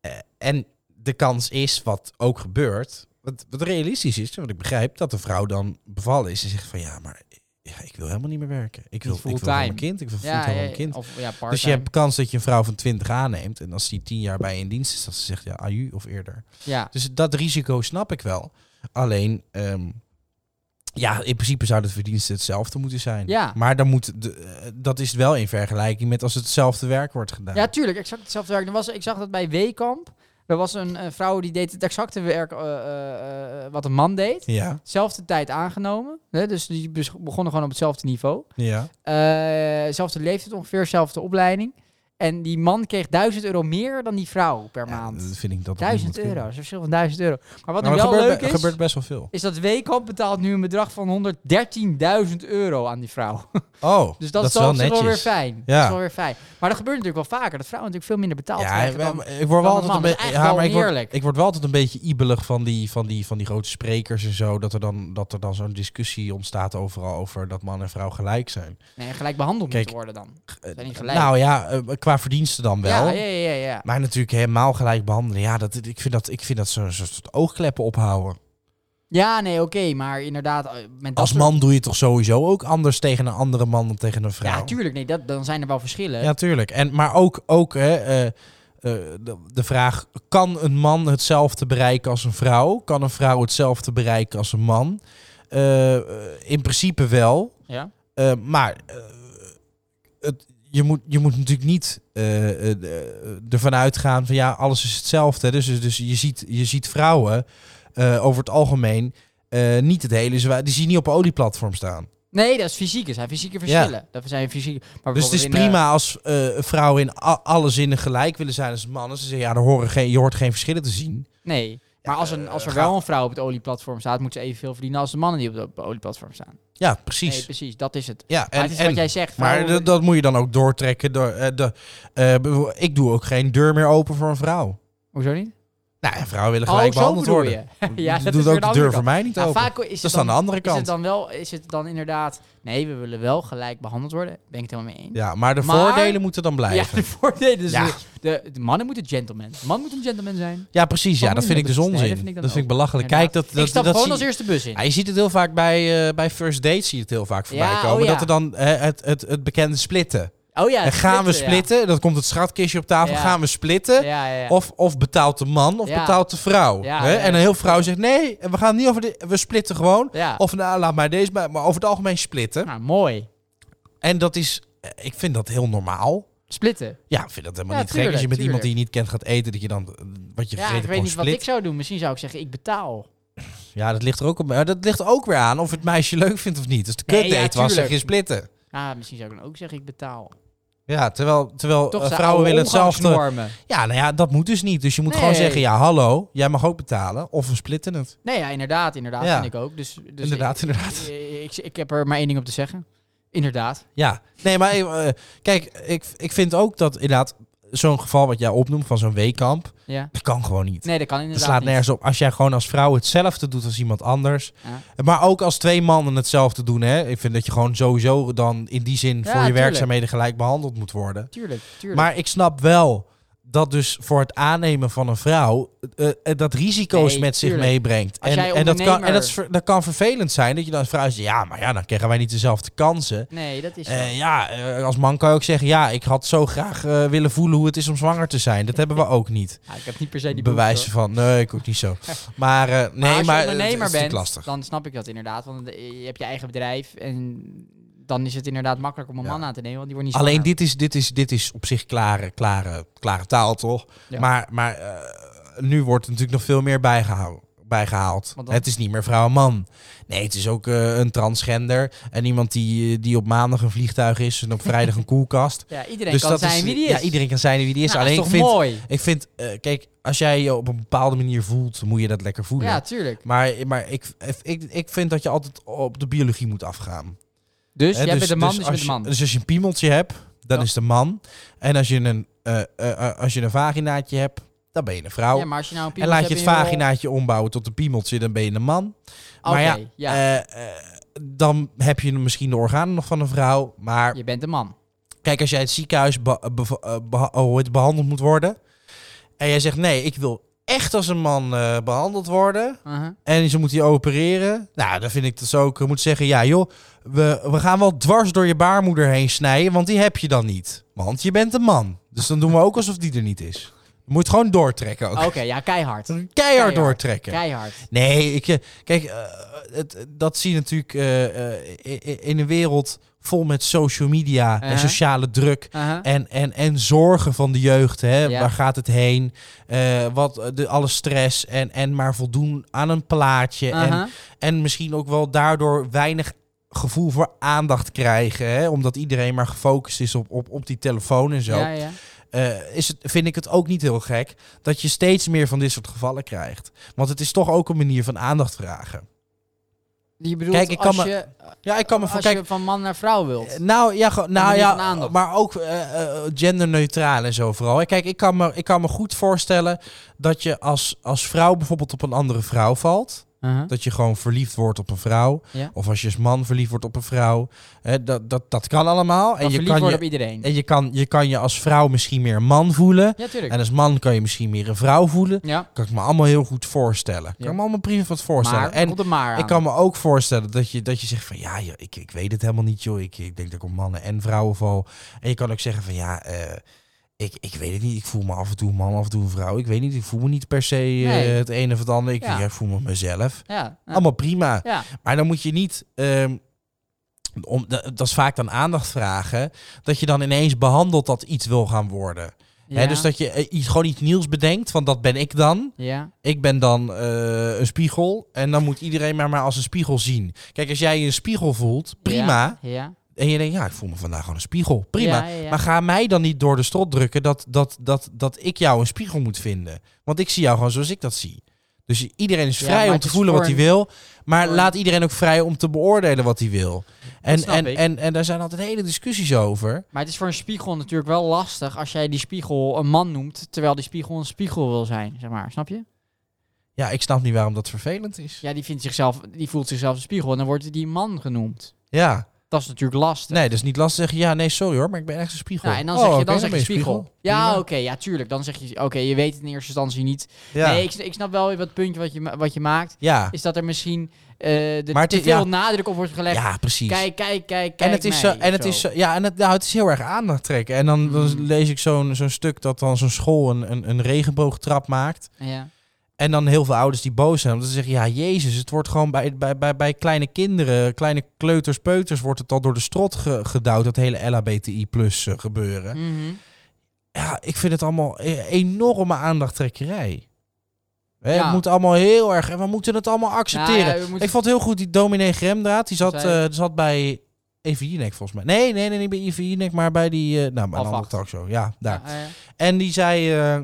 Speaker 1: Eh, en de kans is, wat ook gebeurt, wat, wat realistisch is, want ik begrijp dat de vrouw dan bevallen is en zegt van ja, maar ja, ik wil helemaal niet meer werken. Ik wil, ik wil
Speaker 2: fulltime.
Speaker 1: van mijn kind, ik wil
Speaker 2: ja,
Speaker 1: fulltime
Speaker 2: ja,
Speaker 1: van mijn kind.
Speaker 2: Of, ja,
Speaker 1: Dus je hebt kans dat je een vrouw van 20 aanneemt en als die 10 jaar bij je in dienst is, dat ze zegt ja, aju of eerder.
Speaker 2: Ja.
Speaker 1: Dus dat risico snap ik wel. Alleen, ehm, ja, in principe zou de verdienste hetzelfde moeten zijn.
Speaker 2: Ja.
Speaker 1: Maar dan moet de, eh, dat is wel in vergelijking met als hetzelfde werk wordt gedaan.
Speaker 2: ja, tuurlijk. Exact hetzelfde werk. Er was, ik zag dat bij Weekamp. Er was een eh, vrouw die deed het exacte werk eh, eh, eh, wat een man deed.
Speaker 1: ja,
Speaker 2: Zelfde tijd aangenomen. Hè? Dus die bes- begonnen gewoon op hetzelfde niveau.
Speaker 1: ja.
Speaker 2: Eh, zelfde leeftijd ongeveer, zelfde opleiding. En die man kreeg 1000 euro meer dan die vrouw per
Speaker 1: Ja,
Speaker 2: maand.
Speaker 1: dat vind ik dat.
Speaker 2: 1000 euro, dat is een verschil van 1000 euro. Maar wat
Speaker 1: Wat nou,
Speaker 2: nu
Speaker 1: wel
Speaker 2: wel
Speaker 1: gebeurt,
Speaker 2: leuk
Speaker 1: be-
Speaker 2: is,
Speaker 1: gebeurt best wel veel.
Speaker 2: is dat Weekamp betaalt nu een bedrag van 113.000 euro aan die vrouw.
Speaker 1: Oh,
Speaker 2: Dus dat, is
Speaker 1: wel
Speaker 2: wel,
Speaker 1: netjes.
Speaker 2: wel weer fijn.
Speaker 1: Ja.
Speaker 2: Dat is wel weer fijn. Maar dat gebeurt natuurlijk wel vaker. Dat vrouwen natuurlijk veel minder betaald
Speaker 1: Ja,
Speaker 2: krijgen dan...
Speaker 1: maar- ik word wel
Speaker 2: dan
Speaker 1: altijd een
Speaker 2: een man. Dat is
Speaker 1: beetje. Ja,
Speaker 2: eigenlijk
Speaker 1: maar
Speaker 2: wel
Speaker 1: ik word,
Speaker 2: oneerlijk.
Speaker 1: ik word wel altijd een beetje ibelig van die, van die, van die grote sprekers en zo. Dat er dan, dat er dan zo'n discussie ontstaat overal over dat man en vrouw gelijk zijn.
Speaker 2: Nee, gelijk behandeld
Speaker 1: Kijk,
Speaker 2: moeten worden dan.
Speaker 1: Eh,
Speaker 2: Zijn niet gelijk.
Speaker 1: nou ja, eh, qua verdiensten dan wel.
Speaker 2: Ja, ja, ja, ja. ja.
Speaker 1: Maar natuurlijk helemaal gelijk behandelen. Ja, dat, ik vind dat, ik vind dat zo'n soort oogkleppen ophouden.
Speaker 2: Ja, nee, oké. maar inderdaad... eh, Met dat
Speaker 1: Als
Speaker 2: soort-
Speaker 1: man doe je toch sowieso ook anders tegen een andere man dan tegen een vrouw.
Speaker 2: Ja, tuurlijk. Nee, dat, dan zijn er wel verschillen.
Speaker 1: Ja, tuurlijk. En, maar ook, ook hè, eh, eh, de, de vraag, kan een man hetzelfde bereiken als een vrouw? Kan een vrouw hetzelfde bereiken als een man? Eh, eh, in principe wel.
Speaker 2: Ja.
Speaker 1: Eh, maar eh, het, je, moet, je moet natuurlijk niet eh, eh, de- ervan uitgaan van ja, alles is hetzelfde. Dus, dus je, ziet, je ziet vrouwen eh, over het algemeen eh, niet het hele zwaar. Die zie je niet op een olieplatform staan.
Speaker 2: Nee, dat is fysiek. Er zijn fysieke verschillen. Dat zijn fysieke... Maar
Speaker 1: Dus het is
Speaker 2: bijvoorbeeld in, eh,
Speaker 1: prima als eh, vrouwen in a- alle zinnen gelijk willen zijn als mannen. Ze zeggen, ja, daar horen geen, je hoort geen verschillen te zien.
Speaker 2: eh, Nee. Maar als,
Speaker 1: Eh,
Speaker 2: een, als er wel een vrouw op het olieplatform staat, moet ze evenveel verdienen als de mannen die op het olieplatform staan.
Speaker 1: Ja, precies.
Speaker 2: Nee, precies. Dat is het.
Speaker 1: Ja,
Speaker 2: maar het is wat jij zegt.
Speaker 1: Maar
Speaker 2: vrouwen-
Speaker 1: dat, dat moet je dan ook doortrekken. Door, eh, de, eh, bijvo- ik doe ook geen deur meer open voor een vrouw.
Speaker 2: Hoezo niet?
Speaker 1: Nou, ja, vrouwen willen
Speaker 2: Oh,
Speaker 1: gelijk
Speaker 2: zo
Speaker 1: behandeld
Speaker 2: bedoel
Speaker 1: worden.
Speaker 2: je. ja,
Speaker 1: Doe
Speaker 2: dat
Speaker 1: ook
Speaker 2: is weer
Speaker 1: de
Speaker 2: andere
Speaker 1: deur
Speaker 2: kant.
Speaker 1: voor mij niet
Speaker 2: Nou,
Speaker 1: open.
Speaker 2: Vaak is het
Speaker 1: Dat is aan de andere
Speaker 2: Is
Speaker 1: kant.
Speaker 2: het dan wel, is het dan inderdaad, nee, we willen wel gelijk behandeld worden. Ben ik het helemaal mee eens.
Speaker 1: Ja, maar de
Speaker 2: Maar-
Speaker 1: voordelen moeten dan blijven.
Speaker 2: Ja, de voordelen. Dus
Speaker 1: Ja.
Speaker 2: de, de, de mannen moeten gentleman. De man moet een gentleman zijn.
Speaker 1: Ja, precies. Ja,
Speaker 2: Wat
Speaker 1: dat
Speaker 2: moet
Speaker 1: vind ik
Speaker 2: je
Speaker 1: dus
Speaker 2: met- Oh, nee,
Speaker 1: onzin.
Speaker 2: dat vind ik dan
Speaker 1: dat vind ik
Speaker 2: ook.
Speaker 1: belachelijk. Kijk,
Speaker 2: Inderdaad.
Speaker 1: dat, dat,
Speaker 2: ik stap
Speaker 1: dat
Speaker 2: gewoon
Speaker 1: zie-
Speaker 2: als eerste bus in.
Speaker 1: Ja, je ziet het heel vaak bij, eh, bij first dates, zie je het heel vaak voorbij
Speaker 2: Ja,
Speaker 1: komen.
Speaker 2: oh ja.
Speaker 1: Dat er dan eh, het, het, het bekende splitten.
Speaker 2: Oh ja,
Speaker 1: en gaan we
Speaker 2: splitten, ja.
Speaker 1: splitten, dan komt het schatkistje op tafel,
Speaker 2: Ja.
Speaker 1: gaan we splitten.
Speaker 2: Ja, ja, ja.
Speaker 1: Of, of betaalt de man of
Speaker 2: Ja.
Speaker 1: betaalt de vrouw.
Speaker 2: Ja,
Speaker 1: hè?
Speaker 2: ja,
Speaker 1: En een
Speaker 2: ja.
Speaker 1: heel vrouw zegt, nee, we gaan niet over de, we splitten gewoon.
Speaker 2: Ja.
Speaker 1: Of nou, laat mij deze, maar, maar over het algemeen splitten.
Speaker 2: Nou, mooi.
Speaker 1: En dat is, eh, ik vind dat heel normaal.
Speaker 2: Splitten.
Speaker 1: Ja, ik vind dat helemaal
Speaker 2: Ja,
Speaker 1: niet gek.
Speaker 2: tuurlijk,
Speaker 1: Als je met iemand
Speaker 2: tuurlijk.
Speaker 1: die je niet kent gaat eten, dat je dan eh, wat je gegeten
Speaker 2: Ja, ik
Speaker 1: hebt
Speaker 2: weet
Speaker 1: gewoon
Speaker 2: niet wat ik
Speaker 1: split.
Speaker 2: zou doen. Misschien zou ik zeggen, ik betaal.
Speaker 1: Ja, dat ligt er ook op. Maar dat ligt er ook weer aan of het meisje leuk vindt of niet. Dus Als het een
Speaker 2: Nee,
Speaker 1: kutdate
Speaker 2: ja,
Speaker 1: was, zeg
Speaker 2: tuurlijk.
Speaker 1: je splitten.
Speaker 2: Ah, misschien zou ik dan ook zeggen, ik betaal.
Speaker 1: Ja, terwijl, terwijl
Speaker 2: Toch
Speaker 1: eh,
Speaker 2: zijn
Speaker 1: vrouwen
Speaker 2: oude
Speaker 1: willen hetzelfde.
Speaker 2: omgangsnormen.
Speaker 1: Ja, nou ja, dat moet dus niet. Dus je moet
Speaker 2: Nee.
Speaker 1: gewoon zeggen, ja, hallo, jij mag ook betalen. Of we splitten het.
Speaker 2: Nee, ja, inderdaad, inderdaad,
Speaker 1: Ja.
Speaker 2: vind ik ook. Dus, dus
Speaker 1: Inderdaad,
Speaker 2: ik,
Speaker 1: inderdaad.
Speaker 2: Ik, ik, ik heb er maar één ding op te zeggen. Inderdaad.
Speaker 1: Ja, nee, maar eh, kijk, ik, ik vind ook dat inderdaad zo'n geval wat jij opnoemt van zo'n weekamp,
Speaker 2: Ja.
Speaker 1: dat kan gewoon niet.
Speaker 2: Nee, dat kan
Speaker 1: Dat
Speaker 2: inderdaad
Speaker 1: slaat
Speaker 2: niet.
Speaker 1: nergens op. Als jij gewoon als vrouw hetzelfde doet als iemand anders. Maar ook als twee mannen hetzelfde doen. Hè? Ik vind dat je gewoon sowieso dan in die zin
Speaker 2: Ja,
Speaker 1: voor je
Speaker 2: tuurlijk.
Speaker 1: werkzaamheden gelijk behandeld moet worden.
Speaker 2: Tuurlijk, tuurlijk.
Speaker 1: Maar ik snap wel dat dus voor het aannemen van een vrouw eh, eh, dat risico's
Speaker 2: Nee,
Speaker 1: met zich
Speaker 2: tuurlijk.
Speaker 1: meebrengt.
Speaker 2: Als jij
Speaker 1: en dat, kan,
Speaker 2: ondernemer-
Speaker 1: en dat, is ver- dat kan vervelend zijn. Dat je dan als vrouw zegt, ja, maar ja, dan krijgen wij niet dezelfde kansen.
Speaker 2: Nee, dat is zo.
Speaker 1: Eh, ja, eh, als man kan je ook zeggen, ja, ik had zo graag eh, willen voelen hoe het is om zwanger te zijn. Dat hebben we ook niet.
Speaker 2: Ja, ik heb niet per se die
Speaker 1: Bewijzen
Speaker 2: behoefte,
Speaker 1: van, nee, ik ook niet zo. Maar eh, nee,
Speaker 2: maar
Speaker 1: maar,
Speaker 2: als je
Speaker 1: eh,
Speaker 2: ondernemer
Speaker 1: het is
Speaker 2: bent,
Speaker 1: natuurlijk lastig.
Speaker 2: dan snap ik dat inderdaad. Want eh, je hebt je eigen bedrijf en dan is het inderdaad makkelijk om een man aan te nemen, want die wordt niet
Speaker 1: Alleen
Speaker 2: zwanger.
Speaker 1: dit is, dit, is, dit is op zich klare, klare, klare taal, toch?
Speaker 2: Ja.
Speaker 1: Maar, maar eh, nu wordt er natuurlijk nog veel meer bijgehouden. Bijgehaald.
Speaker 2: Want dan-
Speaker 1: Het is niet meer vrouw en man. Nee, het is ook eh, een transgender. En iemand die, eh, die op maandag een vliegtuig is en op vrijdag een koelkast.
Speaker 2: Ja, iedereen kan
Speaker 1: dus dat
Speaker 2: zijn wie die is.
Speaker 1: Ja, iedereen kan zijn wie die is.
Speaker 2: Nou,
Speaker 1: Alleen
Speaker 2: dat is
Speaker 1: ik
Speaker 2: toch
Speaker 1: vind,
Speaker 2: mooi?
Speaker 1: Ik vind, eh, kijk, als jij je op een bepaalde manier voelt, moet je dat lekker voelen.
Speaker 2: Ja, tuurlijk.
Speaker 1: Maar, maar ik, ik, ik vind dat je altijd op de biologie moet afgaan.
Speaker 2: Dus
Speaker 1: Hè,
Speaker 2: jij bent een man, dus je
Speaker 1: als
Speaker 2: bent een man.
Speaker 1: dus als je een piemeltje hebt, dan
Speaker 2: Ja.
Speaker 1: is de man. En als je een, eh, eh, eh, als je een vaginaatje hebt, dan ben je een vrouw.
Speaker 2: Ja, maar als je nou een
Speaker 1: en
Speaker 2: piemel
Speaker 1: laat je
Speaker 2: hebt
Speaker 1: het
Speaker 2: en je wil-
Speaker 1: vaginaatje ombouwen tot een piemeltje, dan ben je een man.
Speaker 2: Oké,
Speaker 1: maar ja,
Speaker 2: ja.
Speaker 1: eh, eh, dan heb je misschien de organen nog van een vrouw, maar...
Speaker 2: Je bent een man.
Speaker 1: Kijk, als jij in het ziekenhuis be- bev- eh, beha- oh, hoe het behandeld moet worden... en jij zegt, nee, ik wil echt als een man eh, behandeld worden...
Speaker 2: Uh-huh.
Speaker 1: En ze moet die opereren. Nou, dan vind ik dat ze ook eh, moet zeggen... ja joh, we, we gaan wel dwars door je baarmoeder heen snijden... want die heb je dan niet. Want je bent een man. Dus dan doen we ook alsof die er niet is. Je moet gewoon doortrekken ook.
Speaker 2: Oké, ja, keihard.
Speaker 1: Keihard, doortrekken.
Speaker 2: Keihard.
Speaker 1: Nee, ik, eh, kijk, eh, het, dat zie je natuurlijk eh, eh, i- i- in een wereld vol met social media en
Speaker 2: Uh-huh.
Speaker 1: sociale druk
Speaker 2: Uh-huh.
Speaker 1: en, en, en zorgen van de jeugd. Hè?
Speaker 2: Ja.
Speaker 1: Waar gaat het heen? Eh, wat, eh, de, alle stress en, en maar voldoen aan een plaatje.
Speaker 2: Uh-huh.
Speaker 1: en, en misschien ook wel daardoor weinig gevoel voor aandacht krijgen. Hè? Omdat iedereen maar gefocust is op, op, op die telefoon en zo.
Speaker 2: Ja, ja.
Speaker 1: Eh, is het, vind ik het ook niet heel gek dat je steeds meer van dit soort gevallen krijgt. Want het is toch ook een manier van aandacht vragen.
Speaker 2: Je bedoelt
Speaker 1: Kijk, ik kan
Speaker 2: als
Speaker 1: me-
Speaker 2: je,
Speaker 1: ja, ik kan me voor-
Speaker 2: als
Speaker 1: kijk-
Speaker 2: je van man naar vrouw wilt.
Speaker 1: Nou ja, gewoon- nou,
Speaker 2: manier van
Speaker 1: ja
Speaker 2: aandacht.
Speaker 1: maar ook eh, eh, genderneutraal en zo vooral. Kijk, ik kan me, ik kan me goed voorstellen dat je als, als vrouw bijvoorbeeld op een andere vrouw valt.
Speaker 2: Uh-huh.
Speaker 1: Dat je gewoon verliefd wordt op een vrouw.
Speaker 2: Ja.
Speaker 1: Of als je als man verliefd wordt op een vrouw. Eh, dat, dat, dat kan allemaal.
Speaker 2: Kan verliefd worden op iedereen.
Speaker 1: En je kan, je kan je als vrouw misschien meer een man voelen.
Speaker 2: Ja, tuurlijk.
Speaker 1: en als man kan je misschien meer een vrouw voelen.
Speaker 2: Ja.
Speaker 1: Kan ik me allemaal heel goed voorstellen.
Speaker 2: Ja.
Speaker 1: Kan ik me allemaal prima wat voorstellen.
Speaker 2: Maar,
Speaker 1: en
Speaker 2: komt er maar
Speaker 1: ik
Speaker 2: aan.
Speaker 1: kan me ook voorstellen dat je, dat je zegt van ja, joh, ik, ik weet het helemaal niet joh. Ik, ik denk dat ik op mannen en vrouwen val. En je kan ook zeggen van ja, eh, ik, ik weet het niet. Ik voel me af en toe een man, af en toe een vrouw. Ik weet niet, ik voel me niet per se eh,
Speaker 2: Nee.
Speaker 1: het een of het ander. Ik,
Speaker 2: Ja.
Speaker 1: ja, ik voel me mezelf.
Speaker 2: Ja, ja.
Speaker 1: Allemaal prima.
Speaker 2: Ja.
Speaker 1: Maar dan moet je niet... ehm, om, da- dat is vaak dan aandacht vragen. Dat je dan ineens behandelt dat iets wil gaan worden. Hè, dus dat je eh, iets, gewoon iets nieuws bedenkt, van dat ben ik dan.
Speaker 2: Ja.
Speaker 1: Ik ben dan eh, een spiegel. En dan moet iedereen maar, maar als een spiegel zien. Kijk, als jij je een spiegel voelt, prima.
Speaker 2: Ja. ja.
Speaker 1: En je denkt, ja, ik voel me vandaag gewoon een spiegel. Prima.
Speaker 2: Ja, ja, ja.
Speaker 1: Maar ga mij dan niet door de strot drukken dat, dat, dat, dat ik jou een spiegel moet vinden. Want ik zie jou gewoon zoals ik dat zie. Dus je- iedereen is
Speaker 2: Ja,
Speaker 1: vrij
Speaker 2: maar
Speaker 1: om
Speaker 2: het
Speaker 1: te
Speaker 2: is
Speaker 1: voelen
Speaker 2: voor
Speaker 1: wat hij
Speaker 2: een-
Speaker 1: wil. Maar
Speaker 2: voor een-
Speaker 1: laat iedereen ook vrij om te beoordelen wat hij wil. En,
Speaker 2: snap
Speaker 1: en,
Speaker 2: ik.
Speaker 1: en, en daar zijn altijd hele discussies over.
Speaker 2: Maar het is voor een spiegel natuurlijk wel lastig als jij die spiegel een man noemt, terwijl die spiegel een spiegel wil zijn, zeg maar. Snap je?
Speaker 1: Ja, ik snap niet waarom dat vervelend is.
Speaker 2: Ja, die, vindt zichzelf, die voelt zichzelf een spiegel en dan wordt die man genoemd.
Speaker 1: Ja.
Speaker 2: Dat is natuurlijk lastig.
Speaker 1: Nee, dat is niet lastig zeggen. Ja, nee, sorry hoor, maar ik ben echt een spiegel.
Speaker 2: Ja, en dan
Speaker 1: Oh,
Speaker 2: zeg je,
Speaker 1: oké,
Speaker 2: dan zeg
Speaker 1: ben
Speaker 2: je spiegel.
Speaker 1: Prima.
Speaker 2: Ja, oké, ja, tuurlijk. Dan zeg je, oké, je weet het in eerste instantie niet.
Speaker 1: Ja.
Speaker 2: Nee, ik, ik snap wel weer wat puntje wat je, ma- wat je maakt.
Speaker 1: Ja.
Speaker 2: Is dat er misschien eh de,
Speaker 1: Maar het
Speaker 2: te
Speaker 1: is-
Speaker 2: veel
Speaker 1: ja.
Speaker 2: nadruk op wordt gelegd.
Speaker 1: Ja, precies.
Speaker 2: Kijk, kijk, kijk, kijk
Speaker 1: en het is,
Speaker 2: mij,
Speaker 1: zo, en het
Speaker 2: zo. Mm.
Speaker 1: is zo- ja, en het, nou, het is heel erg aandacht trekken. En dan, dan lees ik zo'n zo'n stuk dat dan zo'n school een, een, een regenboogtrap maakt.
Speaker 2: Ja.
Speaker 1: En dan heel veel ouders die boos zijn. Omdat ze zeggen, ja, Jezus, het wordt gewoon bij, bij, bij, bij kleine kinderen, kleine kleuters, peuters, wordt het al door de strot ge- gedouwd, dat hele LHBTI plus eh, gebeuren.
Speaker 2: Mhm.
Speaker 1: Ja, ik vind het allemaal e- enorme aandachttrekkerij. Hè,
Speaker 2: Ja.
Speaker 1: Het moet allemaal heel erg... En we moeten het allemaal accepteren.
Speaker 2: Nou, Ja, ja, we moeten-
Speaker 1: Ik vond heel goed die dominee Gremdraad. Die zat,
Speaker 2: Zij-
Speaker 1: eh, zat bij Eva Jinek volgens mij. Nee, nee, nee, niet bij Eva Jinek, maar bij die... eh, nou, bij een
Speaker 2: Half
Speaker 1: andere
Speaker 2: acht.
Speaker 1: talkshow. Ja, daar.
Speaker 2: Ja, ja.
Speaker 1: En die zei... eh, er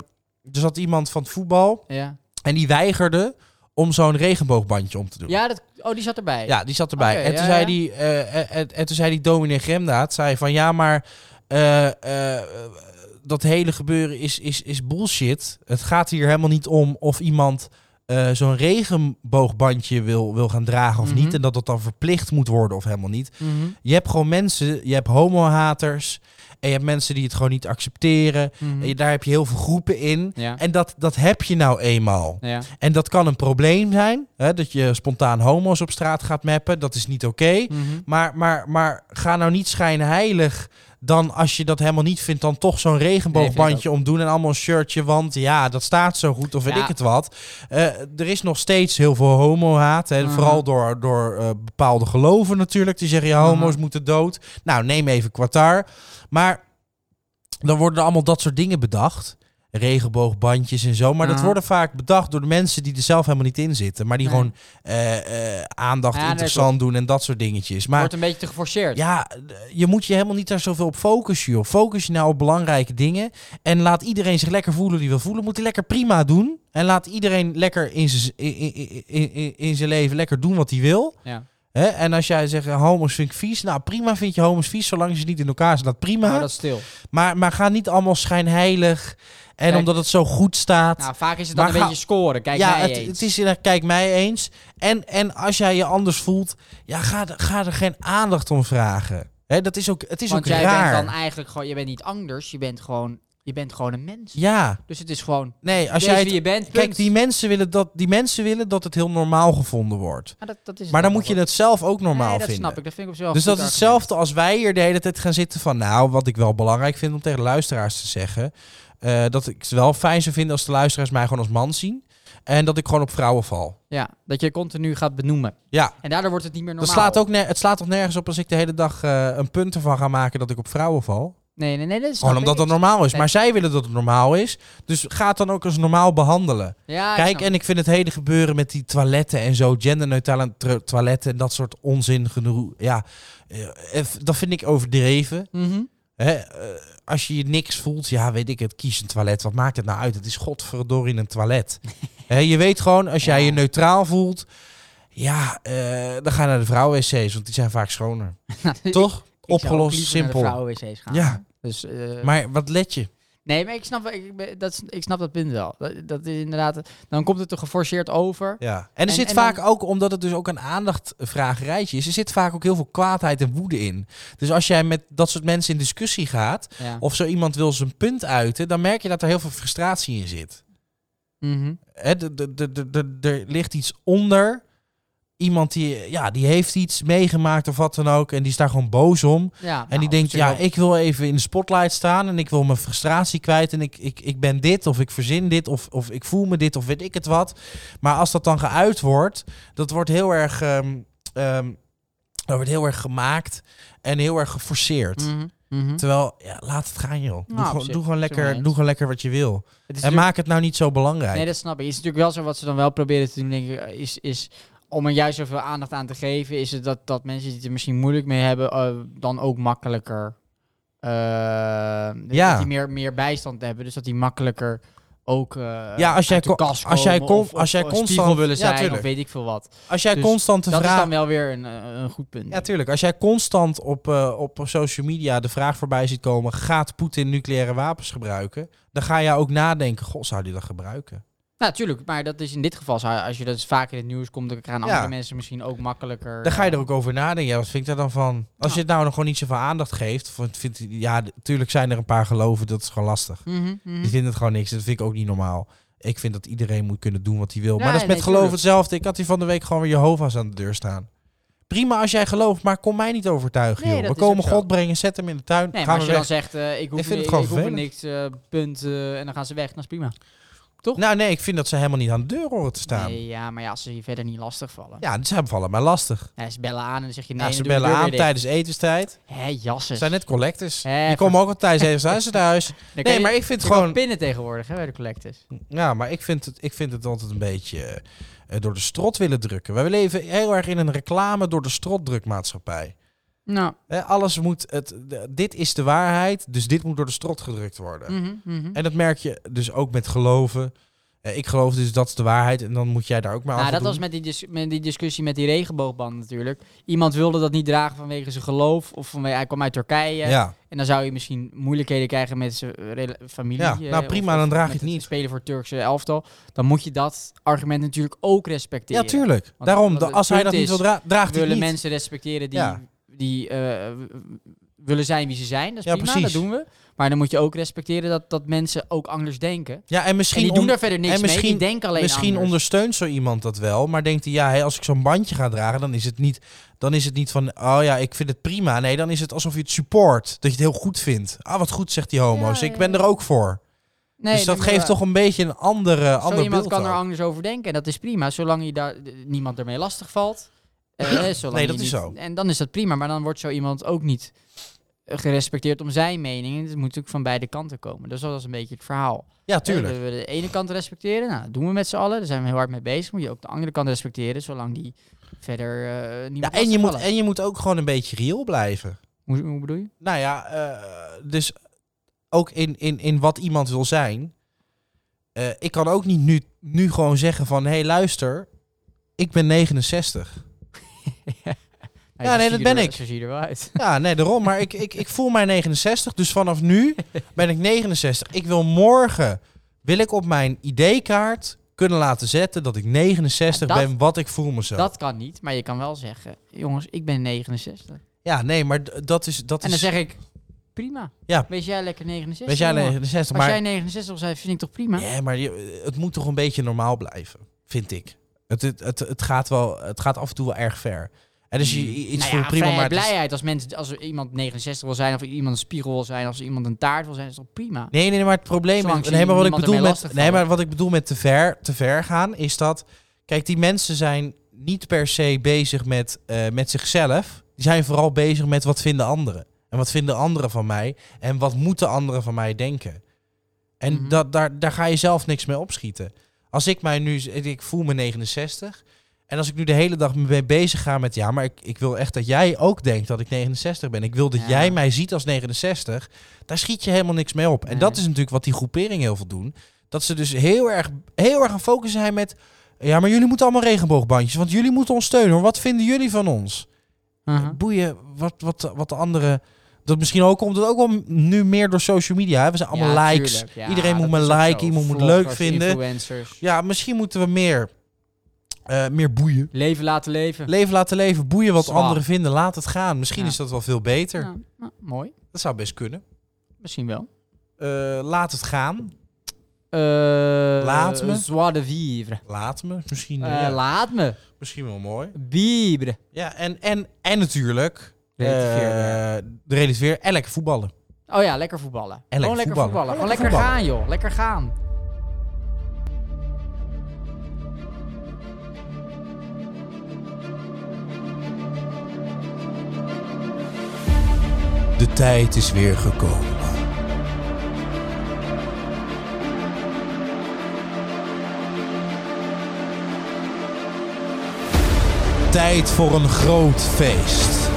Speaker 1: zat iemand van het voetbal
Speaker 2: Ja.
Speaker 1: en die weigerde om zo'n regenboogbandje om te doen.
Speaker 2: Ja, dat, oh, die zat erbij.
Speaker 1: Ja, die zat erbij.
Speaker 2: Oké,
Speaker 1: en, toen
Speaker 2: ja,
Speaker 1: zei
Speaker 2: ja.
Speaker 1: Die, eh, en, en- en toen zei die dominee Gremdaat, zei van ja, maar eh, eh, dat hele gebeuren is, is, is bullshit. Het gaat hier helemaal niet om of iemand eh, zo'n regenboogbandje wil, wil gaan dragen of
Speaker 2: Mhm.
Speaker 1: niet. En dat dat dan verplicht moet worden of helemaal niet.
Speaker 2: Mhm.
Speaker 1: Je hebt gewoon mensen, je hebt homohaters. En je hebt mensen die het gewoon niet accepteren.
Speaker 2: Mhm.
Speaker 1: En je- daar heb je heel veel groepen in.
Speaker 2: Ja.
Speaker 1: En dat, dat heb je nou eenmaal.
Speaker 2: Ja.
Speaker 1: En dat kan een probleem zijn. Hè, dat je spontaan homo's op straat gaat mappen. Dat is niet oké.
Speaker 2: Mhm.
Speaker 1: Maar, maar, maar ga nou niet schijnheilig. Dan als je dat helemaal niet vindt, dan toch zo'n
Speaker 2: Nee, vind ik
Speaker 1: regenboogbandje omdoen en allemaal een shirtje. Want ja, dat staat zo goed of weet
Speaker 2: Ja.
Speaker 1: ik het wat. Eh, er is nog steeds heel veel homo-haat. hè,
Speaker 2: Mhm.
Speaker 1: Vooral door, door eh, bepaalde geloven natuurlijk. Die zeggen, ja, homo's
Speaker 2: Mhm.
Speaker 1: moeten dood. Nou, neem even kwartaar. Maar dan worden er allemaal dat soort dingen bedacht. Regenboogbandjes en zo. Maar dat
Speaker 2: Ja.
Speaker 1: worden vaak bedacht door de mensen die er zelf helemaal niet in zitten. Maar die
Speaker 2: Mhm. Nee.
Speaker 1: gewoon eh, eh, aandacht
Speaker 2: Ja, nee,
Speaker 1: interessant doen en dat soort dingetjes. Maar
Speaker 2: Wordt een beetje te geforceerd.
Speaker 1: ja, d- je moet je helemaal niet daar zoveel op focussen, joh. Focus je nou op belangrijke dingen. En laat iedereen zich lekker voelen die wil voelen. Moet hij lekker prima doen. En laat iedereen lekker in zijn in, in- in, in zijn leven lekker doen wat hij wil.
Speaker 2: Ja.
Speaker 1: Hè? En als jij zegt, eh, homo's vind ik vies. Nou, prima vind je homo's vies, zolang ze niet in elkaar staan. Dat prima.
Speaker 2: Hou dat stil.
Speaker 1: Maar, maar ga niet allemaal schijnheilig. En
Speaker 2: Kijk.
Speaker 1: omdat het zo goed staat.
Speaker 2: Nou, vaak is het dan
Speaker 1: Maar
Speaker 2: een
Speaker 1: ga-
Speaker 2: beetje scoren. Kijk
Speaker 1: ja,
Speaker 2: mij
Speaker 1: het,
Speaker 2: eens.
Speaker 1: het is inderdaad, kijk mij eens. En, en als jij je anders voelt, ja, ga, er- ga er geen aandacht om vragen. Hè, dat is ook, het is
Speaker 2: Want
Speaker 1: ook
Speaker 2: jij
Speaker 1: raar.
Speaker 2: bent dan eigenlijk gewoon, je bent niet anders, je bent gewoon, je bent gewoon een mens.
Speaker 1: Ja,
Speaker 2: Dus het is gewoon,
Speaker 1: nee, als
Speaker 2: Wees
Speaker 1: jij het-
Speaker 2: wie je bent,
Speaker 1: kijk,
Speaker 2: punt.
Speaker 1: die mensen, willen dat, die mensen willen dat het heel normaal gevonden wordt.
Speaker 2: ah, dat, dat is
Speaker 1: Maar dan moet je
Speaker 2: dat
Speaker 1: het zelf ook normaal
Speaker 2: dat
Speaker 1: vinden.
Speaker 2: snap ik, dat vind ik op zichzelf
Speaker 1: Dus
Speaker 2: een
Speaker 1: dat is
Speaker 2: goed
Speaker 1: hetzelfde als wij hier de hele tijd gaan zitten van... nou, wat ik wel belangrijk vind om tegen luisteraars te zeggen... eh, dat ik het wel fijn zou vinden als de luisteraars mij gewoon als man zien... en dat ik gewoon op vrouwen val.
Speaker 2: argument. Ja, dat je continu gaat benoemen.
Speaker 1: Ja,
Speaker 2: En daardoor wordt het niet meer
Speaker 1: dat
Speaker 2: normaal.
Speaker 1: slaat ook ne- het slaat toch nergens op als ik de hele dag eh, een punt ervan ga maken... dat ik op vrouwen val?
Speaker 2: Nee, nee, nee, dat is
Speaker 1: Gewoon omdat dat normaal is. Maar zij willen dat het normaal is. Dus ga het dan ook als normaal behandelen.
Speaker 2: Ah, Ja, ik
Speaker 1: Kijk,
Speaker 2: snap
Speaker 1: en ik vind het hele gebeuren met die toiletten en zo, genderneutrale tr- toiletten en dat soort onzin genoeg. Ja, eh, eh, dat vind ik overdreven.
Speaker 2: het. Mhm.
Speaker 1: Hè, eh, als je je niks voelt, ja, weet ik het, kies een toilet. Wat maakt het nou uit? Het is godverdorie een toilet. Hè, je weet gewoon, als jij je neutraal voelt, ja, eh, dan ga je naar de vrouwen-wc's, want die zijn vaak schoner. Toch?
Speaker 2: Ik zou ook
Speaker 1: Opgelost,
Speaker 2: liever naar de
Speaker 1: simpel.
Speaker 2: vrouwen-wc's gaan.
Speaker 1: Ja,
Speaker 2: Dus, eh,
Speaker 1: maar wat let je?
Speaker 2: Nee, maar ik snap, wel- ik, ben- dat, is- ik snap dat punt wel. Dat, dat is inderdaad, dan komt het er geforceerd over.
Speaker 1: Ja. En er
Speaker 2: En-
Speaker 1: zit
Speaker 2: en
Speaker 1: vaak
Speaker 2: dan-
Speaker 1: ook, omdat het dus ook een aandachtvragerijtje is, er zit vaak ook heel veel kwaadheid en woede in. Dus als jij met dat soort mensen in discussie gaat,
Speaker 2: Ja.
Speaker 1: of zo iemand wil zijn punt uiten, dan merk je dat er heel veel frustratie in zit.
Speaker 2: Mhm.
Speaker 1: Hè, d- d- d- d- d- Er ligt iets onder. Iemand die, ja, die heeft iets meegemaakt of wat dan ook, en die is daar gewoon boos om.
Speaker 2: ja nou,
Speaker 1: En die denkt, ja, ik wil even in de spotlight staan en ik wil mijn frustratie kwijt en ik, ik, ik ben dit of ik verzin dit of, of ik voel me dit of weet ik het wat. Maar als dat dan geuit wordt, dat wordt heel erg, ehm, ehm, dat wordt heel erg gemaakt en heel erg geforceerd.
Speaker 2: Mhm. Mhm.
Speaker 1: Terwijl, ja, laat het gaan, joh. Doe,
Speaker 2: Nou, op
Speaker 1: gewoon,
Speaker 2: zich,
Speaker 1: doe, gewoon,
Speaker 2: zijn we
Speaker 1: lekker,
Speaker 2: eens.
Speaker 1: doe gewoon lekker wat je wil.
Speaker 2: Het is
Speaker 1: En
Speaker 2: natuurlijk-
Speaker 1: maak het nou niet zo belangrijk.
Speaker 2: Nee, dat snap ik. Het is natuurlijk wel zo wat ze dan wel proberen te doen, denk ik, eh, is, is om er juist zoveel aandacht aan te geven, is het dat, dat mensen die het er misschien moeilijk mee hebben, eh, dan ook makkelijker. eh,
Speaker 1: Ja.
Speaker 2: Dat die meer, meer bijstand hebben, dus dat die makkelijker ook. eh,
Speaker 1: Ja, als jij
Speaker 2: uit de
Speaker 1: kon-
Speaker 2: kast
Speaker 1: als jij
Speaker 2: komen
Speaker 1: kon-
Speaker 2: of- of-
Speaker 1: als jij
Speaker 2: of
Speaker 1: constant-
Speaker 2: spiegel willen
Speaker 1: Ja,
Speaker 2: zijn, of
Speaker 1: tuurlijk.
Speaker 2: weet ik veel wat.
Speaker 1: Als jij constant de
Speaker 2: dat is
Speaker 1: vraag-
Speaker 2: dan wel weer een, eh, een goed punt.
Speaker 1: Ja, tuurlijk. Als jij constant op, eh, op social media de vraag voorbij ziet komen: gaat Poetin nucleaire wapens gebruiken? Dan ga jij ook nadenken: Goh, zou die dat gebruiken?
Speaker 2: Nou, tuurlijk, maar dat is in dit geval, zo. als je dat vaak in het nieuws komt, dan gaan
Speaker 1: Ja.
Speaker 2: andere mensen misschien ook makkelijker.
Speaker 1: Dan ga je
Speaker 2: eh,
Speaker 1: er ook over nadenken. Ja, wat vind ik daar dan van? Als je het nou nog gewoon niet zoveel aandacht geeft. Want vindt, ja, natuurlijk zijn er een paar geloven. Dat is gewoon lastig.
Speaker 2: Mhm, mhm.
Speaker 1: Die vinden het gewoon niks. Dat vind ik ook niet normaal. Ik vind dat iedereen moet kunnen doen wat hij wil.
Speaker 2: Ja,
Speaker 1: maar dat is
Speaker 2: nee,
Speaker 1: met geloof
Speaker 2: tuurlijk.
Speaker 1: hetzelfde. Ik had hier van de week gewoon weer Jehovah's aan de deur staan. Prima als jij gelooft, maar kom mij niet overtuigen.
Speaker 2: Nee,
Speaker 1: joh.
Speaker 2: dat
Speaker 1: We
Speaker 2: is ook
Speaker 1: komen
Speaker 2: zo.
Speaker 1: God brengen, zet hem in de tuin.
Speaker 2: Nee,
Speaker 1: gaan
Speaker 2: maar als
Speaker 1: we
Speaker 2: je dan
Speaker 1: weg.
Speaker 2: zegt, eh, ik hoef,
Speaker 1: Ik vind
Speaker 2: ni-
Speaker 1: het gewoon
Speaker 2: ik hoef er
Speaker 1: vervelend.
Speaker 2: niks, eh, punt, eh, en dan gaan ze weg, dan is prima.
Speaker 1: Nou nee, ik vind dat ze helemaal niet aan de deur horen te staan.
Speaker 2: Nee, ja, maar ja, als ze je verder niet lastigvallen.
Speaker 1: Ja, ze vallen mij lastig.
Speaker 2: Ja, ze bellen aan en dan zeg je nee,
Speaker 1: ja, ze
Speaker 2: dan doe je
Speaker 1: bellen
Speaker 2: de deur
Speaker 1: aan
Speaker 2: weer dicht.
Speaker 1: tijdens etenstijd.
Speaker 2: Hé, jassen.
Speaker 1: Zijn net collectors.
Speaker 2: Hè,
Speaker 1: Die komen ook al tijdens etenstijd naar huis.
Speaker 2: Dan kan
Speaker 1: Nee,
Speaker 2: je-
Speaker 1: maar ik vind
Speaker 2: je kan
Speaker 1: gewoon...
Speaker 2: pinnen tegenwoordig, hè, bij de collectors.
Speaker 1: Ja, maar ik vind het, ik vind het altijd een beetje eh, door de strot willen drukken. We leven heel erg in een reclame door de strot drukmaatschappij.
Speaker 2: Nou.
Speaker 1: Hè, alles moet... Het, de- dit is de waarheid, dus dit moet door de strot gedrukt worden.
Speaker 2: Mhm, mhm.
Speaker 1: En dat merk je dus ook met geloven. Eh, ik geloof dus dat is de waarheid en dan moet jij daar ook maar aan
Speaker 2: Nou, dat
Speaker 1: voldoen.
Speaker 2: was met die, dis- met die discussie met die regenboogband natuurlijk. Iemand wilde dat niet dragen vanwege zijn geloof of vanwege, hij kwam uit Turkije.
Speaker 1: Ja.
Speaker 2: En dan zou je misschien moeilijkheden krijgen met zijn eh, rela- familie.
Speaker 1: Ja,
Speaker 2: eh,
Speaker 1: nou,
Speaker 2: of-
Speaker 1: prima,
Speaker 2: of
Speaker 1: dan draag
Speaker 2: met
Speaker 1: je het niet.
Speaker 2: spelen voor het Turkse elftal. Dan moet je dat argument natuurlijk ook respecteren.
Speaker 1: Ja, tuurlijk.
Speaker 2: Want-
Speaker 1: Daarom,
Speaker 2: want
Speaker 1: de-
Speaker 2: het
Speaker 1: als hij
Speaker 2: punt
Speaker 1: dat niet
Speaker 2: is,
Speaker 1: wil dra- draagt hij
Speaker 2: willen
Speaker 1: het niet.
Speaker 2: mensen respecteren die,
Speaker 1: Ja.
Speaker 2: die eh, w- willen zijn wie ze zijn. Dat is
Speaker 1: Ja,
Speaker 2: prima,
Speaker 1: precies.
Speaker 2: dat doen we. Maar dan moet je ook respecteren dat, dat mensen ook anders denken.
Speaker 1: Ja, en misschien
Speaker 2: En die doen
Speaker 1: on-
Speaker 2: daar verder niks
Speaker 1: en
Speaker 2: mee,
Speaker 1: misschien,
Speaker 2: die denken alleen
Speaker 1: Misschien
Speaker 2: anders.
Speaker 1: ondersteunt zo iemand dat wel, maar denkt hij, ja, hé, als ik zo'n bandje ga dragen, dan is, het niet, dan is het niet van, oh ja, ik vind het prima. Nee, dan is het alsof je het support, dat je het heel goed vindt. Ah, wat goed, zegt die homo's, ik ben er ook voor.
Speaker 2: Nee,
Speaker 1: dus dat
Speaker 2: nee,
Speaker 1: geeft
Speaker 2: maar-
Speaker 1: toch een beetje een andere,
Speaker 2: Zo
Speaker 1: ander
Speaker 2: iemand
Speaker 1: beeld
Speaker 2: kan er
Speaker 1: ook.
Speaker 2: anders over denken. En dat is prima, zolang je daar d- niemand ermee lastig valt. Eh, nee,
Speaker 1: Nee, dat is zo.
Speaker 2: En dan is dat prima, maar dan wordt zo iemand ook niet eh, gerespecteerd om zijn mening. Het moet natuurlijk van beide kanten komen. Dus dat is een beetje het verhaal.
Speaker 1: Ja,
Speaker 2: Hè,
Speaker 1: tuurlijk.
Speaker 2: We willen de ene kant respecteren, nou, dat doen we met z'n allen. Daar zijn we heel hard mee bezig. Moet je ook de andere kant respecteren, zolang die verder eh niet
Speaker 1: Ja, en, je moet, en je moet ook gewoon een beetje reëel blijven.
Speaker 2: Hoe, hoe bedoel je?
Speaker 1: Nou ja, eh, dus ook in, in, in wat iemand wil zijn. Eh, ik kan ook niet nu, nu gewoon zeggen van... hé, hey, luister, ik ben 69.
Speaker 2: Nou,
Speaker 1: ja,
Speaker 2: zo
Speaker 1: nee,
Speaker 2: zie
Speaker 1: dat
Speaker 2: je
Speaker 1: ben
Speaker 2: er-
Speaker 1: ik.
Speaker 2: Zo zie je er wel uit.
Speaker 1: Ja, nee, daarom. Maar ik, ik, ik voel mij 69, dus vanaf nu ben ik 69. Ik wil morgen, wil ik op mijn ID-kaart kunnen laten zetten... dat ik 69
Speaker 2: Ja, dat-
Speaker 1: ben, wat ik voel mezelf.
Speaker 2: Dat kan niet, maar je kan wel zeggen, jongens, ik ben 69.
Speaker 1: ja, nee, maar d- dat is... Dat
Speaker 2: En dan
Speaker 1: is
Speaker 2: zeg ik, prima.
Speaker 1: Ja.
Speaker 2: Wees jij lekker 69.
Speaker 1: Wees jij
Speaker 2: jongen.
Speaker 1: 69,
Speaker 2: Als
Speaker 1: maar-
Speaker 2: jij 69 bent, vind ik toch prima?
Speaker 1: Ja, maar je- het moet toch een beetje normaal blijven, vind ik. Het, het, het, het gaat, wel, het gaat af en toe wel erg ver. En dus je iets
Speaker 2: Nou
Speaker 1: voor
Speaker 2: ja,
Speaker 1: prima,
Speaker 2: vrijheid,
Speaker 1: maar het is-
Speaker 2: blijheid. Als, mensen, als er iemand 69 wil zijn, of iemand een spiegel wil zijn, of iemand een taart wil zijn, is toch prima?
Speaker 1: Nee, nee, nee, maar het probleem
Speaker 2: Zolang
Speaker 1: is.
Speaker 2: ze
Speaker 1: Nee, maar wat ik
Speaker 2: niemand
Speaker 1: bedoel
Speaker 2: ermee
Speaker 1: met.
Speaker 2: lastigvallen.
Speaker 1: Nee, maar wat ik bedoel met te ver, te ver gaan is dat. Kijk, die mensen zijn niet per se bezig met, eh, met zichzelf. Die zijn vooral bezig met wat vinden anderen. En wat vinden anderen van mij? En wat moeten anderen van mij denken? En
Speaker 2: Mhm.
Speaker 1: dat, daar, daar ga je zelf niks mee opschieten. Als ik mij nu. Ik voel me 69. En als ik nu de hele dag mee bezig ga met. Ja, maar ik, ik wil echt dat jij ook denkt dat ik 69 ben. Ik wil dat
Speaker 2: Ja.
Speaker 1: jij mij ziet als 69. Daar schiet je helemaal niks mee op. En dat is natuurlijk wat die groeperingen heel veel doen. Dat ze dus heel erg, heel erg aan focus zijn met. Ja, maar jullie moeten allemaal regenboogbandjes. Want jullie moeten ons steunen hoor. Wat vinden jullie van ons?
Speaker 2: Uh-huh.
Speaker 1: Boeien, wat, wat, wat de anderen. Dat misschien ook komt het ook wel nu meer door social media. hè. We zijn allemaal
Speaker 2: Ja,
Speaker 1: likes.
Speaker 2: tuurlijk. Ja,
Speaker 1: Iedereen moet
Speaker 2: dat
Speaker 1: me
Speaker 2: is ook
Speaker 1: liken.
Speaker 2: zo.
Speaker 1: Iemand moet
Speaker 2: Vloggers,
Speaker 1: leuk vinden.
Speaker 2: influencers.
Speaker 1: Ja, misschien moeten we meer, eh, meer boeien.
Speaker 2: Leven laten leven.
Speaker 1: Leven laten leven. Boeien wat
Speaker 2: Zwaar.
Speaker 1: anderen vinden. Laat het gaan. Misschien
Speaker 2: Ja.
Speaker 1: is dat wel veel beter.
Speaker 2: Ja, nou, mooi,
Speaker 1: Dat zou best kunnen.
Speaker 2: misschien wel.
Speaker 1: Eh, laat het gaan.
Speaker 2: Laat
Speaker 1: Laat me.
Speaker 2: Zwaar de vivre.
Speaker 1: Laat me. Misschien,
Speaker 2: Eh,
Speaker 1: eh, ja.
Speaker 2: Laat me.
Speaker 1: misschien wel mooi.
Speaker 2: Vivre.
Speaker 1: Ja, en, en, en natuurlijk.
Speaker 2: Relativeer,
Speaker 1: eh, de relativeer en lekker voetballen.
Speaker 2: Oh ja, lekker voetballen.
Speaker 1: lekker
Speaker 2: Gewoon lekker
Speaker 1: voetballen.
Speaker 2: voetballen. Gewoon
Speaker 1: Lekker
Speaker 2: lekker gaan,
Speaker 1: voetballen.
Speaker 2: joh. Lekker gaan.
Speaker 1: De tijd is weer gekomen. Tijd voor een groot feest.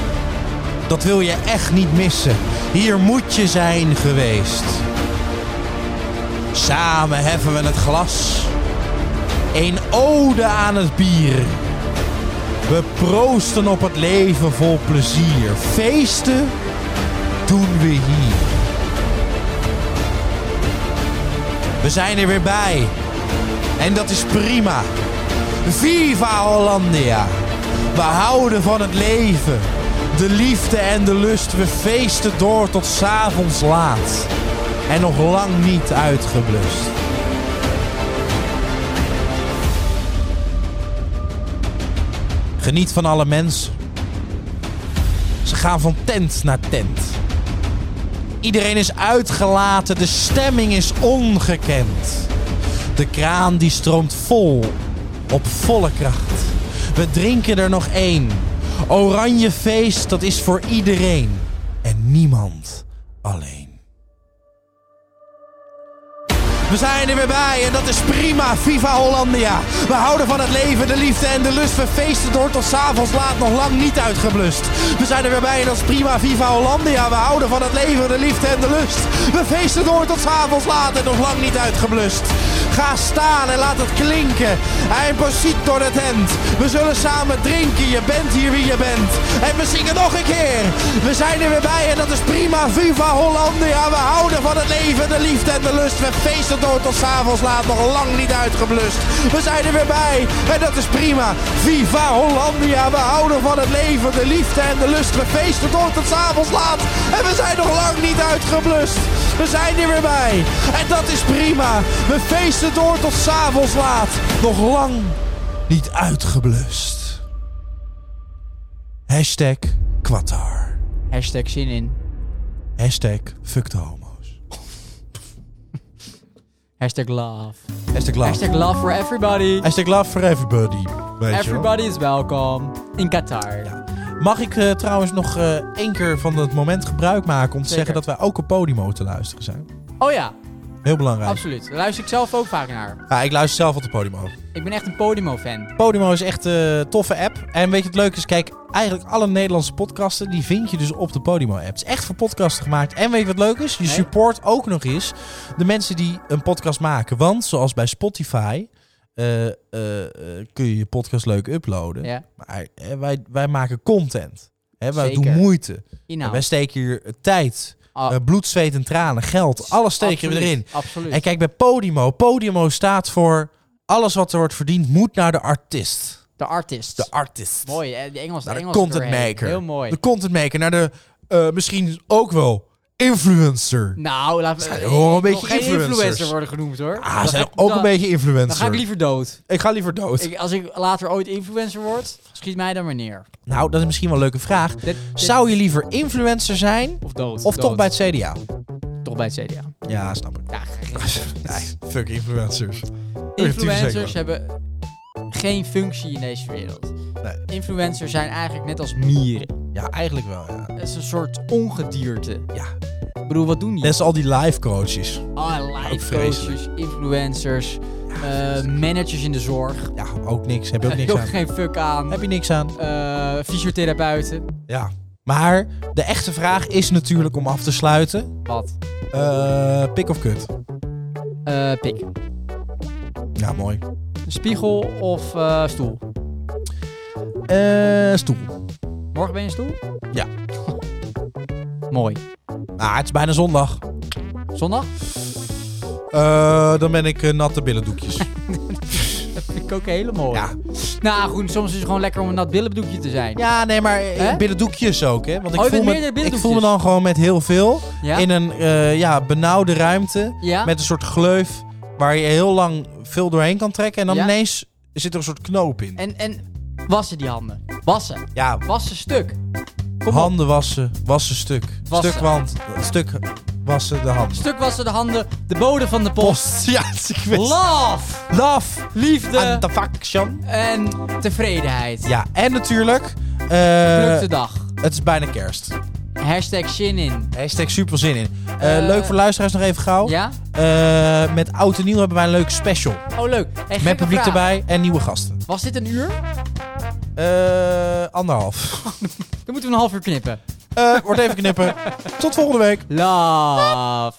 Speaker 1: Dat wil je echt niet missen. Hier moet je zijn geweest. Samen heffen we het glas. Een ode aan het bier. We proosten op het leven vol plezier. Feesten doen we hier. We zijn er weer bij. En dat is prima. Viva Hollandia. We houden van het leven. De liefde en de lust. We feesten door tot s'avonds laat. En nog lang niet uitgeblust. Geniet van alle mensen. Ze gaan van tent naar tent. Iedereen is uitgelaten, de stemming is ongekend. De kraan die stroomt vol, op volle kracht. We drinken er nog één. Oranje feest, dat is voor iedereen. En niemand alleen. We zijn er weer bij en dat is prima. Viva Hollandia. We houden van het leven, de liefde en de lust. We feesten door tot s'avonds laat, nog lang niet uitgeblust. We zijn er weer bij en dat is prima. Viva Hollandia. We houden van het leven, de liefde en de lust. We feesten door tot s'avonds laat en nog lang niet uitgeblust. Ga staan en laat het klinken. Ein pasiet door de tent. We zullen samen drinken. Je bent hier wie je bent. En we zingen nog een keer. We zijn er weer bij en dat is prima. Viva Hollandia. We houden van het leven, de liefde en de lust. We feesten door tot s'avonds laat. Nog lang niet uitgeblust. We zijn er weer bij en dat is prima. Viva Hollandia. We houden van het leven, de liefde en de lust. We feesten door tot s'avonds laat. En we zijn nog lang niet uitgeblust. We zijn er weer bij. En dat is prima. We feesten door tot s'avonds laat. Nog lang niet uitgeblust. Hashtag Qatar.
Speaker 2: Hashtag zin in.
Speaker 1: Hashtag fuck the homo's.
Speaker 2: Hashtag love.
Speaker 1: Hashtag love.
Speaker 2: Hashtag love for everybody.
Speaker 1: Hashtag love for everybody. Weet je wel.
Speaker 2: Everybody is welcome in Qatar.
Speaker 1: Mag ik eh, trouwens nog eh, één keer van het moment gebruik maken om te
Speaker 2: Zeker.
Speaker 1: zeggen dat wij ook op Podimo te luisteren zijn?
Speaker 2: Oh ja,
Speaker 1: Heel belangrijk.
Speaker 2: absoluut. Daar luister ik zelf ook vaak naar.
Speaker 1: Ja, ik luister zelf altijd Podimo.
Speaker 2: Ik ben echt een Podimo-fan.
Speaker 1: Podimo is echt een toffe app. En weet je wat leuk is? Kijk, eigenlijk alle Nederlandse podcasten, die vind je dus op de Podimo-app. Het is echt voor podcasten gemaakt. En weet je wat leuk is? Je support ook nog eens de mensen die een podcast maken. Want zoals bij Spotify eh, eh, eh, kun je je podcast leuk uploaden.
Speaker 2: Ja.
Speaker 1: Maar eh, wij, wij maken content. Hè, wij
Speaker 2: Zeker.
Speaker 1: doen moeite.
Speaker 2: Inhoud.
Speaker 1: Wij steken hier eh, tijd,
Speaker 2: Nou. Ah.
Speaker 1: eh, bloed, zweet en tranen, geld. Alles steken we
Speaker 2: Absoluut,
Speaker 1: erin.
Speaker 2: Absoluut.
Speaker 1: En kijk bij Podimo. Podimo staat voor alles wat er wordt verdiend moet naar de artiest.
Speaker 2: de artist.
Speaker 1: De artist.
Speaker 2: mooi, hè? De Engels,
Speaker 1: Naar de
Speaker 2: Engels
Speaker 1: content
Speaker 2: erdoorheen.
Speaker 1: maker.
Speaker 2: Heel mooi.
Speaker 1: De content maker. Naar de eh, misschien ook wel influencer.
Speaker 2: Nou, laten we
Speaker 1: Zijn wel een
Speaker 2: ik wil
Speaker 1: beetje
Speaker 2: geen
Speaker 1: influencers.
Speaker 2: influencer worden genoemd hoor.
Speaker 1: ah,
Speaker 2: Dan
Speaker 1: ze zijn
Speaker 2: ga ik-
Speaker 1: ook
Speaker 2: dan-
Speaker 1: een beetje influencer.
Speaker 2: Dan ga ik liever dood.
Speaker 1: Ik ga liever dood.
Speaker 2: Ik, als ik later ooit influencer word, schiet mij dan maar neer.
Speaker 1: Nou, dat is misschien wel een leuke vraag.
Speaker 2: Dit- dit-
Speaker 1: Zou je liever influencer zijn
Speaker 2: Of dood.
Speaker 1: of
Speaker 2: dood.
Speaker 1: toch bij het CDA?
Speaker 2: toch bij het CDA.
Speaker 1: Ja, snap ik.
Speaker 2: Ja, geen-
Speaker 1: Nee, fuck influencers.
Speaker 2: Influencers hebben geen functie in deze wereld.
Speaker 1: Nee.
Speaker 2: Influencers zijn eigenlijk net als mieren.
Speaker 1: Ja, eigenlijk wel. Ja.
Speaker 2: Het is een soort ongedierte.
Speaker 1: ja.
Speaker 2: Ik bedoel, wat doen die?
Speaker 1: Net als al die life coaches.
Speaker 2: Ah,
Speaker 1: Ook
Speaker 2: life
Speaker 1: vreselijk.
Speaker 2: coaches, influencers, eh, managers in de zorg.
Speaker 1: Ja, ook niks. Heb je ook niks
Speaker 2: Ook
Speaker 1: aan.
Speaker 2: geen fuck aan.
Speaker 1: Heb je niks aan.
Speaker 2: Eh, fysiotherapeuten.
Speaker 1: Ja. Maar de echte vraag is natuurlijk om af te sluiten.
Speaker 2: Wat?
Speaker 1: eh, pik of kut?
Speaker 2: Eh, pik.
Speaker 1: Ja, mooi.
Speaker 2: Spiegel of eh, stoel?
Speaker 1: Eh, stoel.
Speaker 2: Morgen ben je een stoel?
Speaker 1: Ja.
Speaker 2: Mooi.
Speaker 1: Ah, het is bijna zondag.
Speaker 2: Zondag?
Speaker 1: Eh, dan ben ik eh, natte billendoekjes.
Speaker 2: Dat vind ik ook hele mooi.
Speaker 1: ja.
Speaker 2: Nou goed, soms is het gewoon lekker om een nat billenbloekje te zijn.
Speaker 1: ja, nee, maar eh,
Speaker 2: Hè?
Speaker 1: billendoekjes ook, hè? Want ik,
Speaker 2: Oh,
Speaker 1: voel
Speaker 2: je bent
Speaker 1: me,
Speaker 2: meerdere
Speaker 1: ik
Speaker 2: billendoekjes.
Speaker 1: voel me dan gewoon met heel veel
Speaker 2: Ja?
Speaker 1: in een eh, ja, benauwde ruimte.
Speaker 2: Ja?
Speaker 1: Met een soort gleuf waar je heel lang veel doorheen kan trekken. En dan
Speaker 2: Ja?
Speaker 1: ineens zit er een soort knoop in.
Speaker 2: En, en wassen die handen. Wassen.
Speaker 1: ja,
Speaker 2: Wassen stuk. Kom op.
Speaker 1: handen wassen, wassen stuk.
Speaker 2: Wassen.
Speaker 1: Stuk wand, stuk wassen de hand.
Speaker 2: Stuk wassen de handen. De bodem van de post.
Speaker 1: Ja, ik weet
Speaker 2: Love.
Speaker 1: Love,
Speaker 2: Liefde.
Speaker 1: attraction.
Speaker 2: En tevredenheid.
Speaker 1: Ja, en natuurlijk, eh,
Speaker 2: Gelukte dag.
Speaker 1: het is bijna kerst.
Speaker 2: Hashtag zin in.
Speaker 1: Hashtag super zin in. Eh,
Speaker 2: Eh,
Speaker 1: leuk voor luisteraars nog even gauw.
Speaker 2: Ja?
Speaker 1: Eh, met oud en nieuw hebben wij een leuke special.
Speaker 2: Oh, leuk. Hey, gekke
Speaker 1: met publiek
Speaker 2: vraag.
Speaker 1: erbij en nieuwe gasten.
Speaker 2: Was dit een uur?
Speaker 1: Eh, anderhalf.
Speaker 2: Dan moeten we een half uur knippen.
Speaker 1: Eh, wordt even knippen. Tot volgende week.
Speaker 2: Love.